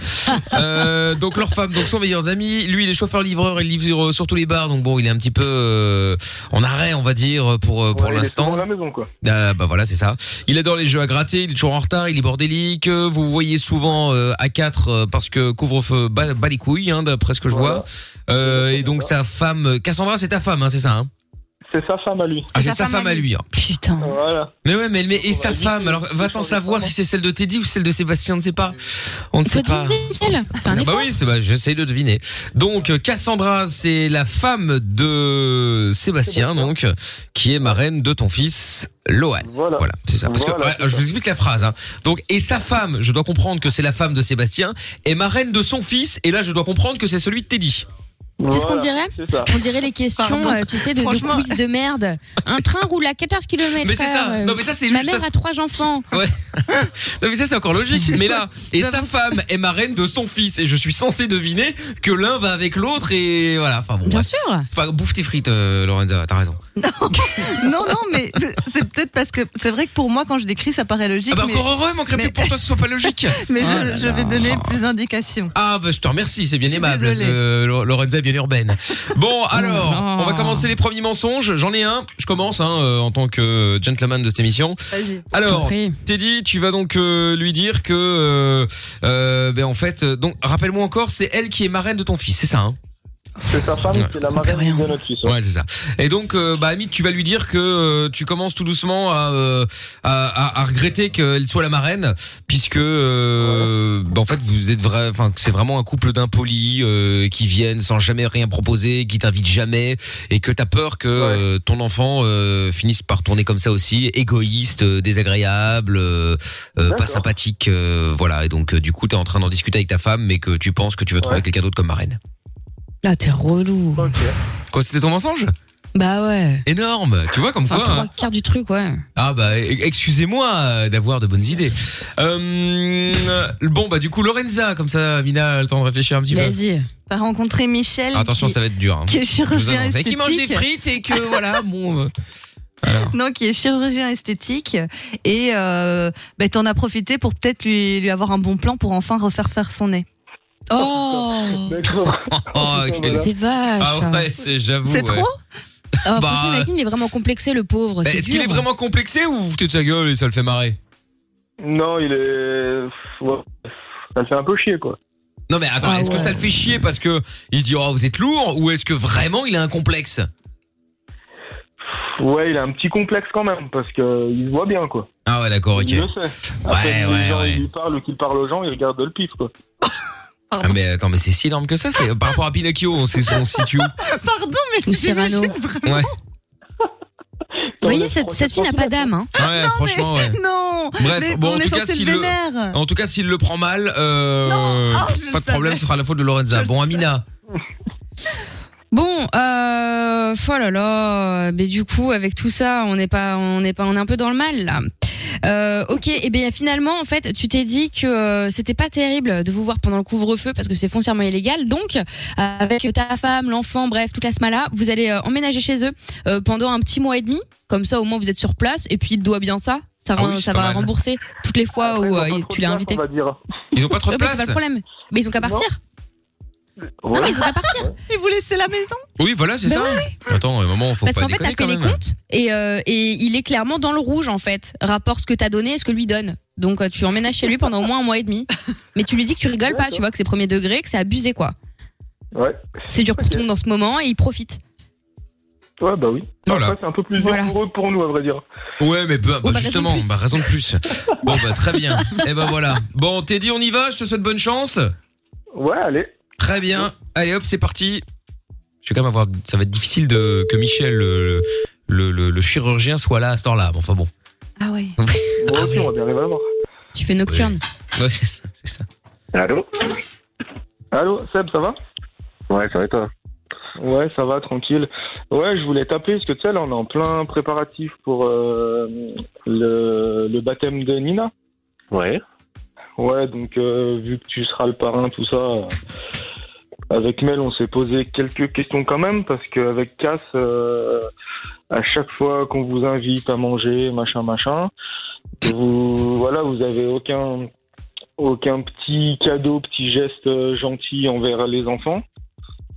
Speaker 2: Euh, donc leurs femmes donc sont meilleurs amis. Lui il est chauffeur livreur il livre euh, surtout les bars donc bon il est un petit peu euh, en arrêt on va dire pour euh, pour
Speaker 14: Ouais, il est
Speaker 2: l'instant.
Speaker 14: souvent à la maison, quoi.
Speaker 2: Ah, bah voilà, c'est ça. Il adore les jeux à gratter, il est toujours en retard, il est bordélique. euh, Vous voyez souvent euh, à 4 euh, parce que couvre-feu bat, bat les couilles, hein, d'après ce que je vois. Euh, et donc sa femme, euh, Cassandra, c'est ta femme, hein, c'est ça hein
Speaker 14: C'est sa femme à lui.
Speaker 2: Ah, c'est sa femme à lui. hein.
Speaker 6: Putain.
Speaker 14: Voilà.
Speaker 2: Mais ouais, mais, mais et sa femme, alors va-t'en savoir si c'est celle euh, de Teddy ou celle de Sébastien, on ne sait pas. On ne sait pas. Ah bah oui, c'est bah, j'essaye de deviner. Donc euh, Cassandra, c'est la femme de Sébastien, donc qui est marraine de ton fils Loan. Voilà, c'est ça. Parce que
Speaker 7: Voilà,
Speaker 2: ouais, je vous explique la phrase. hein. Donc et sa femme, je dois comprendre que c'est la femme de Sébastien est marraine de son fils. Et là, je dois comprendre que c'est celui de Teddy.
Speaker 6: Tu sais ce qu'on dirait On dirait les questions,
Speaker 2: Pardon.
Speaker 6: euh, tu sais, de, de
Speaker 2: Franchement.
Speaker 6: quiz de merde. Un train roule à 14 km.
Speaker 2: Mais c'est ça. Non, mais ça, c'est
Speaker 6: Ma
Speaker 2: juste-
Speaker 6: mère
Speaker 2: ça,
Speaker 6: a trois enfants.
Speaker 2: Ouais. non mais ça c'est encore logique. Mais là, et sa femme est marraine de son fils et je suis censé deviner que l'un va avec l'autre et voilà. Enfin bon.
Speaker 6: Bien
Speaker 2: bref.
Speaker 6: sûr.
Speaker 2: C'est pas bouffe tes frites, euh, Lorenza. T'as raison.
Speaker 5: Non, non, mais c'est peut-être parce que c'est vrai que pour moi, quand je décris, ça paraît logique.
Speaker 2: Ah bah
Speaker 5: mais-
Speaker 2: encore heureux, il manquerait
Speaker 5: mais-
Speaker 2: plus pour toi que ce soit pas logique.
Speaker 5: Mais je,
Speaker 2: Oh là
Speaker 5: je
Speaker 2: là.
Speaker 5: vais donner plus d'indications.
Speaker 2: Ah bah je te remercie, c'est bien aimable.
Speaker 5: désolée.
Speaker 2: Euh, Lo- Lorenza est bien urbaine. Bon alors,
Speaker 5: là.
Speaker 2: on va commencer les premiers mensonges. J'en ai un. Je commence hein, euh, en tant que gentleman de cette émission. Alors, Teddy, tu vas donc euh, lui dire que, euh, euh, ben en fait, euh, donc rappelle-moi encore, c'est elle qui est marraine de ton fils, c'est ça hein
Speaker 14: C'est sa femme qui est la marraine de notre fils.
Speaker 2: Ouais, c'est ça. Et donc, euh, bah, Amit, tu vas lui dire que euh, tu commences tout doucement à, euh, à, à- à regretter qu'elle soit la marraine, puisque, euh, bah, en fait, vous êtes vrai, enfin, que c'est vraiment un couple d'impolis euh, qui viennent sans jamais rien proposer, qui t'invitent jamais, et que t'as peur que euh, ton enfant euh, finisse par tourner comme ça aussi, égoïste, euh, désagréable, euh, euh, pas sympathique, euh, voilà. Et donc, euh, du coup, t'es en train d'en discuter avec ta femme, mais que tu penses que tu veux trouver quelqu'un d'autre comme marraine.
Speaker 6: Là, t'es relou.
Speaker 2: Quoi, c'était ton mensonge
Speaker 6: Bah ouais.
Speaker 2: Énorme, tu vois comme
Speaker 6: Enfin,
Speaker 2: quoi. hein.
Speaker 6: trois quarts du truc, ouais.
Speaker 2: Ah bah e- excusez-moi euh, d'avoir de bonnes idées. Euh, euh, bon bah du coup Lorenza comme ça Mina a le temps de réfléchir un petit peu.
Speaker 5: T'as rencontré Michel.
Speaker 2: Ah, attention
Speaker 5: qui-
Speaker 2: ça va être dur. hein.
Speaker 5: Qui est
Speaker 2: Je vous
Speaker 5: chirurgien
Speaker 2: annonce. Et
Speaker 5: esthétique.
Speaker 2: qui mange des frites et que voilà bon. euh,
Speaker 5: Non, qui est chirurgien esthétique. Et euh, bah, t'en as profité pour peut-être lui, lui avoir un bon plan pour enfin refaire faire son nez.
Speaker 6: Oh
Speaker 14: D'accord.
Speaker 2: Oh, quel-
Speaker 6: C'est vache. hein.
Speaker 2: Ah ouais, c'est j'avoue.
Speaker 6: C'est
Speaker 2: ouais.
Speaker 6: trop Ah,
Speaker 2: Bah,
Speaker 6: franchement, imagine, il est vraiment complexé, le pauvre.
Speaker 2: Bah,
Speaker 6: c'est
Speaker 2: Est-ce qu'il est
Speaker 6: dur. hein.
Speaker 2: vraiment complexé ou vous vous foutez de sa gueule et ça le fait marrer
Speaker 14: Non, il est. ouais, Ça le fait un peu chier, quoi.
Speaker 2: Non mais attends,
Speaker 14: Ah
Speaker 2: est-ce que
Speaker 14: ouais.
Speaker 2: ça le fait chier parce que il se dit oh vous êtes lourd ou est-ce que vraiment il a un complexe
Speaker 14: Ouais, il a un petit complexe quand même, parce que il se voit bien, quoi.
Speaker 2: Ah ouais d'accord ok.
Speaker 14: Il le sait.
Speaker 2: Ouais,
Speaker 14: Après, si les
Speaker 2: ouais,
Speaker 14: gens,
Speaker 2: ouais.
Speaker 14: Il lui parle ou qu'il parle aux gens, il regarde le pif, quoi.
Speaker 2: Ah, mais attends mais c'est si énorme que ça c'est par rapport à Pinocchio on sait on se situe où
Speaker 5: Pardon, mais
Speaker 6: Ou Cyrano. Vous
Speaker 2: Ouais.
Speaker 6: voyez, cette, cette fille n'a pas d'âme. Hein.
Speaker 2: Ouais, franchement, ouais.
Speaker 5: Non
Speaker 2: Bref,
Speaker 6: mais
Speaker 2: bon,
Speaker 6: on
Speaker 2: en
Speaker 6: est
Speaker 2: tout, cas,
Speaker 6: censé le
Speaker 2: s'il le...
Speaker 6: vénère. oh,
Speaker 2: en tout cas, s'il le prend mal, euh, pas de problème, ce sera la faute de Lorenza. Bon, Amina,
Speaker 6: Bon, euh, oh là là, mais du coup, avec tout ça, on n'est pas, on n'est pas, on est un peu dans le mal là. Euh, ok, et bien finalement, en fait, tu t'es dit que euh, c'était pas terrible de vous voir pendant le couvre-feu parce que c'est foncièrement illégal. Donc, euh, avec ta femme, l'enfant, bref, toute la smala, vous allez euh, emménager chez eux euh, pendant un petit mois et demi. Comme ça, au moins, vous êtes sur place et puis il te doit bien ça. Ça,
Speaker 2: Ah
Speaker 6: rend-
Speaker 2: oui, c'est
Speaker 6: ça
Speaker 2: pas
Speaker 6: va
Speaker 2: mal.
Speaker 6: rembourser toutes les fois où euh, tu l'as invité.
Speaker 2: ils ont pas trop de
Speaker 6: Ouais, bah, c'est
Speaker 2: place.
Speaker 6: pas le problème. Mais ils ont qu'à partir. Non, mais ils ont qu'à partir.
Speaker 5: Et vous laissez la maison
Speaker 2: Oui, voilà, c'est
Speaker 6: Bah
Speaker 2: ça. Attends, à un moment, faut
Speaker 6: Parce
Speaker 2: pas
Speaker 6: qu'en fait, t'as
Speaker 2: déconner
Speaker 6: fait les
Speaker 2: quand même. hein.
Speaker 6: comptes et, euh, et il est clairement dans le rouge en fait. Rapport ce que t'as donné et ce que lui donne. Donc euh, tu emménages chez lui pendant au moins un mois et demi. Mais tu lui dis que tu rigoles pas, tu vois, que c'est premier degré, que c'est abusé quoi.
Speaker 14: Ouais.
Speaker 6: C'est dur pour tout le monde en ce moment et il profite.
Speaker 14: Ouais, bah oui.
Speaker 2: Voilà.
Speaker 14: Après, c'est un peu plus dur pour eux que pour nous, à vrai dire.
Speaker 2: Ouais, mais bah, bah,
Speaker 14: Oh, bah, raison de
Speaker 2: justement,
Speaker 14: plus.
Speaker 2: bah, raison de plus. bon, bah, très bien. Et ben voilà. Bon, Teddy, on y va. Je te souhaite bonne chance.
Speaker 14: Ouais, allez.
Speaker 2: Très bien. Allez, hop, c'est parti. Je vais quand même avoir. Ça va être difficile de que Michel, le, le, le- le chirurgien, soit là à ce heure-là. Bon, enfin bon.
Speaker 5: Ah oui.
Speaker 14: Bon, aussi, on va bien arriver à le voir.
Speaker 6: Tu fais nocturne.
Speaker 2: Ouais, c'est ça, c'est ça.
Speaker 14: Allô Allô, Seb, ça va
Speaker 15: Ouais, ça va et toi
Speaker 14: Ouais, ça va, tranquille. Ouais, je voulais t'appeler parce que tu sais, là, on est en plein préparatif pour euh, le, le baptême de Nina.
Speaker 15: Ouais.
Speaker 14: Ouais, donc euh, vu que tu seras le parrain, tout ça, euh, avec Mel, on s'est posé quelques questions quand même parce qu'avec Cass, euh, à chaque fois qu'on vous invite à manger, machin, machin, vous voilà, vous avez aucun aucun petit cadeau, petit geste euh, gentil envers les enfants.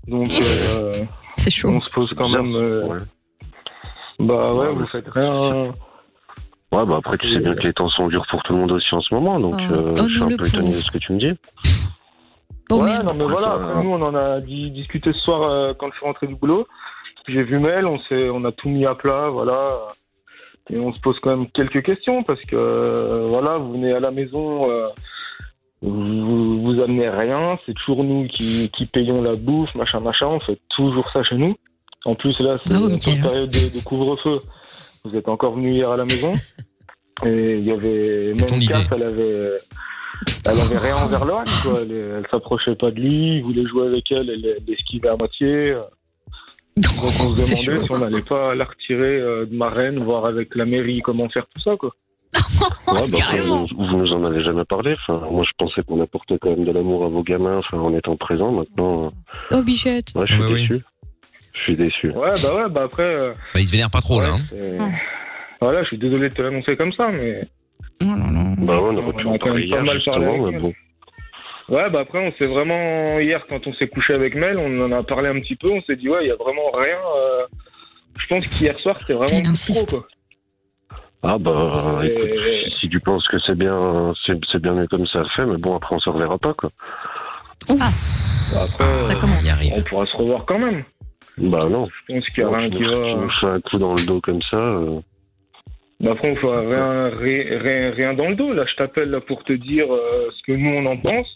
Speaker 14: Donc euh,
Speaker 6: C'est chaud.
Speaker 14: On se pose quand même. euh, Bah ouais, vous faites rien.
Speaker 15: Ouais, bah après, tu sais bien que les temps sont durs pour tout le monde aussi en ce moment, donc euh,
Speaker 14: Oh
Speaker 15: je suis
Speaker 14: non,
Speaker 15: un
Speaker 14: le
Speaker 15: peu étonné de
Speaker 14: pauvre.
Speaker 15: ce que tu me dis.
Speaker 14: ouais, non, mais voilà, après, nous, on en a di- discuté ce soir euh, quand je suis rentré du boulot. J'ai vu Mel, on, s'est- on a tout mis à plat, voilà. Et on se pose quand même quelques questions parce que, euh, voilà, vous venez à la maison, euh, vous, vous amenez rien, c'est toujours nous qui, qui payons la bouffe, machin, machin, on fait toujours ça chez nous. En plus, là, c'est une période de, de couvre-feu. Vous êtes encore venu hier à la maison. Et il y avait même Kat, elle avait, elle avait rien envers Lohan, quoi. Elle, elle s'approchait pas de lui, il voulait jouer avec elle, elle elle l'esquivait à moitié. Donc on se
Speaker 15: C'est
Speaker 14: demandait
Speaker 15: chaud.
Speaker 14: si on n'allait pas la retirer euh, de Marraine, voir avec la mairie comment faire tout ça, quoi.
Speaker 15: Ouais, bah, après, vous, vous nous en avez jamais parlé. Enfin, moi, je pensais qu'on apportait quand même de l'amour à vos gamins enfin, en étant présent. Maintenant,
Speaker 6: Oh bichette.
Speaker 15: euh, ouais, je suis
Speaker 2: Bah oui.
Speaker 15: déçu. Je suis déçu.
Speaker 14: Ouais, bah ouais, bah après. euh,
Speaker 2: Bah, il se vénère pas trop, là. hein.
Speaker 14: c'est- Voilà, je suis désolé de te l'annoncer comme ça, mais. Oh
Speaker 15: Bah ouais, on aurait pu
Speaker 14: On a
Speaker 15: en
Speaker 14: quand
Speaker 15: parler
Speaker 14: même pas
Speaker 15: hier,
Speaker 14: mal parlé
Speaker 15: justement,
Speaker 14: avec
Speaker 15: mais
Speaker 14: elle.
Speaker 15: bon.
Speaker 14: Ouais, bah après, on s'est vraiment. Hier, quand on s'est couché avec Mel, on en a parlé un petit peu, on s'est dit, ouais, il y a vraiment rien. euh, Je pense qu'hier soir, c'était vraiment. Trop, quoi.
Speaker 15: Ah bah,
Speaker 14: Et-
Speaker 15: écoute, si, si tu penses que c'est bien, c'est c'est bien mieux comme ça le fait, mais bon, après, on se reverra pas, quoi.
Speaker 14: Bah, Après, euh, on pourra se revoir quand même.
Speaker 15: Bah non.
Speaker 14: Je pense qu'il y a rien qui
Speaker 15: Tu
Speaker 14: va.
Speaker 15: me fais un coup dans le dos comme ça. euh,
Speaker 14: Mais après, on fera rien, rien, rien, rien dans le dos. Là, je t'appelle là, pour te dire euh, ce que nous, on en pense.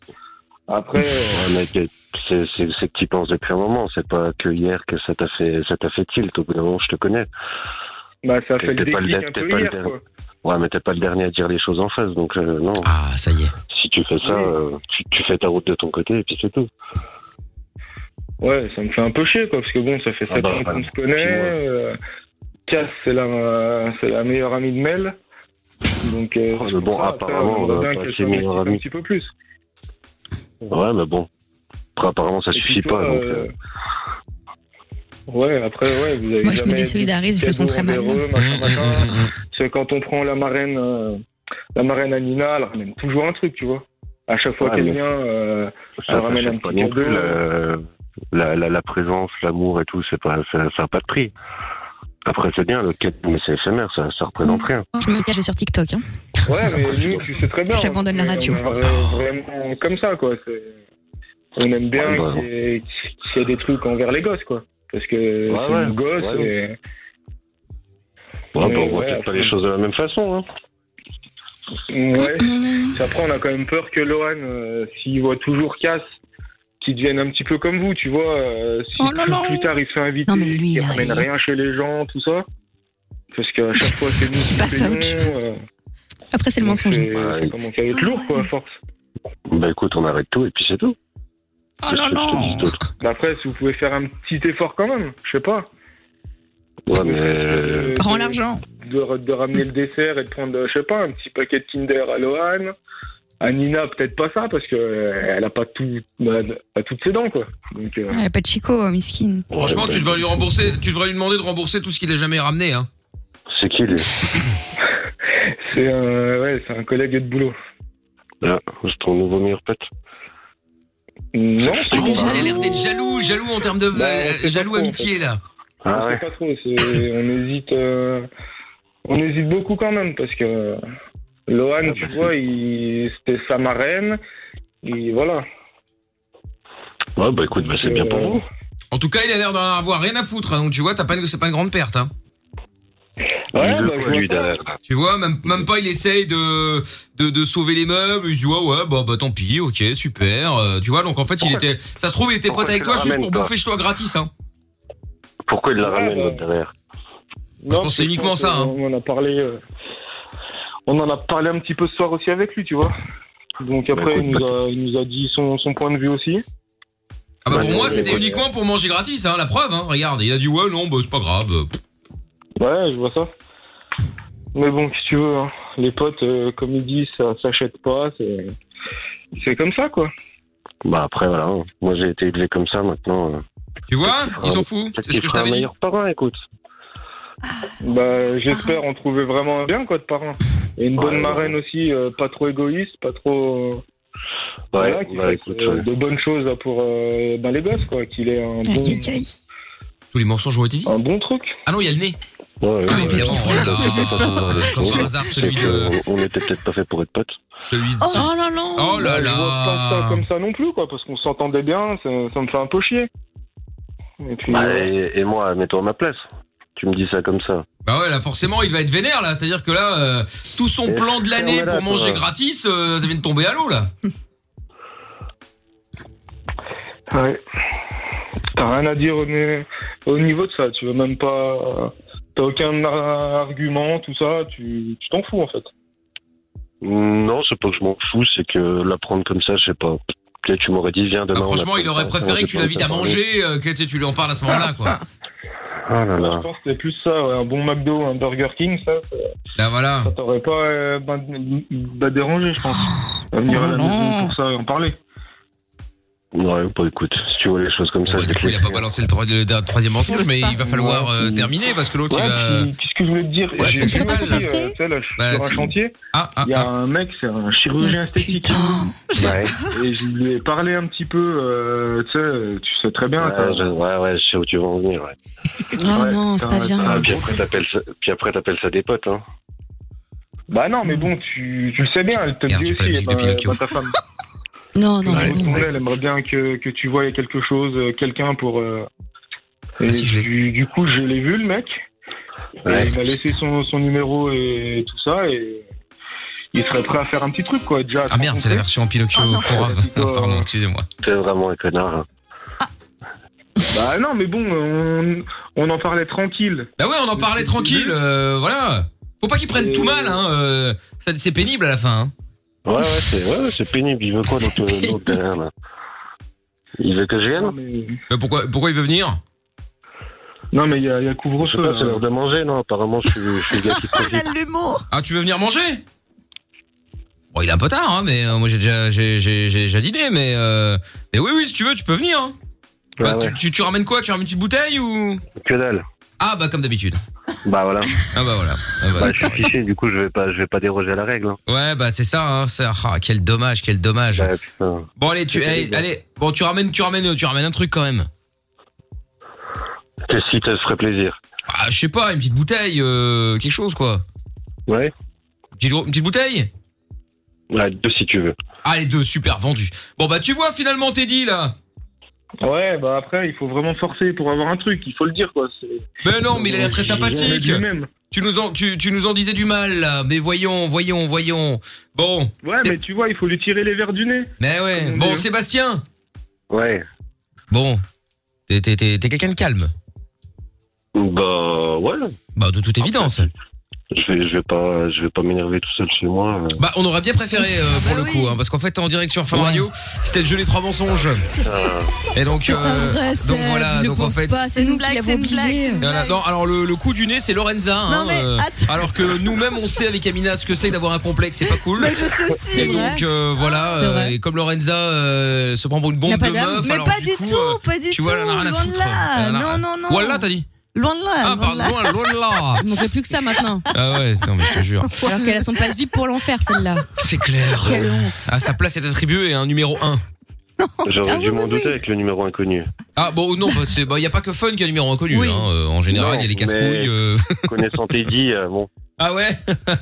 Speaker 14: Après, euh,
Speaker 15: Ouais, mais que- c'est c'est- c'est que tu penses depuis un moment. C'est pas que hier que ça t'a fait, ça t'a fait tilt. Au bout d'un moment, je te connais.
Speaker 14: bah, ça a
Speaker 15: T'es
Speaker 14: fait le
Speaker 15: t'es pas le
Speaker 14: déclic
Speaker 15: der-
Speaker 14: un
Speaker 15: t'es
Speaker 14: peu
Speaker 15: pas le
Speaker 14: hier,
Speaker 15: der-
Speaker 14: quoi.
Speaker 15: Ouais, mais t'es pas le dernier à dire les choses en face, donc euh, non.
Speaker 2: Ah, ça y est.
Speaker 15: Si tu fais ça, euh, tu, tu fais ta route de ton côté et puis c'est tout.
Speaker 14: Ouais, ça me fait un peu chier, quoi, parce que bon, ça fait
Speaker 15: Ah
Speaker 14: 7
Speaker 15: bah,
Speaker 14: ans qu'on
Speaker 15: ouais.
Speaker 14: se connaît. euh, Cass, c'est la, euh, c'est la meilleure amie de Mel. Donc, euh,
Speaker 15: Oh, mais bon, apparemment, on
Speaker 14: va
Speaker 15: a pas assez meilleure
Speaker 14: un
Speaker 15: amie.
Speaker 14: petit peu plus.
Speaker 15: Ouais, mais bon. Après, apparemment, ça
Speaker 14: Et puis
Speaker 15: suffit
Speaker 14: toi,
Speaker 15: pas. Donc,
Speaker 14: euh, Ouais, après, ouais, vous avez
Speaker 6: Moi, je
Speaker 14: jamais
Speaker 6: me désolidarise, je le sens
Speaker 14: cadeau
Speaker 6: très mal.
Speaker 14: envers eux, machin, machin. Parce que quand on prend la marraine, euh, la marraine à Nina, elle ramène toujours un truc, tu vois. À chaque fois
Speaker 15: Ah,
Speaker 14: qu'elle
Speaker 15: mais-
Speaker 14: vient, euh,
Speaker 15: Ça,
Speaker 14: elle
Speaker 15: Ah, ça
Speaker 14: ramène un
Speaker 15: cherche pas
Speaker 14: petit
Speaker 15: non
Speaker 14: cadeau.
Speaker 15: plus euh. la, la, la, la présence, l'amour et tout, c'est pas, ça n'a pas de prix. Après, c'est bien, le cadeau, mais c'est éphémère, ça, ça représente
Speaker 14: Mm.
Speaker 15: rien.
Speaker 6: Oh, Je me cache sur TikTok. Hein.
Speaker 14: Ouais, mais nous, tu sais très bien.
Speaker 6: Je t'abandonne la
Speaker 14: on est-
Speaker 6: radio.
Speaker 14: on est vraiment comme ça, quoi. C'est- On aime bien
Speaker 15: Ouais, bah,
Speaker 14: qu'il y ait- qu'il y ait des trucs envers les gosses, quoi. Parce que
Speaker 15: Ouais,
Speaker 14: c'est
Speaker 15: ouais,
Speaker 14: une gosse
Speaker 15: ouais,
Speaker 14: et-
Speaker 15: ouais. Ouais,
Speaker 14: Mais
Speaker 15: bah, on voit
Speaker 14: ouais,
Speaker 15: peut-être pas les
Speaker 14: après-
Speaker 15: choses de la même façon. Hein.
Speaker 14: Ouais. Puis Après, on a quand même peur que Lohan, euh, s'il voit toujours Cass, qu'il devienne un petit peu comme vous, tu vois. euh, si
Speaker 16: Oh là
Speaker 14: plus,
Speaker 16: là.
Speaker 14: plus tard il se fait inviter,
Speaker 16: Non, mais lui,
Speaker 14: il
Speaker 16: il a-
Speaker 14: ramène
Speaker 16: il-
Speaker 14: rien chez les gens, tout ça. Parce qu'à chaque fois, c'est nous qui
Speaker 6: passe à autre
Speaker 14: payons. euh,
Speaker 6: Après, c'est le mensonge.
Speaker 14: c'est- ça commence à être lourd, quoi, à force.
Speaker 15: Bah écoute, on arrête tout et puis c'est tout.
Speaker 6: Oh là là
Speaker 14: Bah après, si vous pouvez faire un petit effort quand même, je sais pas.
Speaker 15: Ouais, mais. euh,
Speaker 14: Prends l'argent. De, de ramener le dessert et de prendre, euh, je sais pas, un petit paquet de Kinder à Lohan. À Nina, peut-être pas ça, parce que euh, elle a pas, tout, pas toutes ses dents, quoi. Donc, euh,
Speaker 6: Elle Ah, a pas de chico, miskin.
Speaker 2: Franchement, tu devrais lui rembourser, tu devrais lui demander de rembourser tout ce qu'il a jamais ramené, hein.
Speaker 15: C'est qui lui
Speaker 14: C'est un, ouais, c'est un collègue de boulot.
Speaker 15: Ah, c'est ton nouveau meilleur pote
Speaker 14: Non,
Speaker 2: Ah, Il a l'air d'être jaloux, jaloux en termes de
Speaker 14: Bah,
Speaker 2: euh,
Speaker 14: c'est
Speaker 2: jaloux
Speaker 14: pas trop, en
Speaker 2: amitié
Speaker 14: fait.
Speaker 2: là.
Speaker 15: Ah
Speaker 14: on sait pas trop. c'est- On hésite, euh, on hésite beaucoup quand même parce que Lohan,
Speaker 15: Ah,
Speaker 14: tu
Speaker 15: bah,
Speaker 14: vois, il- c'était sa marraine. Et voilà. Euh,
Speaker 15: Ouais, bah écoute, bah, c'est bien pour vous.
Speaker 2: En tout cas, il a l'air d'en avoir rien à foutre, hein, donc tu vois, t'as pas une- c'est pas une grande perte, hein.
Speaker 15: Ouais, bah, je lui,
Speaker 2: Tu vois, même, même pas, il essaye de, de, de sauver les meubles. Il se dit, ouais, ouais, bah, bah, tant pis, ok, super. euh, tu vois, donc en fait, il était, ça se trouve, il était
Speaker 15: pourquoi
Speaker 2: pote avec
Speaker 15: tu
Speaker 2: toi
Speaker 15: le
Speaker 2: juste
Speaker 15: ramènes,
Speaker 2: pour
Speaker 15: toi
Speaker 2: bouffer chez toi gratis, hein.
Speaker 15: Pourquoi il la ramène
Speaker 14: bah.
Speaker 15: l'autre derrière
Speaker 2: je pense que c'est uniquement ça, hein.
Speaker 14: On en a parlé. euh, on en a parlé un petit peu ce soir aussi avec lui, tu vois. Donc
Speaker 2: Bah,
Speaker 14: après,
Speaker 15: écoute,
Speaker 14: il, nous a, il nous a dit son, son point de vue aussi.
Speaker 2: Ah, bah, pour
Speaker 14: Ouais,
Speaker 2: moi,
Speaker 14: ouais,
Speaker 2: c'était
Speaker 14: ouais.
Speaker 2: uniquement pour manger gratis, hein. La preuve, hein. Regarde, il a dit, ouais, non, bah, c'est pas grave.
Speaker 14: Ouais, je vois ça. Mais bon, si tu veux, hein, les potes, euh, comme ils disent, ça s'achète pas. C'est c'est comme ça, quoi.
Speaker 15: Bah après, voilà. hein. Moi, j'ai été élevé comme ça maintenant. euh,
Speaker 2: Tu vois,
Speaker 15: fera-
Speaker 2: ils s'en foutent.
Speaker 15: peut-être
Speaker 2: C'est ce
Speaker 15: qu'il
Speaker 2: que je
Speaker 15: fera un
Speaker 2: t'avais dit.
Speaker 15: meilleur parrain, écoute. Ah.
Speaker 14: Bah, j'espère en trouver vraiment un bien, quoi, de parrain. Et une bonne
Speaker 15: Ouais,
Speaker 14: marraine aussi, euh, pas trop égoïste, pas trop. euh, voilà, qui
Speaker 15: bah,
Speaker 14: fasse,
Speaker 15: écoute,
Speaker 14: euh,
Speaker 15: ouais.
Speaker 14: de bonnes choses pour euh, ben, les gosses, quoi. Qu'il ait un bon.
Speaker 2: Tous les mensonges ont été dit.
Speaker 14: Un bon truc.
Speaker 2: Ah non, il y a le nez.
Speaker 15: Ouais,
Speaker 2: Ah, mais évidemment, oh là là. Comme
Speaker 15: Ouais,
Speaker 2: par hasard,
Speaker 15: c'est
Speaker 2: celui
Speaker 15: que,
Speaker 2: de.
Speaker 15: euh, On était peut-être pas fait pour être potes.
Speaker 2: Celui
Speaker 6: Oh là là
Speaker 2: Oh là
Speaker 14: Bah, Je vois pas ça
Speaker 2: là.
Speaker 14: comme ça non plus, quoi, parce qu'on s'entendait bien, ça, ça me fait un peu chier. Et puis.
Speaker 15: Bah, et, et moi, mets-toi à ma place. Tu me dis ça comme ça.
Speaker 2: Bah ouais, là forcément, il va être vénère là. C'est-à-dire que là, euh, tout son
Speaker 15: Et
Speaker 2: plan de l'année
Speaker 15: voilà,
Speaker 2: pour manger
Speaker 15: quoi.
Speaker 2: gratis, euh, ça vient de tomber à l'eau là.
Speaker 14: Ouais. T'as rien à dire au, ni- au niveau de ça. Tu veux même pas. T'as aucun ar- argument, tout ça. Tu tu t'en fous en fait.
Speaker 15: Non, c'est pas que je m'en fous, c'est que la prendre comme ça, je sais pas. Peut-être tu m'aurais dit, viens demain. on
Speaker 2: Bah, Franchement,
Speaker 15: apprend
Speaker 2: il aurait
Speaker 15: ça,
Speaker 2: préféré
Speaker 15: on
Speaker 2: que tu
Speaker 15: apprend
Speaker 2: l'invites
Speaker 15: ça
Speaker 14: Ah
Speaker 2: à
Speaker 15: par
Speaker 2: manger, euh, que tu sais, tu lui en parles à ce moment-là quoi.
Speaker 15: nous. Ah là là.
Speaker 14: Je pense que c'est plus ça, ouais, un bon McDo, un Burger King, ça. ça-
Speaker 2: Là Ben voilà.
Speaker 14: Ça t'aurait pas euh, ben- ben dérangé, je pense. À venir à la
Speaker 6: Oh
Speaker 14: maison pour ça et en parler.
Speaker 15: Ouais, bah écoute, si tu vois les choses comme ça, c'est
Speaker 2: bah, Il a pas balancé le, troi- le der- troisième mensonge, mais il va falloir euh, terminer parce que l'autre
Speaker 14: Ouais,
Speaker 2: il va.
Speaker 14: puis, Qu'est-ce que je voulais te dire
Speaker 2: Ouais, je
Speaker 14: J'ai
Speaker 2: comprends
Speaker 14: vu
Speaker 2: pas son
Speaker 14: aussi, euh,
Speaker 2: passé.
Speaker 14: tu sais, là, je suis
Speaker 2: Bah, ah,
Speaker 14: sur un
Speaker 2: si.
Speaker 14: chantier. Il y a un mec, c'est un
Speaker 6: Ah,
Speaker 14: chirurgien esthétique. Et je lui ai parlé un petit peu, euh, tu sais, euh, tu sais très bien.
Speaker 15: Ouais, je- ouais, ouais, je sais où tu vas en venir. Ouais.
Speaker 6: Oh non, c'est pas
Speaker 15: Ah,
Speaker 6: bien.
Speaker 15: puis après, t'appelles ça, puis après, t'appelles ça des potes, hein.
Speaker 14: Bah non, mais bon, tu, tu le sais bien, elle te dit aussi, eh ben,
Speaker 2: oh.
Speaker 14: ben, ta femme.
Speaker 11: Oh
Speaker 6: Non, non,
Speaker 14: Ouais,
Speaker 6: c'est
Speaker 14: elle,
Speaker 6: bon.
Speaker 14: elle aimerait bien que, que tu voyes quelque chose, euh, quelqu'un pour. euh,
Speaker 2: Ah,
Speaker 14: et du, du coup, je l'ai vu, le mec. Et il m'a laissé son, son numéro et tout ça, et il serait prêt à faire un petit truc, quoi. Déjà,
Speaker 2: Ah merde, c'est la version Pinocchio Corave. Pardon, excusez-moi.
Speaker 15: T'es vraiment un connard. hein.
Speaker 14: Bah non, mais bon, on, on en parlait tranquille.
Speaker 2: Bah ouais, on en parlait tranquille, euh, voilà. Faut pas qu'ils prennent tout mal, hein. euh, ça- c'est pénible à la fin. Hein.
Speaker 15: Ouais, ouais, c'est ouais, ouais, c'est pénible. Il veut quoi, l'autre l'autre derrière, là Il veut que je vienne
Speaker 2: Euh, pourquoi, pourquoi il veut venir
Speaker 14: Non, mais il y a, il y a
Speaker 15: Je
Speaker 14: couvre-feu.
Speaker 15: sais pas, c'est
Speaker 14: là.
Speaker 15: l'heure de manger, non Apparemment, je suis, je suis le gars qui profite.
Speaker 5: l'humour
Speaker 2: Ah, tu veux venir manger Bon, il est un peu tard, hein, mais euh, moi j'ai déjà, j'ai, j'ai, j'ai déjà dîné, mais euh, mais oui, oui, si tu veux, tu peux venir. hein. Bah, tu, tu, tu ramènes quoi Tu ramènes une petite bouteille ou
Speaker 15: Que dalle.
Speaker 2: Ah bah comme d'habitude.
Speaker 15: Bah voilà.
Speaker 2: Ah bah voilà. Ah bah
Speaker 15: Bah, je suis fiché, du coup je vais pas, je vais pas déroger à la règle. hein.
Speaker 2: Ouais bah c'est ça hein, ça ah, quel dommage, quel dommage.
Speaker 15: Putain.
Speaker 2: Bon allez, tu
Speaker 15: C'était
Speaker 2: allez,
Speaker 15: dégueu.
Speaker 2: allez, bon tu ramènes tu ramènes tu ramènes un truc quand même.
Speaker 15: Qu'est-ce qui te ferait plaisir
Speaker 2: Ah je sais pas, une petite bouteille euh, quelque chose quoi.
Speaker 15: Ouais.
Speaker 2: Une petite, une petite bouteille
Speaker 15: Ouais, deux si tu veux.
Speaker 2: Ah les deux super vendus. Bon bah tu vois finalement Teddy là.
Speaker 14: Ouais, bah après, il faut vraiment forcer pour avoir un truc, il faut le dire, quoi.
Speaker 2: Mais Ben non, mais il a l'air très sympathique. Tu nous en tu, tu nous en disais du mal là, mais voyons, voyons, voyons. Bon.
Speaker 14: Ouais, mais tu vois, il faut lui tirer les verres du nez.
Speaker 2: Mais ouais.
Speaker 14: Comme on
Speaker 2: Bon
Speaker 14: dit, hein.
Speaker 2: Sébastien.
Speaker 15: Ouais.
Speaker 2: Bon. T'es t'es- t'es- t'es quelqu'un de calme.
Speaker 15: Bah ouais.
Speaker 2: Bah de toute évidence.
Speaker 15: Je vais, je vais pas, je vais pas m'énerver tout seul chez moi. euh.
Speaker 2: Bah, on aurait bien préféré euh,
Speaker 6: Ah,
Speaker 2: pour
Speaker 6: bah
Speaker 2: le coup, hein, parce qu'en fait, en direct sur Fun Radio, c'était le jeu des trois mensonges.
Speaker 14: Ah.
Speaker 2: Et donc,
Speaker 6: C'est pas
Speaker 2: euh,
Speaker 6: vrai,
Speaker 2: donc
Speaker 6: Seb,
Speaker 2: voilà,
Speaker 6: ne
Speaker 2: donc en
Speaker 6: pense
Speaker 2: fait.
Speaker 6: pas, c'est nous qui
Speaker 5: blague,
Speaker 6: l'avons
Speaker 5: c'est une
Speaker 6: obligé.
Speaker 2: Non, non, non, alors le, le coup du nez, c'est Lorenza. hein,
Speaker 5: mais
Speaker 2: euh,
Speaker 5: attends.
Speaker 2: alors que nous-mêmes, on sait avec Amina ce que c'est d'avoir un complexe, c'est pas cool.
Speaker 5: Mais je sais aussi.
Speaker 2: Et donc
Speaker 5: Ouais.
Speaker 2: euh, voilà,
Speaker 5: C'est
Speaker 2: euh,
Speaker 5: vrai.
Speaker 2: et comme Lorenza euh, se prend pour une bombe
Speaker 5: Y a pas
Speaker 2: de
Speaker 5: d'âme.
Speaker 2: meuf,
Speaker 5: Mais
Speaker 2: alors
Speaker 5: pas
Speaker 2: du
Speaker 5: du
Speaker 2: coup,
Speaker 5: tout,
Speaker 2: euh,
Speaker 5: pas du
Speaker 2: tu vois, elle en
Speaker 5: tout,
Speaker 2: a rien à
Speaker 5: loin de
Speaker 2: foutre.
Speaker 5: là.
Speaker 2: Elle en
Speaker 5: Non,
Speaker 2: a-
Speaker 5: non, non.
Speaker 2: Voilà, t'as dit.
Speaker 5: Loin de là.
Speaker 2: Ah,
Speaker 5: loin de là.
Speaker 2: pardon, loin de là.
Speaker 6: Il manquait plus que ça maintenant.
Speaker 2: Ah ouais, non mais je te jure.
Speaker 6: Alors qu'elle a son passe vip pour l'enfer, celle-là.
Speaker 2: C'est clair.
Speaker 6: Quelle honte.
Speaker 2: À Ah, sa place est attribuée un numéro 1.
Speaker 15: J'aurais
Speaker 2: Ah
Speaker 15: dû
Speaker 2: oui,
Speaker 15: m'en
Speaker 2: oui,
Speaker 15: douter
Speaker 2: oui.
Speaker 15: avec le numéro inconnu.
Speaker 2: Ah bon non, bah, c'est bah y a pas que Fun qui a un numéro inconnu hein, euh, en général, il y a les
Speaker 15: Non, mais
Speaker 2: casse-couilles. euh.
Speaker 15: Connaissant Teddy, euh, bon.
Speaker 2: Ah ouais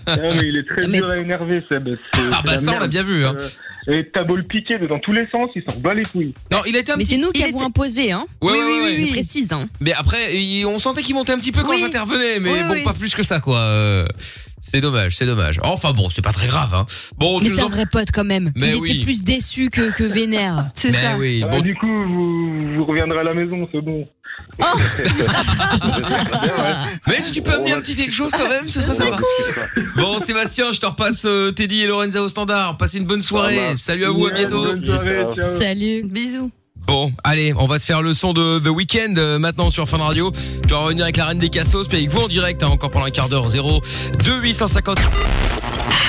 Speaker 14: mais il est très dur à énerver, Seb. Ah
Speaker 2: bah ça, on l'a bien vu, hein.
Speaker 14: Euh, Et t'as beau le piquer de dans tous les sens, il s'en bat les couilles.
Speaker 2: Non, il a été un
Speaker 6: Mais
Speaker 2: petit
Speaker 6: c'est nous qui avons imposé, hein.
Speaker 2: Ouais, ouais, ouais, ouais.
Speaker 6: Je précise, hein.
Speaker 2: Mais après, il- on sentait qu'il montait un petit peu quand
Speaker 6: Oui.
Speaker 2: j'intervenais, mais
Speaker 6: Oui,
Speaker 2: bon,
Speaker 6: oui.
Speaker 2: pas plus que ça, quoi. Euh, C'est dommage, c'est dommage. Enfin bon, c'est pas très grave, hein. Bon,
Speaker 6: Mais
Speaker 2: tu nous
Speaker 6: c'est un
Speaker 2: en-
Speaker 6: vrai pote quand même.
Speaker 2: Mais
Speaker 6: il
Speaker 2: oui.
Speaker 6: était plus déçu que, que vénère.
Speaker 2: C'est Mais ça. oui, bon.
Speaker 14: Du coup, vous, vous reviendrez à la maison, c'est bon.
Speaker 2: Ah. Mais si tu peux amener un petit quelque chose quand même, ce serait sympa. Bon, Sébastien, je te repasse euh, Teddy et Lorenza au standard. Passez une bonne soirée. Salut à vous, à
Speaker 14: Ouais,
Speaker 2: bientôt.
Speaker 14: bonne soirée, ciao.
Speaker 6: Salut.
Speaker 5: Bisous.
Speaker 2: Bon, allez, on va se faire le son de The Weeknd euh, maintenant sur Fun Radio. Tu vas revenir avec la reine des cassos, puis avec vous en direct, hein, encore pendant un quart d'heure, 0 2 850.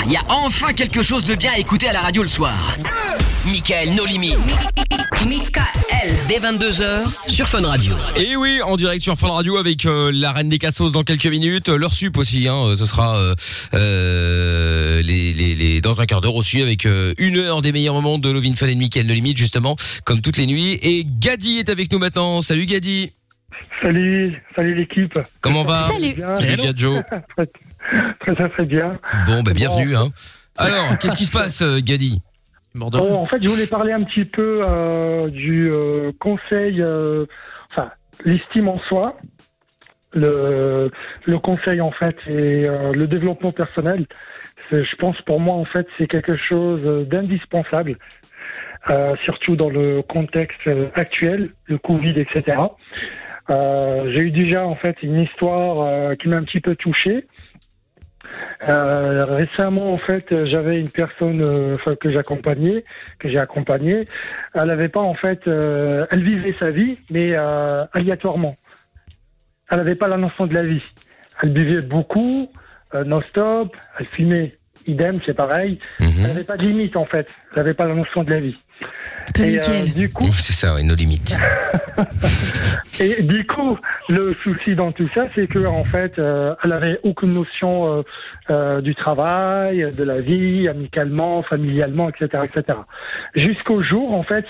Speaker 1: Il y a enfin quelque chose de bien à écouter à la radio le soir. Michael, nos limites. Michael. Dès 22h sur Fun Radio.
Speaker 2: Et oui, en direct sur Fun Radio avec euh, la reine des cassos dans quelques minutes, euh, leur sup aussi, hein, euh, ce sera euh, euh, les, les, les, dans un quart d'heure aussi avec euh, une heure des meilleurs moments de Lovin Fun et Michael No Limite justement, comme toutes les nuits. Et Gadi est avec nous maintenant. Salut Gadi.
Speaker 16: Salut, salut l'équipe.
Speaker 2: Comment va
Speaker 16: Salut.
Speaker 2: Salut Gadjo.
Speaker 16: très, très, très, très bien.
Speaker 2: Bon, bah bienvenue. Hein. Alors, qu'est-ce qui se passe, euh, Gadi
Speaker 16: Bon, Oh, en fait, je voulais parler un petit peu euh, du euh, conseil, euh, enfin, l'estime en soi, le, le conseil en fait et euh, le développement personnel. C'est- Je pense pour moi en fait, c'est quelque chose d'indispensable, euh, surtout dans le contexte euh, actuel, le Covid, etc. Euh, J'ai eu déjà en fait une histoire euh, qui m'a un petit peu touché. Euh, récemment, en fait, j'avais une personne euh, enfin, que j'accompagnais, que j'ai accompagnée. Elle n'avait pas, en fait, euh, elle vivait sa vie, mais euh, aléatoirement. Elle n'avait pas la notion de la vie. Elle buvait beaucoup, euh, non-stop, elle fumait. Idem, c'est pareil. Elle n'avait pas de limite, en fait. Elle n'avait pas la notion de la vie. Et, euh, du coup,
Speaker 2: C'est ça, ouais, nos limites.
Speaker 16: et du coup, le souci dans tout ça, c'est que en fait, euh, elle avait aucune notion euh, euh, du travail, de la vie, amicalement, familialement, etc., etc. Jusqu'au jour, en fait,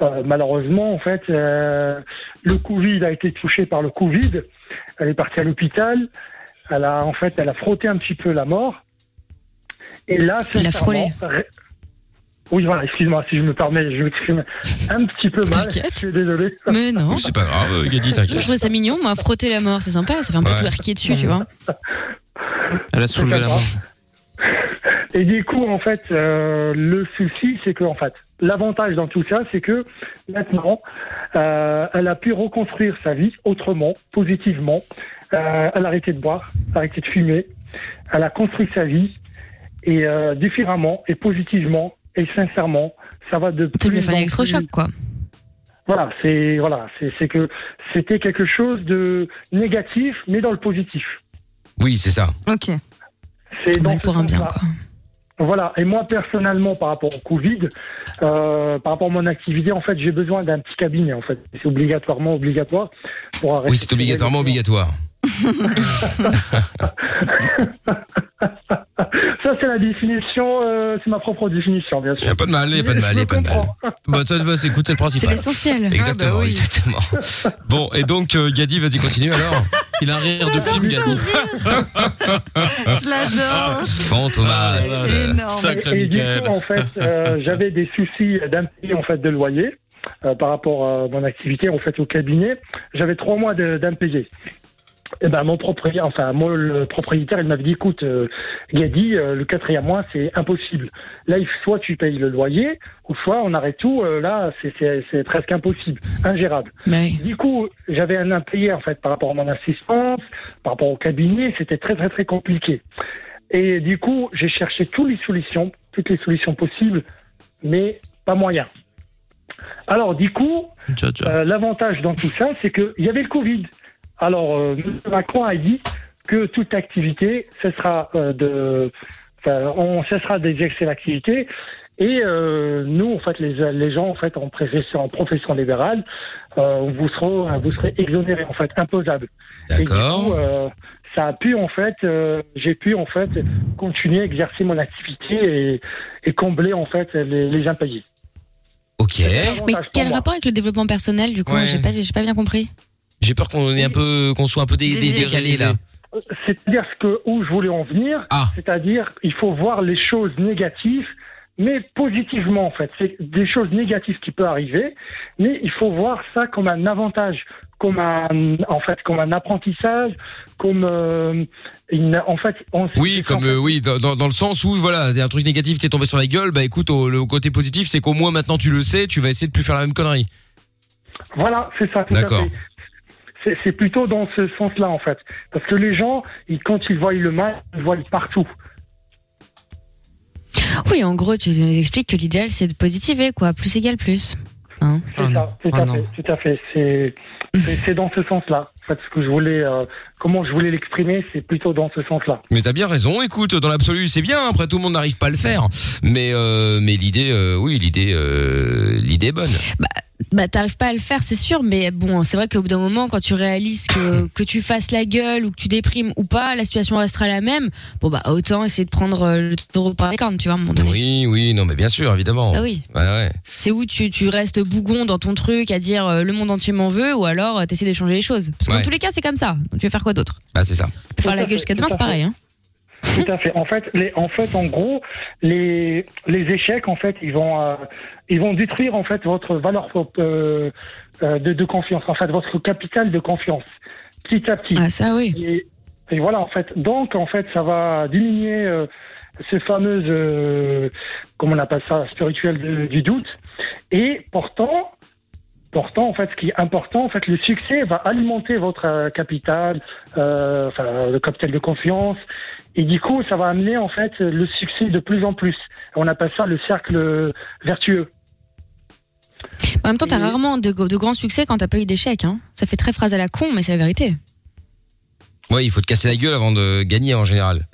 Speaker 16: euh, malheureusement, en fait, euh, le Covid a été touché par le Covid. Elle est partie à l'hôpital. Elle a, en fait, elle a frotté un petit peu la mort. Et là,
Speaker 6: Elle a frôlé.
Speaker 16: sincèrement, ré- Oui, voilà, excuse-moi si je me permets, je m'exprime un petit peu mal. Je suis désolé.
Speaker 6: Mais non.
Speaker 2: C'est pas grave, euh, Gadi,
Speaker 6: Je
Speaker 2: t'inquiète.
Speaker 6: trouvais ça mignon, moi, frotter la mort, c'est sympa, ça fait un peu
Speaker 2: Ouais.
Speaker 6: twerker dessus, tu vois.
Speaker 7: Elle a soulevé la main.
Speaker 16: Et du coup, en fait, euh, le souci, c'est que, en fait, l'avantage dans tout ça, c'est que maintenant, euh, elle a pu reconstruire sa vie autrement, positivement. Euh, elle a arrêté de boire, elle a arrêté de fumer. Elle a construit sa vie et euh, différemment et positivement et sincèrement, ça va de
Speaker 6: Ça lui a
Speaker 16: plus
Speaker 6: fait un
Speaker 16: en
Speaker 6: électrochoc,
Speaker 16: plus-
Speaker 6: quoi.
Speaker 16: Voilà, c'est voilà, c'est c'est que c'était quelque chose de négatif, mais dans le positif.
Speaker 2: Oui, c'est ça.
Speaker 5: Ok.
Speaker 16: C'est dans ce
Speaker 6: pour un bien,
Speaker 16: sens-là. Voilà. Et moi, personnellement, par rapport au Covid, euh, par rapport à mon activité, en fait, j'ai besoin d'un petit cabinet, en fait. C'est obligatoirement obligatoire pour arrêter.
Speaker 2: Oui, c'est obligatoirement obligatoire.
Speaker 16: Ça, c'est la définition, euh, c'est ma propre définition, bien sûr.
Speaker 2: Y a pas de mal, y a pas de mal, y a pas de mal. Bah, toi, bah, c'est écoute, c'est le principal.
Speaker 6: l'essentiel.
Speaker 2: Exactement,
Speaker 6: Ah, bah oui.
Speaker 2: exactement. Bon, et donc, euh, Gadi, vas-y, continue alors. Il a un rire de film, Gadi.
Speaker 5: Je l'adore.
Speaker 2: Fantomas.
Speaker 5: C'est énorme.
Speaker 2: Ah, Sacré
Speaker 16: et du
Speaker 2: Michael.
Speaker 16: coup, en fait, euh, j'avais des soucis d'impayé en fait de loyer euh, par rapport à mon activité en fait au cabinet. J'avais trois mois de- d'impayé. Et ben mon propriétaire, enfin moi le propriétaire, il m'avait dit écoute, euh, Gadi, euh, le quatrième mois c'est impossible. Là, il- soit tu payes le loyer, ou soit on arrête tout. Euh, là, c'est- c'est c'est presque impossible, ingérable. Du coup, j'avais un impayé en fait par rapport à mon assistance, par rapport au cabinet, c'était très très très compliqué. Et du coup, j'ai cherché toutes les solutions, toutes les solutions possibles, mais pas moyen. Alors, du coup, euh, l'avantage dans tout ça, c'est qu'il y avait le Covid. Alors, euh, M. Macron a dit que toute activité cessera euh, de. Enfin, on cessera d'exercer l'activité. Et euh, nous, en fait, les, les gens, en fait, en profession, en profession libérale, euh, vous serez, vous serez exonérés, en fait, imposables. Et du
Speaker 2: D'accord.
Speaker 16: coup, euh, ça a pu, en fait, euh, j'ai pu, en fait, continuer à exercer mon activité et, et combler, en fait, les, les impayés.
Speaker 2: Ok.
Speaker 6: Mais quel rapport avec le développement personnel, du coup
Speaker 2: Ouais.
Speaker 6: J'ai pas, j'ai pas bien compris.
Speaker 2: J'ai peur qu'on ait un peu, qu'on soit un peu dé- dé- décalé là.
Speaker 16: C'est-à-dire ce que où je voulais en venir, c'est-à-dire il faut voir les choses négatives, mais positivement en fait. C'est des choses négatives qui peuvent arriver, mais il faut voir ça comme un avantage, comme un en fait comme un apprentissage, comme euh, une en fait on
Speaker 2: Oui, comme euh, oui, dans, dans- dans le sens où voilà, un truc négatif t'es tombé sur la gueule, bah écoute, au, le côté positif, c'est qu'au moins maintenant tu le sais, tu vas essayer de plus faire la même connerie.
Speaker 16: Voilà, c'est ça. tout à
Speaker 2: D'accord.
Speaker 16: fait. C'est- C'est plutôt dans ce sens-là, en fait. Parce que les gens, ils, quand ils voient le mal, ils le voient partout.
Speaker 6: Oui, en gros, tu nous expliques que l'idéal, c'est de positiver, quoi. Plus égale plus. Hein
Speaker 16: C'est ça, tout, à fait, tout à fait. C'est- C'est c'est dans ce sens-là. En fait, ce que je voulais, euh, comment je voulais l'exprimer, c'est plutôt dans ce sens-là.
Speaker 2: Mais t'as bien raison. Écoute, dans l'absolu, c'est bien. Après, tout le monde n'arrive pas à le faire. Mais euh, mais l'idée, euh, oui, l'idée, euh, l'idée est bonne.
Speaker 6: Bah, t'arrives pas à le faire, c'est sûr, mais bon, c'est vrai qu'au bout d'un moment, quand tu réalises que, que tu fasses la gueule ou que tu déprimes ou pas, la situation restera la même. Bon, bah, autant essayer de prendre euh, le taureau par les cornes, tu vois, à un moment donné.
Speaker 2: oui, oui, non, mais bien sûr, évidemment.
Speaker 6: Ah oui.
Speaker 2: Ouais, ouais.
Speaker 6: C'est où tu, tu restes bougon dans ton truc à dire euh, le monde entier m'en veut ou alors euh, t'essaies d'échanger les choses. Parce que
Speaker 2: Ouais.
Speaker 6: dans tous les cas, c'est comme ça. Donc, tu vas faire quoi d'autre
Speaker 2: Bah c'est ça.
Speaker 6: Faire
Speaker 16: Tout
Speaker 6: la
Speaker 16: à fait,
Speaker 6: gueule jusqu'à
Speaker 16: tout
Speaker 6: demain,
Speaker 16: à
Speaker 6: c'est
Speaker 16: fait.
Speaker 6: pareil. Hein.
Speaker 16: Tout à fait. En fait, les, en fait, en gros, les, les échecs, en fait, ils vont, euh, ils vont détruire en fait votre valeur euh, euh, de, de confiance, en fait, votre capital de confiance, petit à petit.
Speaker 6: Ah ça oui.
Speaker 16: Et, et voilà, en fait, donc en fait, ça va diminuer euh, ce fameux, euh, comment on appelle ça, spirituel de- du doute. Et pourtant, Pourtant, en fait, ce qui est important, en fait, le succès va alimenter votre euh, capital, euh, enfin, le capital de confiance, et du coup, ça va amener en fait le succès de plus en plus. On appelle ça le cercle vertueux.
Speaker 6: En même temps, t'as rarement de, de grands succès quand t'as pas eu d'échecs. Hein. Ça fait très phrase à la con, mais c'est la vérité.
Speaker 2: Ouais, il faut te casser la gueule avant de gagner en général.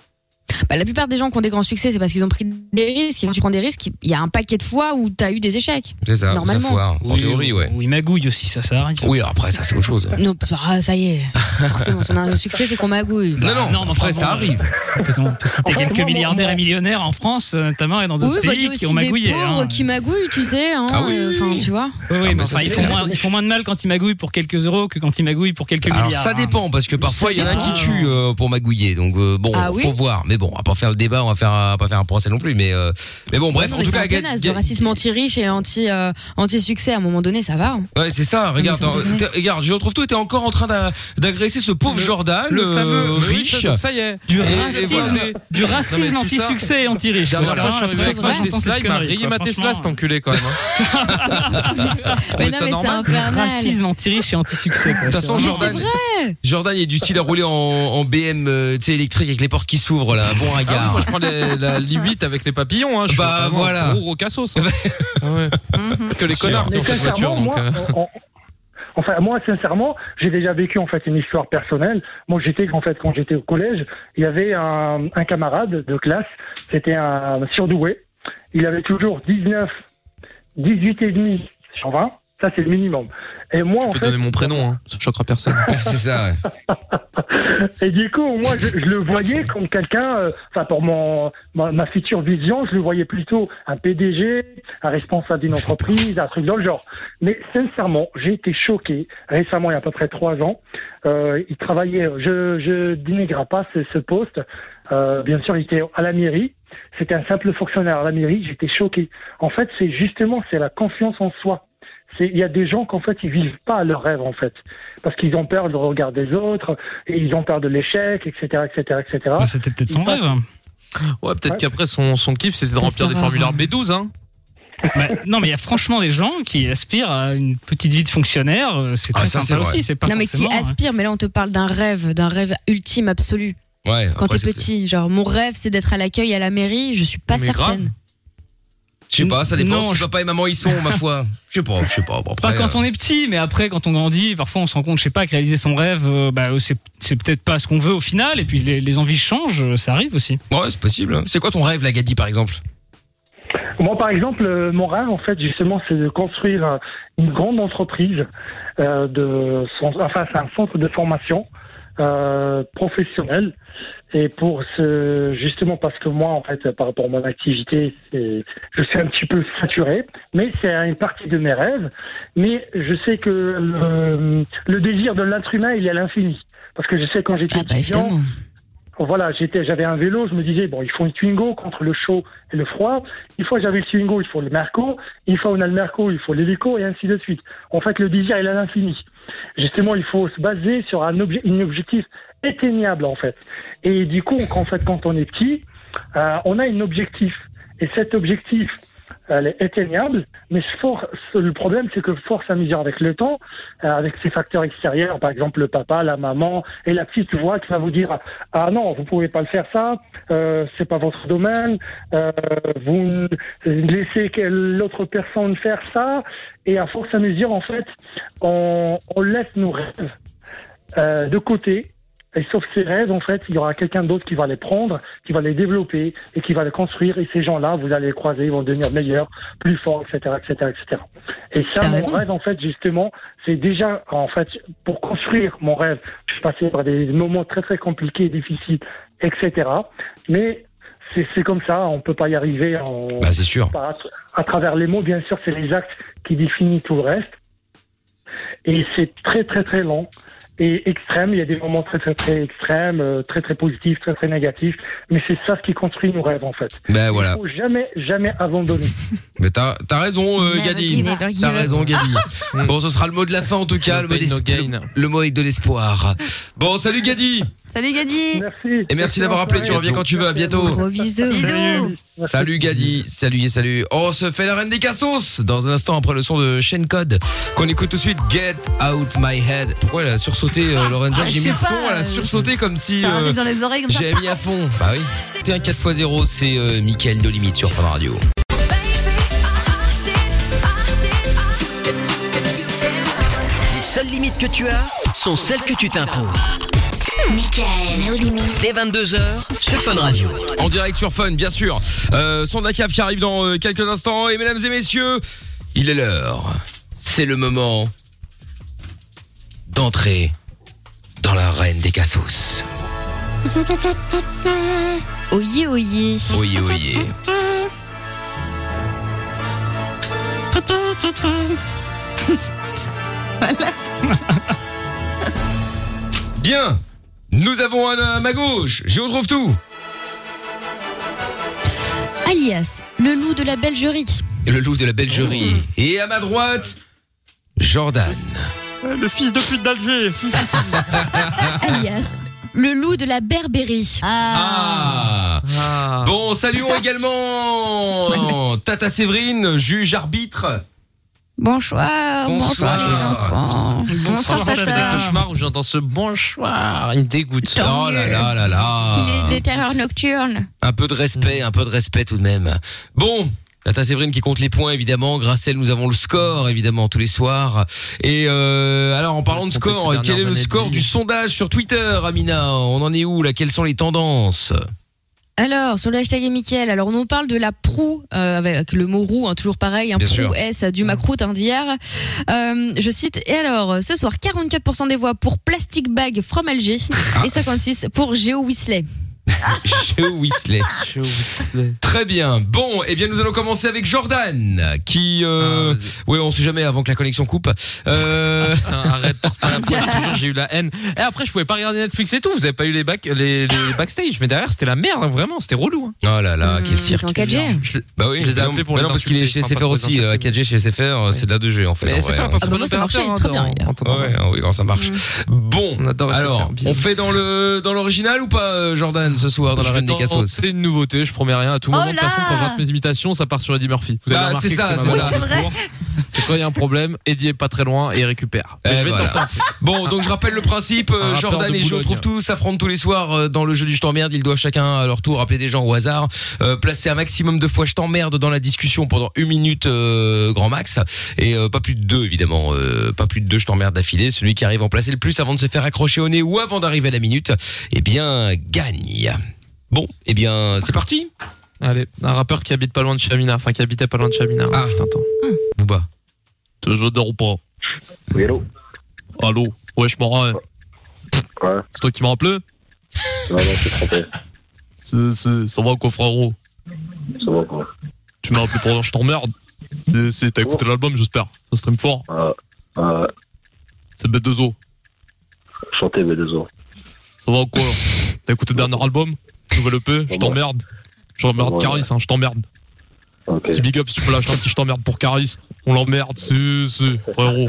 Speaker 6: Bah, la plupart des gens qui ont des grands succès, c'est parce qu'ils ont pris des risques. Et quand tu prends des risques, il y a un paquet de fois où t'as eu des échecs.
Speaker 2: C'est ça. Ça
Speaker 6: Normalement.
Speaker 2: foire. En
Speaker 3: Oui,
Speaker 2: théorie, ouais.
Speaker 3: Oui, magouille aussi, ça, ça arrive. Bah,
Speaker 2: Oui, après ça c'est autre chose.
Speaker 6: Non, pff, ah, ça y est. Forcément, si on a un succès, c'est qu'on magouille.
Speaker 2: Non, non,
Speaker 3: mais
Speaker 2: après,
Speaker 3: enfin,
Speaker 2: ça
Speaker 3: bon,
Speaker 2: arrive.
Speaker 3: On peut, on peut citer quelques milliardaires et millionnaires en France, euh, notamment, et dans
Speaker 6: Oui,
Speaker 3: d'autres
Speaker 6: bah, il y
Speaker 3: pays
Speaker 6: a aussi
Speaker 3: qui ont
Speaker 6: des
Speaker 3: magouillé.
Speaker 6: pauvres
Speaker 3: hein.
Speaker 6: qui magouillent, tu sais. Hein,
Speaker 3: Ah oui,
Speaker 6: euh, enfin, tu vois.
Speaker 3: Oui, oui,
Speaker 2: Ah,
Speaker 3: mais
Speaker 2: bah, ça,
Speaker 3: enfin,
Speaker 2: c'est
Speaker 3: ils, font
Speaker 2: clair.
Speaker 3: moins, ils font moins de mal quand ils magouillent pour quelques euros que quand ils magouillent pour quelques
Speaker 2: Alors
Speaker 3: milliards.
Speaker 2: ça
Speaker 3: hein.
Speaker 2: dépend parce que parfois il y en a
Speaker 3: dépend.
Speaker 2: qui tue euh, pour magouiller donc euh, bon
Speaker 6: Ah oui
Speaker 2: faut voir mais bon on va pas faire le débat on va faire un- pas faire un procès non plus mais euh, mais bon bref
Speaker 6: Non,
Speaker 2: en
Speaker 6: mais
Speaker 2: tout
Speaker 6: c'est
Speaker 2: cas
Speaker 6: un peu
Speaker 2: Gad-
Speaker 6: naze,
Speaker 2: Gad-
Speaker 6: le racisme anti-riche et anti, euh, anti-succès, à un moment donné, ça va. hein.
Speaker 2: ouais c'est ça regarde
Speaker 6: mais ça me
Speaker 2: euh,
Speaker 6: dérange.
Speaker 2: t'es- regarde je retrouve tout t'es encore en train d'a- d'agresser ce pauvre Jordan
Speaker 3: le
Speaker 2: euh,
Speaker 3: fameux- oui,
Speaker 2: riche
Speaker 3: ça, donc, ça y est. Du racisme- du racisme anti-succès et anti-riche.
Speaker 7: La dernière
Speaker 3: Ça,
Speaker 7: fois, je suis
Speaker 3: c'est
Speaker 7: arrivé avec ma
Speaker 3: vrai.
Speaker 7: Tesla, il m'a
Speaker 3: Connerie,
Speaker 7: rayé
Speaker 3: quoi,
Speaker 7: ma Tesla, cet
Speaker 3: franchement.
Speaker 7: enculé, quand même. hein.
Speaker 6: Mais non, mais
Speaker 7: Vous trouvez ça
Speaker 6: c'est
Speaker 7: normal
Speaker 6: infernal.
Speaker 3: Le Racisme anti-riche et anti-succès.
Speaker 2: De toute façon, Jordan- Jordan il est du style à rouler en, en BM euh, tu sais électrique avec les portes qui s'ouvrent là un bon
Speaker 7: Ah oui,
Speaker 2: regard
Speaker 7: moi, je prends les- la limite avec les papillons. Hein. Je
Speaker 2: Bah,
Speaker 7: suis vraiment
Speaker 2: voilà.
Speaker 7: un Gros, gros cassos. hein. Ah ouais. Que les connards qui
Speaker 16: Mhm. Mais
Speaker 7: ont Mm-hmm. cette voiture.
Speaker 16: sincèrement,
Speaker 7: Donc,
Speaker 16: moi,
Speaker 7: euh,
Speaker 16: en- en- Enfin, moi, sincèrement, j'ai déjà vécu en fait une histoire personnelle. Moi, j'étais en fait quand j'étais au collège, il y avait un, un camarade de classe, c'était un surdoué. Il avait toujours 19, 18 et demi sur 20. Ça, c'est le minimum. Et moi, en
Speaker 7: Je peux
Speaker 16: fait,
Speaker 7: donner mon prénom, hein. ça choquera personne.
Speaker 2: c'est ça, ouais.
Speaker 16: Et du coup, moi, je, je le voyais comme quelqu'un, euh, enfin, pour mon, ma, ma future vision, je le voyais plutôt un PDG, un responsable d'une entreprise, un truc dans le genre. Mais sincèrement, j'ai été choqué récemment, il y a à peu près trois ans. Euh, il travaillait, je, je dénigre pas ce, ce poste. Euh, bien sûr, il était à la mairie. C'était un simple fonctionnaire à la mairie. J'étais choqué. En fait, c'est justement, c'est la confiance en soi. C'est- Il y a des gens qu'en fait, ils vivent pas leurs rêves, en fait. Parce qu'ils ont peur du regard des autres, et ils ont peur de l'échec, etc., etc., etc.
Speaker 3: C'était peut-être son rêve.
Speaker 7: Ouais, peut-être qu'après son, son kiff, c'est de remplir des
Speaker 3: sert à
Speaker 7: formulaires
Speaker 3: rien.
Speaker 7: B12, hein.
Speaker 3: Bah, non, mais il y a franchement des gens qui aspirent à une petite vie de fonctionnaire. euh, C'est
Speaker 7: Ah,
Speaker 3: très
Speaker 7: ça, c'est
Speaker 3: sympa
Speaker 7: vrai.
Speaker 3: aussi. C'est pas
Speaker 6: non mais qui
Speaker 3: forcément, hein.
Speaker 6: aspire, mais là on te parle d'un rêve, d'un rêve ultime absolu.
Speaker 2: Ouais,
Speaker 6: Quand
Speaker 2: après,
Speaker 6: t'es
Speaker 2: c'était-
Speaker 6: petit, genre mon rêve c'est d'être à l'accueil à la mairie, je suis pas
Speaker 2: Mais grave.
Speaker 6: certaine.
Speaker 2: Je sais pas, ça dépend
Speaker 3: Non,
Speaker 2: si
Speaker 3: je-
Speaker 2: papa et maman y sont, ma foi. Je sais pas, je sais pas. Bon, après, euh,
Speaker 3: Pas quand on est petit, mais après quand on grandit, parfois on se rend compte, je sais pas, que réaliser son rêve, euh, bah, c'est c'est peut-être pas ce qu'on veut au final, et puis les, les envies changent, euh, ça arrive aussi.
Speaker 2: euh, Ouais, c'est possible. hein. C'est quoi ton rêve, la Gadi, par exemple
Speaker 16: Moi, par exemple, euh, mon rêve, en fait, justement, c'est de construire euh, une grande entreprise, euh, de son- enfin, c'est un centre de formation euh, professionnelle. Et pour ce, justement, parce que moi, en fait, par rapport à mon activité, c'est- je suis un petit peu saturé, mais c'est une partie de mes rêves. Mais je sais que le, le désir de l'être humain, il est à l'infini. Parce que je sais quand j'étais étudiant, voilà, j'étais, j'avais un vélo, je me disais, bon, il faut une Twingo contre le chaud et le froid. Une fois j'avais le Twingo, il faut le Merco. Une fois on a le Merco, il faut l'hélico et ainsi de suite. En fait, le désir, il est à l'infini. Justement, il faut se baser sur un obje- un objectif atteignable, en fait. Et du coup, en fait, quand on est petit, euh, on a un objectif. Et cet objectif, elle est atteignable, mais for- le problème, c'est que force à mesure avec le temps, euh, avec ces facteurs extérieurs, par exemple le papa, la maman et la petite voix qui va vous dire ah non, vous pouvez pas le faire ça, euh, c'est pas votre domaine, euh, vous laissez que l'autre personne faire ça, et à force à mesure, en fait, on, on laisse nos rêves euh, de côté. Et sauf ces rêves, en fait, il y aura quelqu'un d'autre qui va les prendre, qui va les développer et qui va les construire. Et ces gens-là, vous allez les croiser, ils vont devenir meilleurs, plus forts, etc., etc., etc. Et ça, mon rêve, en fait, justement, c'est déjà, en fait, pour construire mon rêve, je suis passé par des moments très, très compliqués, difficiles, etc. Mais c'est c'est comme ça, on peut pas y arriver. En,
Speaker 2: Bah, c'est sûr.
Speaker 16: À, à travers les mots, bien sûr, c'est les actes qui définissent tout le reste et c'est très très très lent et extrême. Il y a des moments très très très extrêmes, euh, très très positifs, très très négatifs, mais c'est ça ce qui construit nos rêves en fait.
Speaker 2: Ben voilà.
Speaker 16: Il faut jamais jamais abandonner.
Speaker 2: Mais t'as t'as raison, euh,
Speaker 16: Never
Speaker 2: Gadi.
Speaker 16: give up.
Speaker 2: T'as raison, Gadi. bon, ce sera le mot de la fin, en tout cas.
Speaker 7: No
Speaker 2: Le mot,
Speaker 7: pain, no
Speaker 2: d'esp-
Speaker 7: gain.
Speaker 2: le- le mot est de l'espoir. Bon, salut, Gadi.
Speaker 5: Salut Gadi
Speaker 16: Merci
Speaker 2: Et merci d'avoir appelé. Tu reviens quand tu veux. À bientôt. Salut Gadi, salut et salut. On se fait la reine des cassos dans un instant après le son de Shane Code qu'on écoute tout de suite Get Out My Head. Pourquoi elle a sursauté euh, Lorenza
Speaker 5: Ah, je
Speaker 2: J'ai mis
Speaker 5: sais
Speaker 2: le son,
Speaker 5: pas,
Speaker 2: elle a
Speaker 5: euh,
Speaker 2: sursauté comme si
Speaker 5: t'as un
Speaker 2: euh,
Speaker 5: truc dans les oreilles comme ça.
Speaker 2: j'avais mis à fond. Bah oui. T'es un 4x0, c'est euh, Mickaël de Limite sur Fun Radio.
Speaker 1: Les seules limites que tu as sont celles que tu t'imposes.
Speaker 10: Michael, nos limites.
Speaker 1: Dès 22h sur Fun Radio.
Speaker 2: En direct sur Fun, bien sûr. Euh, son de la cave qui arrive dans euh, quelques instants. Et mesdames et messieurs, il est l'heure. C'est le moment d'entrer dans la reine des cassos.
Speaker 6: Oyez, oyez.
Speaker 2: Oyez, oyez. Bien. Nous avons un, à ma gauche. Je retrouve tout.
Speaker 6: Alias, le loup de la Belgerie.
Speaker 2: Le loup de la Belgerie. Et à ma droite, Jordan.
Speaker 6: Le fils de pute d'Alger. Alias, le loup de la Berbérie.
Speaker 2: Ah. Bon, saluons également Tata Séverine, juge arbitre.
Speaker 17: Ah,
Speaker 6: Bonsoir, bonsoir les
Speaker 7: Oh. hein.
Speaker 6: enfants.
Speaker 7: Bonsoir, j'ai des cauchemars où j'entends ce bonsoir. Il me dégoûte.
Speaker 6: Tant
Speaker 2: Oh là là là là.
Speaker 6: Il est des terreurs nocturnes.
Speaker 2: Un peu de respect, un peu de respect tout de même. Bon, Nata Séverine qui compte les points évidemment. Grâce à elle, nous avons le score évidemment tous les soirs. Et euh, alors en parlant de
Speaker 7: compter ces
Speaker 2: score,
Speaker 7: dernières
Speaker 2: quel est le
Speaker 7: années de
Speaker 2: score
Speaker 7: vie.
Speaker 2: du sondage sur Twitter, Amina On en est où là Quelles sont les tendances
Speaker 6: Alors, sur le hashtag et Mickaël, alors on nous parle de la proue, euh, avec le mot roue, hein, toujours pareil, un
Speaker 17: Bien sûr.
Speaker 6: S du macroute hein, d'hier. Euh, je cite, et alors, ce soir, 44% des voix pour Plastic Bag from Alger et 56% pour Géo Whistler.
Speaker 2: Joe Weasley. Très bien. Bon, eh bien nous allons commencer avec Jordan, qui,
Speaker 7: Ah,
Speaker 2: euh, ouais, on sait jamais avant que la connexion coupe. Euh...
Speaker 7: arrête, porte pas la poire, je te jure, j'ai eu la haine. Et après, je pouvais pas regarder Netflix et tout. Vous avez pas eu les, back, les, les backstage, mais derrière, c'était la merde, hein, vraiment, c'était relou. hein.
Speaker 2: Oh là là, quel cirque.
Speaker 6: C'est en 4G.
Speaker 2: Je- Bah oui,
Speaker 7: Je les ai
Speaker 2: mais non,
Speaker 7: appelés pour
Speaker 2: mais
Speaker 7: les
Speaker 2: non, parce qu'il est
Speaker 7: insulter, enfin,
Speaker 2: chez
Speaker 7: pas
Speaker 2: SFR
Speaker 7: pour les
Speaker 2: aussi, euh, 4G chez SFR, euh, c'est de la 2G en fait.
Speaker 7: Mais
Speaker 2: en
Speaker 7: SFR,
Speaker 2: vrai,
Speaker 7: attention,
Speaker 2: hein.
Speaker 7: Ah bah moi, ça marchait
Speaker 6: très bien,
Speaker 2: Ah ouais,
Speaker 7: hein.
Speaker 2: ah oui, quand ça
Speaker 7: Mmh.
Speaker 2: marche. Bon, alors, on fait dans le dans l'original ou pas, euh, Jordan, ce soir dans la
Speaker 7: Je vais
Speaker 2: Reine des Cassos
Speaker 7: tenter une nouveauté, je promets rien. À tout
Speaker 2: Oh
Speaker 7: moment, de toute
Speaker 2: là
Speaker 7: façon, quand je rate mes imitations, ça part sur Eddie Murphy. Vous avez
Speaker 2: Ah,
Speaker 7: remarqué
Speaker 2: c'est
Speaker 7: que
Speaker 2: ça,
Speaker 7: ma
Speaker 2: c'est
Speaker 7: valeur
Speaker 2: ça.
Speaker 7: de secours. C'est quand il y a un problème, Eddie est pas très loin et il récupère.
Speaker 2: Eh,
Speaker 7: Mais je vais
Speaker 2: voilà.
Speaker 6: Ah,
Speaker 7: tenter.
Speaker 2: Bon, donc je rappelle le principe. euh,
Speaker 7: Un rappeur
Speaker 2: Jordan
Speaker 7: de
Speaker 2: et Joe
Speaker 7: Boulogne.
Speaker 2: trouvent tout, s'affrontent tous les soirs euh, dans le jeu du je t'emmerde. Ils doivent chacun à leur tour appeler des gens au hasard, euh, placer un maximum de fois je t'emmerde dans la discussion pendant une minute euh, grand max et euh, pas plus de deux évidemment, euh, pas plus de deux je t'emmerde d'affilée. Celui qui arrive à en placer le plus avant de se faire accrocher au nez ou avant d'arriver à la minute, eh bien gagne. Bon, eh bien c'est parti.
Speaker 7: Allez, un rappeur qui habite pas loin de Chamina, enfin qui habitait pas loin de Chamina. Ah, je t'entends.
Speaker 2: Booba.
Speaker 7: Toujours dors ou pas Oui, allô Allô Ouais, je m'en Ouais. C'est toi qui m'as rappelé
Speaker 15: Non, non, je suis trompé.
Speaker 7: C'est- c'est- Ça va quoi, frérot
Speaker 15: Ça va, quoi.
Speaker 7: Tu m'as appelé pendant je t'emmerde C'est- c'est- T'as écouté l'album, j'espère. Ça stream fort.
Speaker 15: Euh,
Speaker 7: C'est B2O.
Speaker 15: Chantez, mais désolé.
Speaker 7: Ça va quoi T'as écouté le dernier album Nouvel EP Je t'emmerde. Je t'emmerde,
Speaker 15: Ouais.
Speaker 7: Caris, hein, je t'emmerde. Petit big up si tu peux lâcher un petit je t'emmerde pour Caris. On l'emmerde, c'est, c'est, frérot.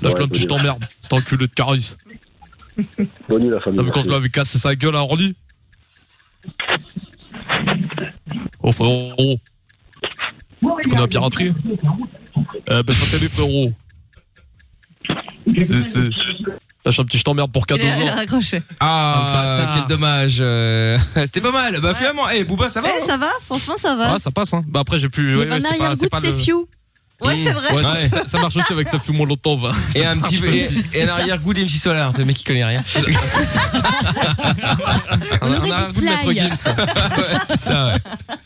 Speaker 7: Lâche le un petit je t'emmerde. C'est un culé de Caris.
Speaker 15: Bonne nuit, la famille.
Speaker 7: T'as vu quand je
Speaker 15: merci.
Speaker 7: l'avais cassé sa gueule à Orly Oh frérot Tu connais la piraterie Eh baisse la télé frérot C'est c'est Lâche un petit je t'emmerde pour cadeau
Speaker 5: Il a raccroché.
Speaker 7: bah,
Speaker 2: Ah, quel dommage. euh, C'était pas mal. Bah finalement, eh Booba, ça va hein
Speaker 5: Eh, ça va, franchement, ça va.
Speaker 2: Ah,
Speaker 7: Ouais ça passe hein Bah après j'ai plus
Speaker 5: Il y
Speaker 7: ouais,
Speaker 5: avait un
Speaker 7: ouais, c'est pas-
Speaker 5: arrière-goût de
Speaker 7: pas le-
Speaker 5: ses few. Ouais, c'est vrai.
Speaker 7: Ouais, ça- ça, ça marche aussi avec ça fume mon longtemps va.
Speaker 2: Et
Speaker 7: Ça
Speaker 2: un
Speaker 7: marche
Speaker 2: petit peu, et,
Speaker 7: aussi.
Speaker 2: et un arrière-goût d'MC Solar, c'est le mec qui connaît rien.
Speaker 6: On aurait
Speaker 2: on a
Speaker 6: dit
Speaker 2: un goût de Maître
Speaker 6: Sly.
Speaker 2: Ouais, c'est ça, ouais.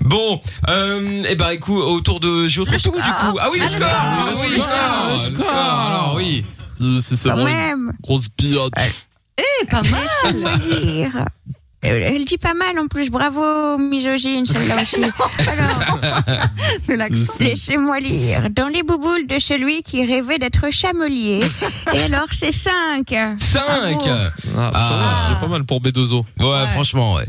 Speaker 2: Bon, euh, et ben écoute, autour de Géo trouve tout du coup. Ah oui, le
Speaker 7: Ah,
Speaker 2: score
Speaker 7: ah,
Speaker 2: oui,
Speaker 7: oui,
Speaker 2: le
Speaker 7: le
Speaker 2: score,
Speaker 7: score,
Speaker 2: le
Speaker 7: le
Speaker 2: score,
Speaker 7: score.
Speaker 2: alors, oui.
Speaker 7: Euh, C'est c'est
Speaker 17: Quand
Speaker 7: vraiment
Speaker 17: même.
Speaker 7: une grosse piote
Speaker 5: Eh,
Speaker 6: Ah,
Speaker 5: pas mal.
Speaker 17: Laisse-moi dire. Elle elle dit pas mal en plus, bravo, misogyne, celle-là aussi. Alors, laissez-moi lire. Dans les bouboules de celui qui rêvait d'être chamelier. Et alors, c'est 5.
Speaker 2: 5
Speaker 7: Ah, c'est pas mal pour B2O.
Speaker 2: Ouais, franchement, ouais.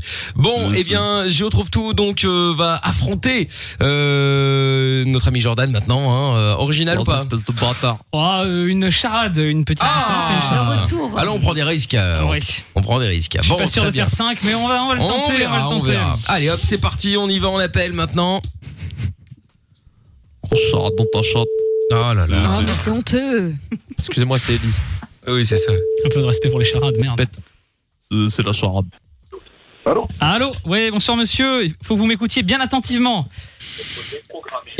Speaker 7: Oui,
Speaker 2: Bon, eh
Speaker 7: c'est-
Speaker 2: bien, Géo trouve tout donc euh, va affronter euh, notre ami Jordan maintenant, hein, euh, original ou
Speaker 7: Oh, cette
Speaker 2: pas
Speaker 7: espèce de bâtard.
Speaker 3: Oh, euh, une charade, une petite.
Speaker 2: Ah, Alors on prend des risques. euh, on- On prend des risques.
Speaker 3: Je suis
Speaker 2: Bon,
Speaker 3: pas sûr
Speaker 2: très
Speaker 3: de
Speaker 2: bien.
Speaker 3: faire 5, mais on va, on va le
Speaker 2: On
Speaker 3: tenter.
Speaker 2: verra,
Speaker 3: on va
Speaker 2: on
Speaker 3: le tenter.
Speaker 2: verra. Allez hop, c'est parti, on y va, on appelle maintenant.
Speaker 7: Grosse charade dans ta chatte.
Speaker 2: Ah là là.
Speaker 6: Oh, mais c'est honteux.
Speaker 7: Excusez-moi, c'est Ellie.
Speaker 2: Oui, c'est ça.
Speaker 3: Un peu de respect pour les charades, merde.
Speaker 7: Euh, C'est c'est la charade.
Speaker 3: Allô Ouais, bonsoir monsieur, il faut que vous m'écoutiez bien attentivement.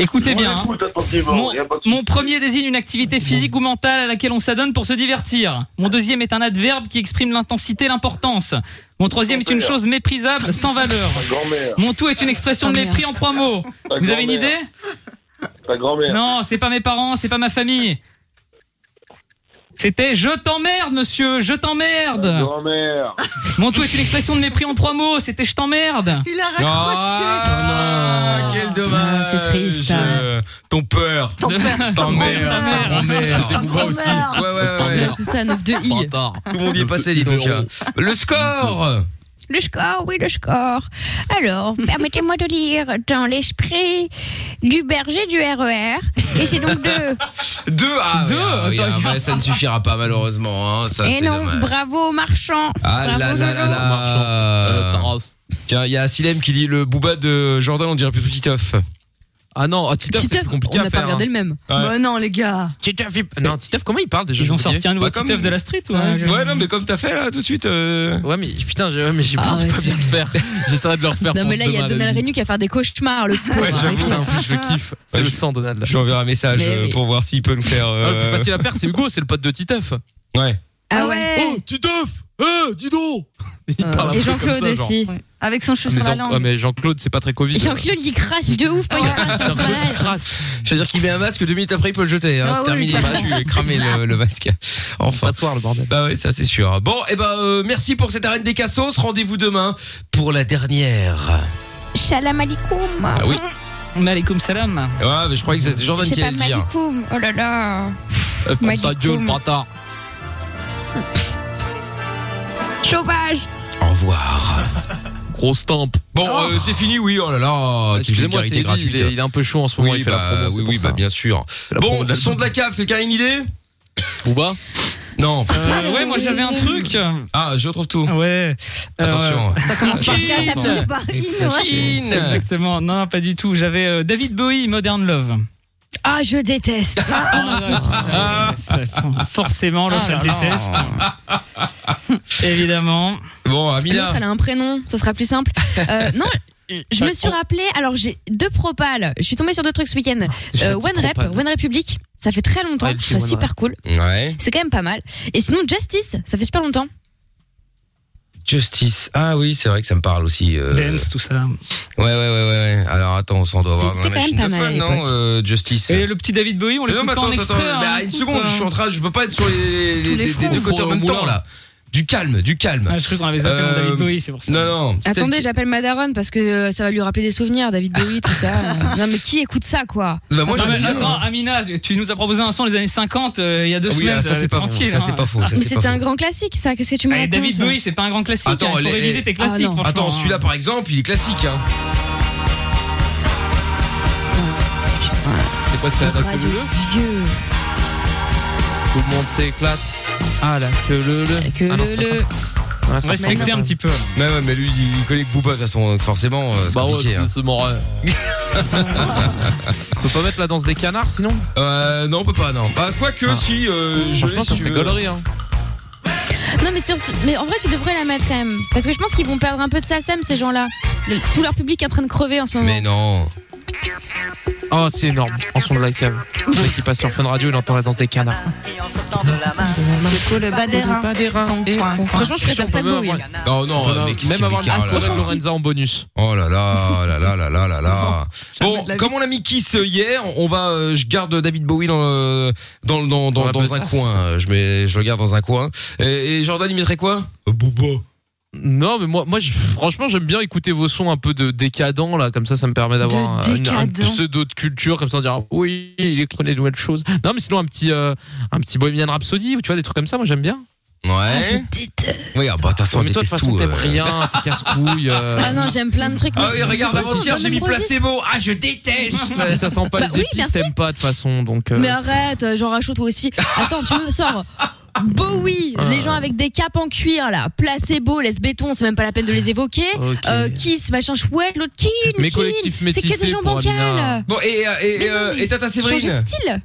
Speaker 3: Écoutez
Speaker 11: On
Speaker 3: bien.
Speaker 11: écoute
Speaker 3: hein.
Speaker 11: attentivement,
Speaker 3: Mon,
Speaker 11: y a pas de
Speaker 3: mon premier désigne une activité physique ou mentale à laquelle on s'adonne pour se divertir. Mon deuxième est un adverbe qui exprime l'intensité, l'importance. Mon troisième est une
Speaker 11: Grand-père.
Speaker 3: chose méprisable, sans valeur.
Speaker 11: Grand-mère.
Speaker 3: Mon tout est une expression de
Speaker 11: Ah, merde.
Speaker 3: mépris en trois mots.
Speaker 11: Ta
Speaker 3: Vous avez une idée
Speaker 11: grand-mère. Ta grand-mère.
Speaker 3: Non, c'est pas mes parents, c'est pas ma famille. C'était je t'emmerde, monsieur, je
Speaker 11: Ta
Speaker 3: t'emmerde.
Speaker 11: grand-mère.
Speaker 3: Mon tout est une expression de mépris en trois mots, c'était je t'emmerde.
Speaker 5: Il a
Speaker 2: Ah, quel dommage. C'est triste. Ton père. Ton
Speaker 3: père.
Speaker 2: Ta mère. Ta grand-mère. C'était
Speaker 7: Booba
Speaker 2: aussi. Ouais, ouais, ouais.
Speaker 6: Ouais, C'est ça, 9 de i.
Speaker 7: Bâtard.
Speaker 2: Tout le monde y est passé, dis donc. Le score
Speaker 17: Le score, oui, le score. Alors, permettez-moi de lire dans l'esprit du berger du RER. Et c'est donc de.
Speaker 2: 2 à
Speaker 3: Deux, attends,
Speaker 2: ah, bah, Ça ne suffira pas, malheureusement. hein, Ça,
Speaker 17: Et
Speaker 2: c'est
Speaker 17: Eh non,
Speaker 2: dommage.
Speaker 17: bravo, marchand.
Speaker 2: Ah
Speaker 17: bravo,
Speaker 2: là là
Speaker 17: Jojo.
Speaker 2: là là Tiens, il y a Silem qui dit le booba de Jordan, on dirait plutôt Titoff.
Speaker 7: Ah non, ah, Titeuf, c'est
Speaker 6: Titeuf,
Speaker 7: plus compliqué
Speaker 6: on
Speaker 7: à
Speaker 6: n'a pas
Speaker 7: faire.
Speaker 6: regardé
Speaker 7: hein.
Speaker 6: le même.
Speaker 7: Ouais.
Speaker 5: Bah non, les gars.
Speaker 7: Titeuf, il- Non, Titeuf, comment il parle déjà
Speaker 3: Ils ont
Speaker 7: j'ai oublié.
Speaker 3: sorti un nouveau
Speaker 7: Bah, comme-
Speaker 3: Titeuf de la street ou un-
Speaker 7: Ouais, non, mais comme t'as fait là tout de suite.
Speaker 2: euh.
Speaker 7: Ouais, mais putain, j'ai ouais, mais j'ai pas j'ai pas bien le faire. J'essaierai de le refaire.
Speaker 6: Non, mais là, il y a
Speaker 7: pour demain,
Speaker 6: Donald
Speaker 7: la nuit.
Speaker 6: Renu qui va faire des cauchemars, le pauvre.
Speaker 7: Ouais, j'avoue,
Speaker 6: Arrêtez.
Speaker 7: putain, en plus,
Speaker 2: hein.
Speaker 7: je le kiffe. C'est le sang, Donald.
Speaker 2: Ah, Je lui enverrai un message
Speaker 7: Mais
Speaker 2: euh,
Speaker 7: oui.
Speaker 2: pour voir s'il peut nous faire.
Speaker 7: Ah, le
Speaker 2: euh,
Speaker 7: plus facile à faire, c'est Hugo, c'est le pote de Titeuf.
Speaker 2: Ouais.
Speaker 5: Ah ouais
Speaker 7: Oh, Titeuf Eh, dis donc Il
Speaker 5: Euh,
Speaker 7: parle un
Speaker 5: et
Speaker 7: peu comme
Speaker 5: Jean-Claude
Speaker 7: ça, genre.
Speaker 5: aussi. Ouais. Avec son cheveu
Speaker 7: Ah, mais
Speaker 5: sur la
Speaker 7: Jean-
Speaker 5: langue. Ah
Speaker 7: ah, mais Jean-Claude, c'est pas très Covid. euh.
Speaker 6: Jean-Claude, il crache de ouf quand il crache sur Fred.
Speaker 2: C'est-à-dire qu'il met un masque, deux minutes après, il peut le jeter. Hein,
Speaker 6: Ah
Speaker 2: c'est
Speaker 6: oui,
Speaker 2: terminé.
Speaker 6: clairement.
Speaker 2: Voilà, tu lui as cramé le, le masque. Enfin.
Speaker 7: le bordel.
Speaker 2: Bah ouais, ça c'est sûr. Bon, et ben euh, merci pour cette arène des cassos. Rendez-vous demain pour la dernière.
Speaker 17: Salam alaikum.
Speaker 2: Ah oui.
Speaker 3: Malikum salam.
Speaker 2: Ouais, mais je croyais que c'était Jordan
Speaker 17: C'est
Speaker 2: qui
Speaker 17: pas
Speaker 2: allait le dire.
Speaker 17: malikoum. Oh là là.
Speaker 7: Euh, ferme ta
Speaker 17: Malikoum.
Speaker 7: gueule, bâtard.
Speaker 17: Sauvage.
Speaker 2: Au revoir.
Speaker 7: Grosse stampe.
Speaker 2: Bon, euh, c'est fini, oui. Oh là là.
Speaker 7: Excusez-moi,
Speaker 2: quelle
Speaker 7: c'est Eddy,
Speaker 2: vulgarité gratuite.
Speaker 7: il est- il est un peu chaud en ce moment,
Speaker 2: Oui,
Speaker 7: il fait la
Speaker 2: bah,
Speaker 7: promo, c'est
Speaker 2: Oui,
Speaker 7: pour
Speaker 2: oui,
Speaker 7: ça.
Speaker 2: bah bien sûr.
Speaker 7: la promo
Speaker 2: Bon,
Speaker 7: de l'album.
Speaker 2: son de la cave, quelqu'un a une idée
Speaker 7: Ou bas
Speaker 2: Non.
Speaker 3: Euh, ouais, moi j'avais un truc.
Speaker 2: Ah, je retrouve tout.
Speaker 3: Ouais. Euh,
Speaker 2: Attention.
Speaker 3: Ça commence par
Speaker 5: K, ça finit par in, ouais.
Speaker 3: Exactement. Non, non, pas du tout. J'avais euh, David Bowie, Modern Love.
Speaker 6: Ah, je déteste.
Speaker 3: Ah, ça, forcément, l'autre
Speaker 6: Ah
Speaker 3: elle
Speaker 6: là là.
Speaker 3: déteste. Évidemment.
Speaker 2: Bon,
Speaker 6: L'autre, elle a un prénom, ça sera plus simple. Euh, non, je me suis rappelé, alors j'ai deux propales. Je suis tombée sur deux trucs ce week-end.
Speaker 2: Ah, déjà
Speaker 6: Euh,
Speaker 2: dit
Speaker 6: One Rep,
Speaker 2: propal.
Speaker 6: One Republic, ça fait très longtemps,
Speaker 2: Ouais,
Speaker 6: je trouve
Speaker 2: le film
Speaker 6: ça
Speaker 2: One
Speaker 6: super
Speaker 2: Rep.
Speaker 6: cool.
Speaker 2: Ouais.
Speaker 6: C'est quand même pas mal. Et sinon, Justice, ça fait super longtemps.
Speaker 2: Justice. Ah oui, c'est vrai que ça me parle aussi. euh,
Speaker 3: Dance, tout ça.
Speaker 2: Ouais, ouais, ouais, ouais. ouais. Alors attends, on s'en doit avoir
Speaker 3: C'était
Speaker 2: dans
Speaker 3: quand
Speaker 2: la machine
Speaker 3: même
Speaker 2: de
Speaker 3: pas
Speaker 2: fun,
Speaker 3: mal à
Speaker 2: non euh, Justice.
Speaker 3: Et le petit David Bowie, on
Speaker 2: Mais non,
Speaker 3: l'écoute
Speaker 2: mais
Speaker 3: pas en
Speaker 2: attends, attends,
Speaker 3: extrait.
Speaker 2: attends.
Speaker 3: hein,
Speaker 2: Bah,
Speaker 3: on
Speaker 2: une
Speaker 3: fout,
Speaker 2: seconde,
Speaker 3: quoi.
Speaker 2: je suis en train, je peux pas être sur les,
Speaker 3: Tous les
Speaker 2: des- des
Speaker 3: fronts.
Speaker 2: deux côtés en
Speaker 3: Faut
Speaker 2: même
Speaker 3: au
Speaker 2: temps
Speaker 3: boulot.
Speaker 2: là. Du calme, du calme.
Speaker 3: Ah, je croyais qu'on avait zappé mon David
Speaker 2: Euh,
Speaker 3: Bowie, c'est pour ça.
Speaker 2: Non, non. c'était-
Speaker 6: Attendez, j'appelle Madaron parce que euh, ça va lui rappeler des souvenirs, David Bowie, tout ça. Euh, non, mais qui écoute ça, quoi
Speaker 2: Bah,
Speaker 3: Non,
Speaker 2: moi, j'aime
Speaker 3: mais
Speaker 2: bien,
Speaker 3: attends,
Speaker 2: hein.
Speaker 3: Amina, tu nous as proposé un son des années 50 euh, il y a deux
Speaker 2: Ah oui,
Speaker 3: semaines.
Speaker 2: ah, ça, c'est
Speaker 3: euh,
Speaker 2: pas faux,
Speaker 3: tranquille,
Speaker 2: ça, c'est
Speaker 3: hein.
Speaker 2: pas faux, ça,
Speaker 6: Mais c'était un grand classique, ça. Qu'est-ce que tu me
Speaker 3: Et
Speaker 6: racontes
Speaker 3: David Bowie, c'est pas un grand classique. hein, il
Speaker 2: les-
Speaker 3: faut réviser tes classiques,
Speaker 6: Ah, non.
Speaker 3: franchement.
Speaker 2: Attends,
Speaker 3: hein.
Speaker 2: celui-là par exemple, il est classique. Hein.
Speaker 7: C'est quoi, c'est la queue leu
Speaker 6: vieux.
Speaker 7: Tout le monde s'éclate. Ah, la queue leu leu.
Speaker 6: Que
Speaker 7: Ah non, c'est pas
Speaker 6: le.
Speaker 7: ça. Ouais, ça ressemble à ça.
Speaker 3: peu.
Speaker 2: Mais ouais, mais lui, il connaît que Booba de toute façon, donc forcément, euh, c'est
Speaker 7: Bah ouais,
Speaker 2: compliqué.
Speaker 7: c'est
Speaker 2: hein.
Speaker 7: c'est mon rêve. On peut pas mettre la danse des canards sinon
Speaker 2: Euh, non, on peut pas, non. Bah, quoique,
Speaker 7: Ah.
Speaker 2: si, euh, je
Speaker 7: Franchement,
Speaker 2: l'ai,
Speaker 7: ça
Speaker 2: si tu
Speaker 7: serait
Speaker 2: veux.
Speaker 7: gaulerie, hein.
Speaker 3: hein.
Speaker 6: Non, mais, sur... mais en vrai, tu devrais la mettre quand même. Parce que je pense qu'ils vont perdre un peu de sa sème, ces gens-là. Le- Tout leur public est en train de crever en ce moment.
Speaker 2: Mais non.
Speaker 7: Oh, c'est énorme. En son de la cave. Le mec qui passe sur Fun Radio, il entend la danse des canards.
Speaker 5: C'est quoi le badérin
Speaker 6: Franchement, je préfère ça que Bowie.
Speaker 2: Non, euh, non,
Speaker 7: Même
Speaker 2: mais qu'est-ce qu'il
Speaker 7: même
Speaker 2: est
Speaker 7: avoir
Speaker 2: picard,
Speaker 7: une
Speaker 2: oh là,
Speaker 7: photo avec
Speaker 2: là.
Speaker 7: Lorenza en bonus.
Speaker 2: Oh là là, oh là là, là là là là. Bon, comme on a mis Kiss hier, on va, euh, je garde David Bowie dans le- dans le- dans, dans,
Speaker 7: la
Speaker 2: dans un
Speaker 7: besace.
Speaker 2: coin. euh, Je mets, je le garde dans un coin. Et, et Jordan, il mettrait quoi Booba.
Speaker 7: Non, mais moi, moi je- franchement, j'aime bien écouter vos sons un peu de décadents, là, comme ça, ça me permet d'avoir
Speaker 2: De
Speaker 7: euh, une- un
Speaker 2: décadent.
Speaker 7: pseudo de culture, comme ça, on dira, oui, il est connu de nouvelles choses. Non, mais sinon, un petit, euh, un petit Bohemian Rhapsody, ou tu vois, des trucs comme ça, moi, j'aime bien.
Speaker 6: Ah,
Speaker 2: Ouais. Oui, ah bah, t'as
Speaker 7: Ouais, mais toi, de toute façon, euh. t'aimes rien, t'es casse-couille. euh.
Speaker 6: Ah non, j'aime plein de trucs.
Speaker 2: Ah
Speaker 6: mais-
Speaker 2: oui, regarde,
Speaker 6: De toute façon,
Speaker 2: avant-hier,
Speaker 6: dans
Speaker 2: j'ai
Speaker 6: le
Speaker 2: mis
Speaker 6: projet-
Speaker 2: placebo. Ah, je déteste.
Speaker 7: Si ça sent pas
Speaker 6: Bah
Speaker 7: les
Speaker 6: oui,
Speaker 7: épices,
Speaker 6: merci.
Speaker 7: t'aimes pas, de toute façon, donc. euh,
Speaker 6: Mais arrête, euh, j'en rachote toi aussi. Attends, tu me sors. Bowie,
Speaker 7: Ah.
Speaker 6: les gens avec des capes en cuir là, placebo, laisse béton, c'est même pas la peine de les évoquer.
Speaker 7: Ok.
Speaker 6: Euh, kiss, machin chouette, l'autre kin,
Speaker 7: Mes
Speaker 6: kin.
Speaker 7: collectifs
Speaker 6: C'est que
Speaker 7: métissés
Speaker 6: des gens
Speaker 7: pour
Speaker 6: bancals.
Speaker 7: Amina.
Speaker 2: Bon, et, euh, et, euh, et Tata
Speaker 6: Changer de
Speaker 2: Séverine Bah,
Speaker 6: style.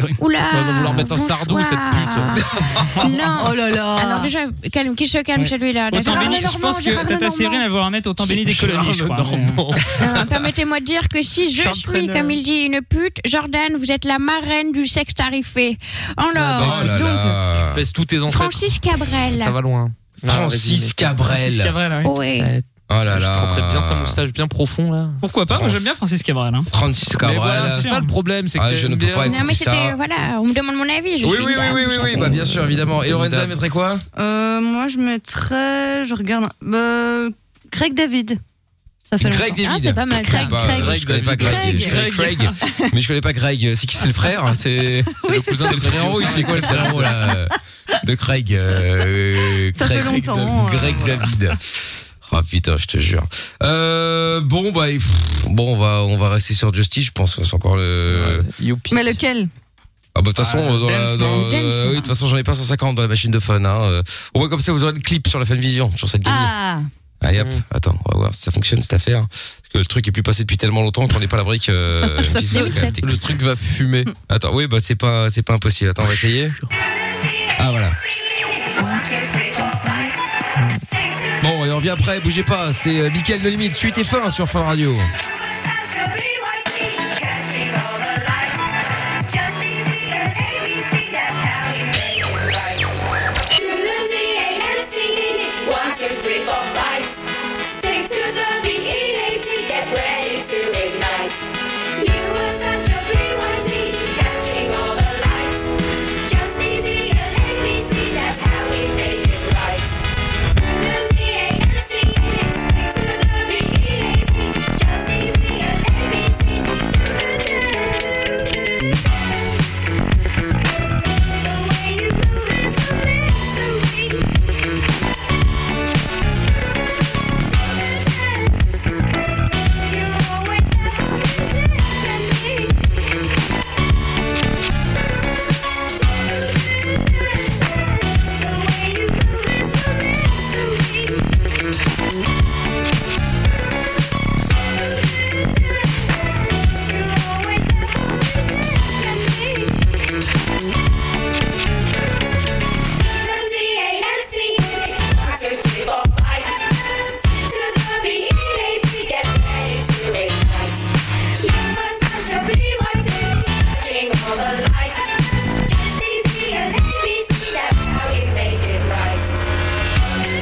Speaker 7: Ouais,
Speaker 6: Oula.
Speaker 7: elle va vouloir mettre un sardou, cette pute.
Speaker 6: Non.
Speaker 5: Oh là là.
Speaker 6: Alors déjà, calme, qui se calme chez lui là.
Speaker 3: Autant
Speaker 6: Déjà.
Speaker 3: béni, je pense que Tata Séverine, elle va en mettre autant béni des colonies, je crois.
Speaker 17: Euh, Permettez-moi de dire que si je
Speaker 3: Charles
Speaker 17: suis,
Speaker 3: Trenet.
Speaker 17: comme il dit, une pute, Jordan, vous êtes la marraine du sexe tarifé.
Speaker 2: Ah
Speaker 17: Alors,
Speaker 2: bah,
Speaker 7: Oh là
Speaker 17: donc,
Speaker 7: là. Je pèse tous tes ancêtres.
Speaker 17: Francis Cabrel.
Speaker 7: Ça va loin.
Speaker 2: Francis Cabrel. Francis Cabrel,
Speaker 17: oui. Euh, Oui.
Speaker 2: Oh là
Speaker 7: Ah, Je
Speaker 2: là.
Speaker 7: tenterais bien sa moustache bien profond là.
Speaker 3: Pourquoi pas Moi, j'aime bien Francis Cabrel. hein.
Speaker 2: Francis Cabrel.
Speaker 7: Mais voilà, c'est ça le problème, c'est que
Speaker 2: Ah, je ne peux
Speaker 7: t'aimes
Speaker 2: pas
Speaker 7: bien.
Speaker 17: Non, mais
Speaker 2: écouter
Speaker 17: c'était,
Speaker 2: ça.
Speaker 17: voilà, on me demande mon avis. Je
Speaker 2: Oui,
Speaker 17: suis
Speaker 2: oui, oui,
Speaker 17: dame,
Speaker 2: oui, oui,
Speaker 17: je
Speaker 2: oui,
Speaker 17: savais.
Speaker 2: bah bien sûr, évidemment. Et
Speaker 7: Comme
Speaker 2: Lorenza
Speaker 7: d'hab.
Speaker 2: mettrait quoi
Speaker 5: Euh, moi, je mettrais. Je regarde. euh, Greg David. Ça fait longtemps.
Speaker 2: Greg David.
Speaker 6: Ah, c'est pas mal,
Speaker 2: Je connais
Speaker 6: ça.
Speaker 2: pas,
Speaker 5: Craig.
Speaker 2: euh, Je connais pas Greg.
Speaker 5: Craig.
Speaker 2: Je connais Craig. Mais je connais pas Greg. C'est qui C'est le frère hein, C'est
Speaker 5: Oui,
Speaker 2: le
Speaker 5: c'est
Speaker 2: cousin
Speaker 5: ça.
Speaker 2: de frérot. Il fait quoi le frérot là euh, De Craig. euh,
Speaker 5: Ça
Speaker 2: Craig,
Speaker 5: fait
Speaker 2: Craig
Speaker 5: longtemps, hein.
Speaker 2: David, Greg David. Oh putain, je te jure. Euh, bon bah pff, bon on va on va rester sur Justice, je pense que c'est encore le
Speaker 7: Youpi.
Speaker 5: Mais lequel
Speaker 2: Ah bah de toute façon
Speaker 7: Ah,
Speaker 2: dans la
Speaker 7: Dance,
Speaker 2: dans-
Speaker 7: non
Speaker 2: euh,
Speaker 7: Dance,
Speaker 2: oui, de toute façon, j'en ai pas 150 dans la machine de fun hein. Euh, On voit comme ça vous aurez le clip sur la Fun Vision, sur cette gagnée.
Speaker 5: Ah
Speaker 18: Allez hop, attends, on va voir si ça fonctionne cette affaire. Parce que le truc est plus passé depuis tellement longtemps qu'on n'est pas à la brique. euh,
Speaker 7: Ça
Speaker 18: qui se
Speaker 7: fait
Speaker 18: fout, quand même.
Speaker 7: Le truc va fumer.
Speaker 18: Attends, oui, bah c'est pas, c'est pas impossible. Attends, on va essayer. Ah voilà.
Speaker 2: Bon, et on revient après, bougez pas, c'est euh, Mickaël de Limite, suite et fin sur Fun Radio.
Speaker 19: To the D A N C E, one, two, three, four, five. Sing to the B E A T, get ready to ignite. You were such a BYT, catching all the lights. Just easy as ABC, that's how we make it right. To the D A N C E, sing to the B E A T, just easy as ABC. Do the dance, do the dance. The way you move is a mystery. All the lights, just easy as ABC. That's how we make it right.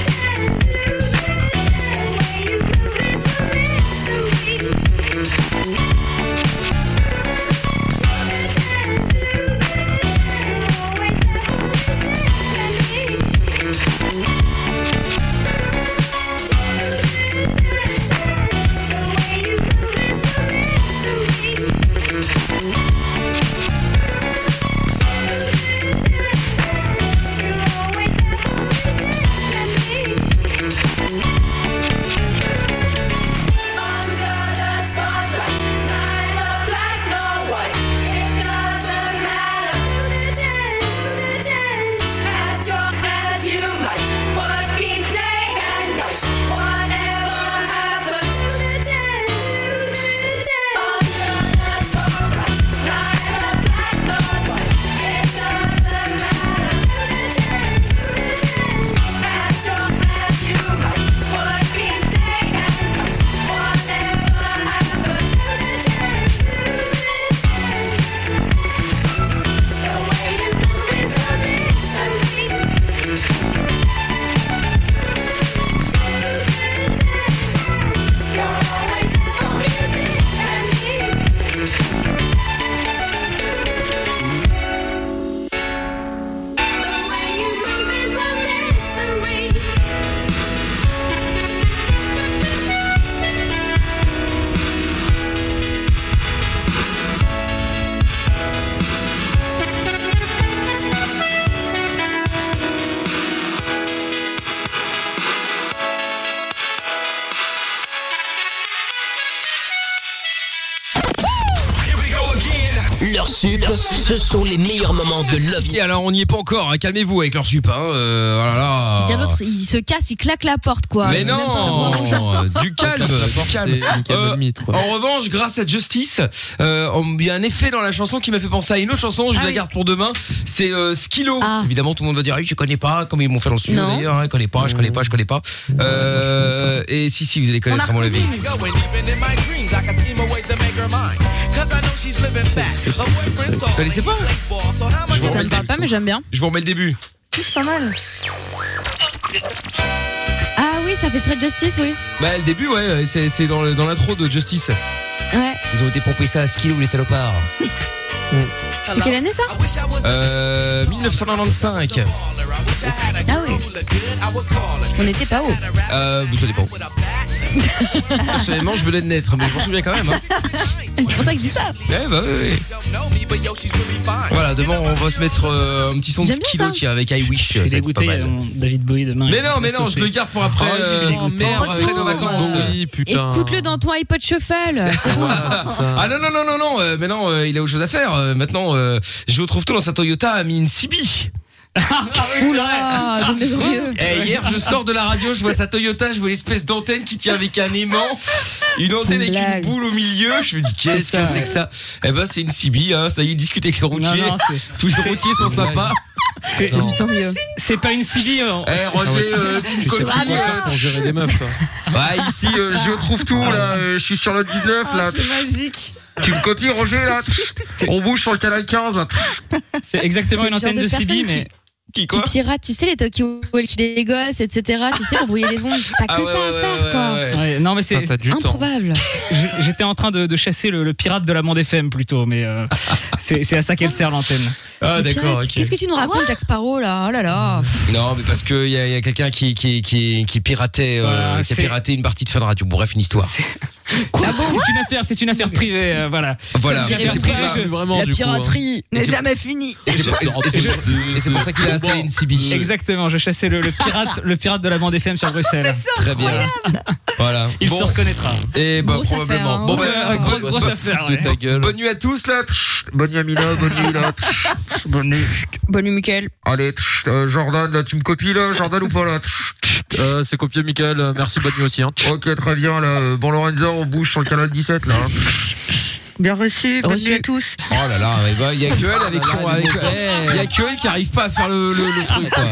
Speaker 1: Leur sup, ce sont les meilleurs moments de Love
Speaker 2: Et alors, on n'y est pas encore, hein, calmez-vous avec leur sup, hein, euh, oh là là.
Speaker 6: C'est-à-dire l'autre, il se casse, il claque la porte, quoi.
Speaker 2: Mais
Speaker 6: Il donne son
Speaker 2: non,
Speaker 6: revanche.
Speaker 2: euh, du calme, du calme. Euh, en revanche, grâce à Justice, euh, il y a un effet dans la chanson qui m'a fait penser à une autre chanson.
Speaker 6: Ah
Speaker 2: Je la garde pour demain. C'est euh, Skilo. Évidemment, tout le monde va dire oui, je connais pas, comme ils m'ont fait dans le studio
Speaker 18: Non.
Speaker 2: d'ailleurs. hein, Je connais pas, je connais pas, je connais pas. Euh, et si, si, vous allez connaître à mon avis.
Speaker 20: Going even in my dreams, I can scheme a way to make her mine. Cause I know she's living back. Her boyfriend's tall.
Speaker 2: Vous connaissez pas
Speaker 20: So how am I
Speaker 6: Ça me parle pas, mais j'aime bien.
Speaker 2: Je vous remets le début.
Speaker 6: C'est pas mal. Ah oui, ça fait très justice, oui.
Speaker 2: Bah, le début, ouais, c'est c'est dans le- dans l'intro de Justice.
Speaker 6: Ouais.
Speaker 2: Ils ont été pomper ça à Skilo, les salopards.
Speaker 6: C'est quelle année ça
Speaker 2: Euh, 1995.
Speaker 6: Ah oui. On n'était pas haut.
Speaker 2: Euh, ça dépend. Personnellement, je venais de naître, mais je m'en souviens quand même. hein.
Speaker 6: C'est pour ça que je dis ça.
Speaker 2: Ouais, bah, ouais, ouais. Voilà, demain, on va se mettre euh, un petit son de
Speaker 3: J'aime bien
Speaker 2: Skilo,
Speaker 3: ça.
Speaker 2: tiens, avec I Wish.
Speaker 3: Je vais
Speaker 2: ça va être
Speaker 3: dégoûter
Speaker 2: pas mal.
Speaker 3: euh, mon David Bowie demain. Ah,
Speaker 2: Mais non, mais non, je le garde pour après. euh, merde, après nos vacances.
Speaker 6: Écoute-le dans ton iPod Shuffle. C'est bon.
Speaker 2: Ah non non non non non, euh, mais non, euh, il a autre chose à faire. Euh, maintenant, euh, je retrouve tout dans sa Toyota Amine Sibi.
Speaker 17: Oula, donne les
Speaker 6: euh,
Speaker 17: yeux.
Speaker 2: Eh, hier, je sors de la radio, je vois sa Toyota, je vois l'espèce d'antenne qui tient avec un aimant, une antenne avec une boule au milieu. Je me dis, qu'est-ce que c'est que ça Eh ben, c'est une CB, hein. Ça y est, discute avec les routiers.
Speaker 3: non, c'est-
Speaker 2: Tous les
Speaker 3: c'est-
Speaker 2: routiers sont
Speaker 3: c'est
Speaker 2: sympas.
Speaker 3: C'est-
Speaker 2: Non.
Speaker 3: C'est Ah pas une CD.
Speaker 2: Eh, Roger, euh, tu me connais bien.
Speaker 18: gérer des meufs, toi.
Speaker 2: Ouais, ici, euh, je trouve tout, là.
Speaker 18: Ah.
Speaker 2: euh, je suis sur le
Speaker 3: Ah,
Speaker 2: 19, là.
Speaker 5: C'est magique.
Speaker 2: Tu me copies, Roger, là On bouge sur le canal 15, là.
Speaker 3: C'est exactement
Speaker 6: C'est
Speaker 3: une
Speaker 6: le genre
Speaker 3: antenne
Speaker 6: de
Speaker 3: de CB,
Speaker 6: personne
Speaker 3: mais.
Speaker 2: Qui,
Speaker 6: Tu pirates, tu sais, les Tokyo Walkie des gosses, etc. Tu sais, pour brouiller les ondes. T'as
Speaker 18: Ah
Speaker 6: que ça à faire, quoi.
Speaker 3: Ouais, non mais c'est
Speaker 6: Putain, t'as du temps. Improbable.
Speaker 3: Je- J'étais en train de, de chasser le, le pirate de la Monde FM plutôt, mais euh, c'est c'est à ça qu'elle sert l'antenne.
Speaker 18: Ah, d'accord,
Speaker 6: Pirate,
Speaker 18: ok.
Speaker 6: Qu'est-ce que tu nous racontes, Jack Sparrow, là Oh là là.
Speaker 18: Non, mais parce qu'il y a, y a quelqu'un qui, qui, qui, qui piratait, euh,
Speaker 3: Voilà,
Speaker 18: qui a
Speaker 3: c'est-
Speaker 18: piraté une partie de Fun Radio. Bon, bref, une histoire.
Speaker 3: Ah bon c'est une affaire, c'est une affaire privée, euh, voilà.
Speaker 18: Voilà,
Speaker 3: Une affaire
Speaker 18: Ah, c'est pour
Speaker 3: privée,
Speaker 18: ça,
Speaker 3: je-
Speaker 18: vraiment, La du coup, piraterie
Speaker 5: n'est jamais finie.
Speaker 18: Et c'est pour, et c'est- et c'est- et c'est pour ça qu'il a installé une CB.
Speaker 3: Exactement, je chassais le, le pirate, le pirate de la Monde FM sur Bruxelles.
Speaker 18: Très bien. Voilà.
Speaker 3: Il se reconnaîtra.
Speaker 18: Et bah,
Speaker 3: Grosse
Speaker 18: probablement.
Speaker 3: affaire, hein.
Speaker 18: Bon, bah,
Speaker 3: Ouais,
Speaker 18: bonne-
Speaker 3: grosse, grosse
Speaker 18: bonne-
Speaker 3: affaire,
Speaker 18: de
Speaker 3: ouais.
Speaker 18: ta gueule.
Speaker 2: Bonne nuit à tous, là. Bonne nuit à Mina, bonne nuit, là. Bonne nuit.
Speaker 6: Bonne nuit, Michael.
Speaker 2: Allez, euh, Jordan, là, tu me copies, là Jordan ou pas, là
Speaker 7: Euh, c'est copié, Michael. Euh, Merci, bonne nuit aussi. Hein.
Speaker 2: Ok, très bien, là. euh, Bon, Lorenzo, on bouge sur le canal 17, là.
Speaker 5: Bien reçu, bonne nuit à tous.
Speaker 18: Oh là là, mais bah, il y a que elle avec
Speaker 2: Oh là
Speaker 18: son.
Speaker 2: là,
Speaker 18: avec-
Speaker 2: les mauvais.
Speaker 18: Il y a que elle qui arrive pas à faire le, le, le truc. quoi.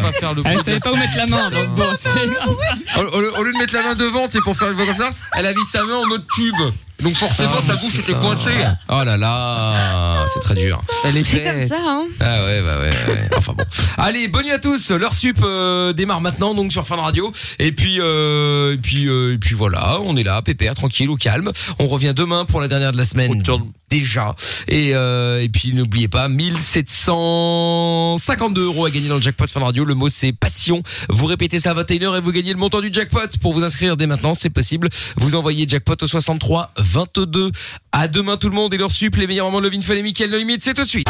Speaker 3: Elle savait pas où mettre la main, donc bon, c'est.
Speaker 2: Au, au- au lieu de mettre la main devant, c'est pour faire une voix comme ça, elle a mis sa main en mode tube. Donc forcément,
Speaker 7: Ah,
Speaker 2: sa bouche était coincée.
Speaker 18: Oh là là, c'est très dur. Elle est
Speaker 6: C'est comme ça, hein.
Speaker 18: Ah ouais, bah ouais, ouais. Enfin bon.
Speaker 2: Allez, bonne nuit à tous. L'heure sup euh, démarre maintenant donc sur Fun Radio. Et puis euh, et puis euh, et puis voilà, on est là, pépère, tranquille, au calme. On revient demain pour la dernière de la semaine. Déjà. Et euh, et puis n'oubliez pas 1752 euros à gagner dans le jackpot Fun Radio. Le mot c'est passion. Vous répétez ça à 21h et vous gagnez le montant du jackpot. Pour vous inscrire dès maintenant, c'est possible. Vous envoyez jackpot au 63 22. À demain tout le monde et l'heure sup les meilleurs moments de Levin Fun et Mickaël No Limite, c'est tout de suite.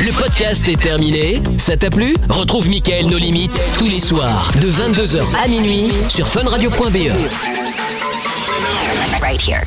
Speaker 1: Le podcast est terminé. Ça t'a plu Retrouve Mickaël nos limites tous les soirs E. de 22h à minuit sur funradio.be.
Speaker 10: Right here.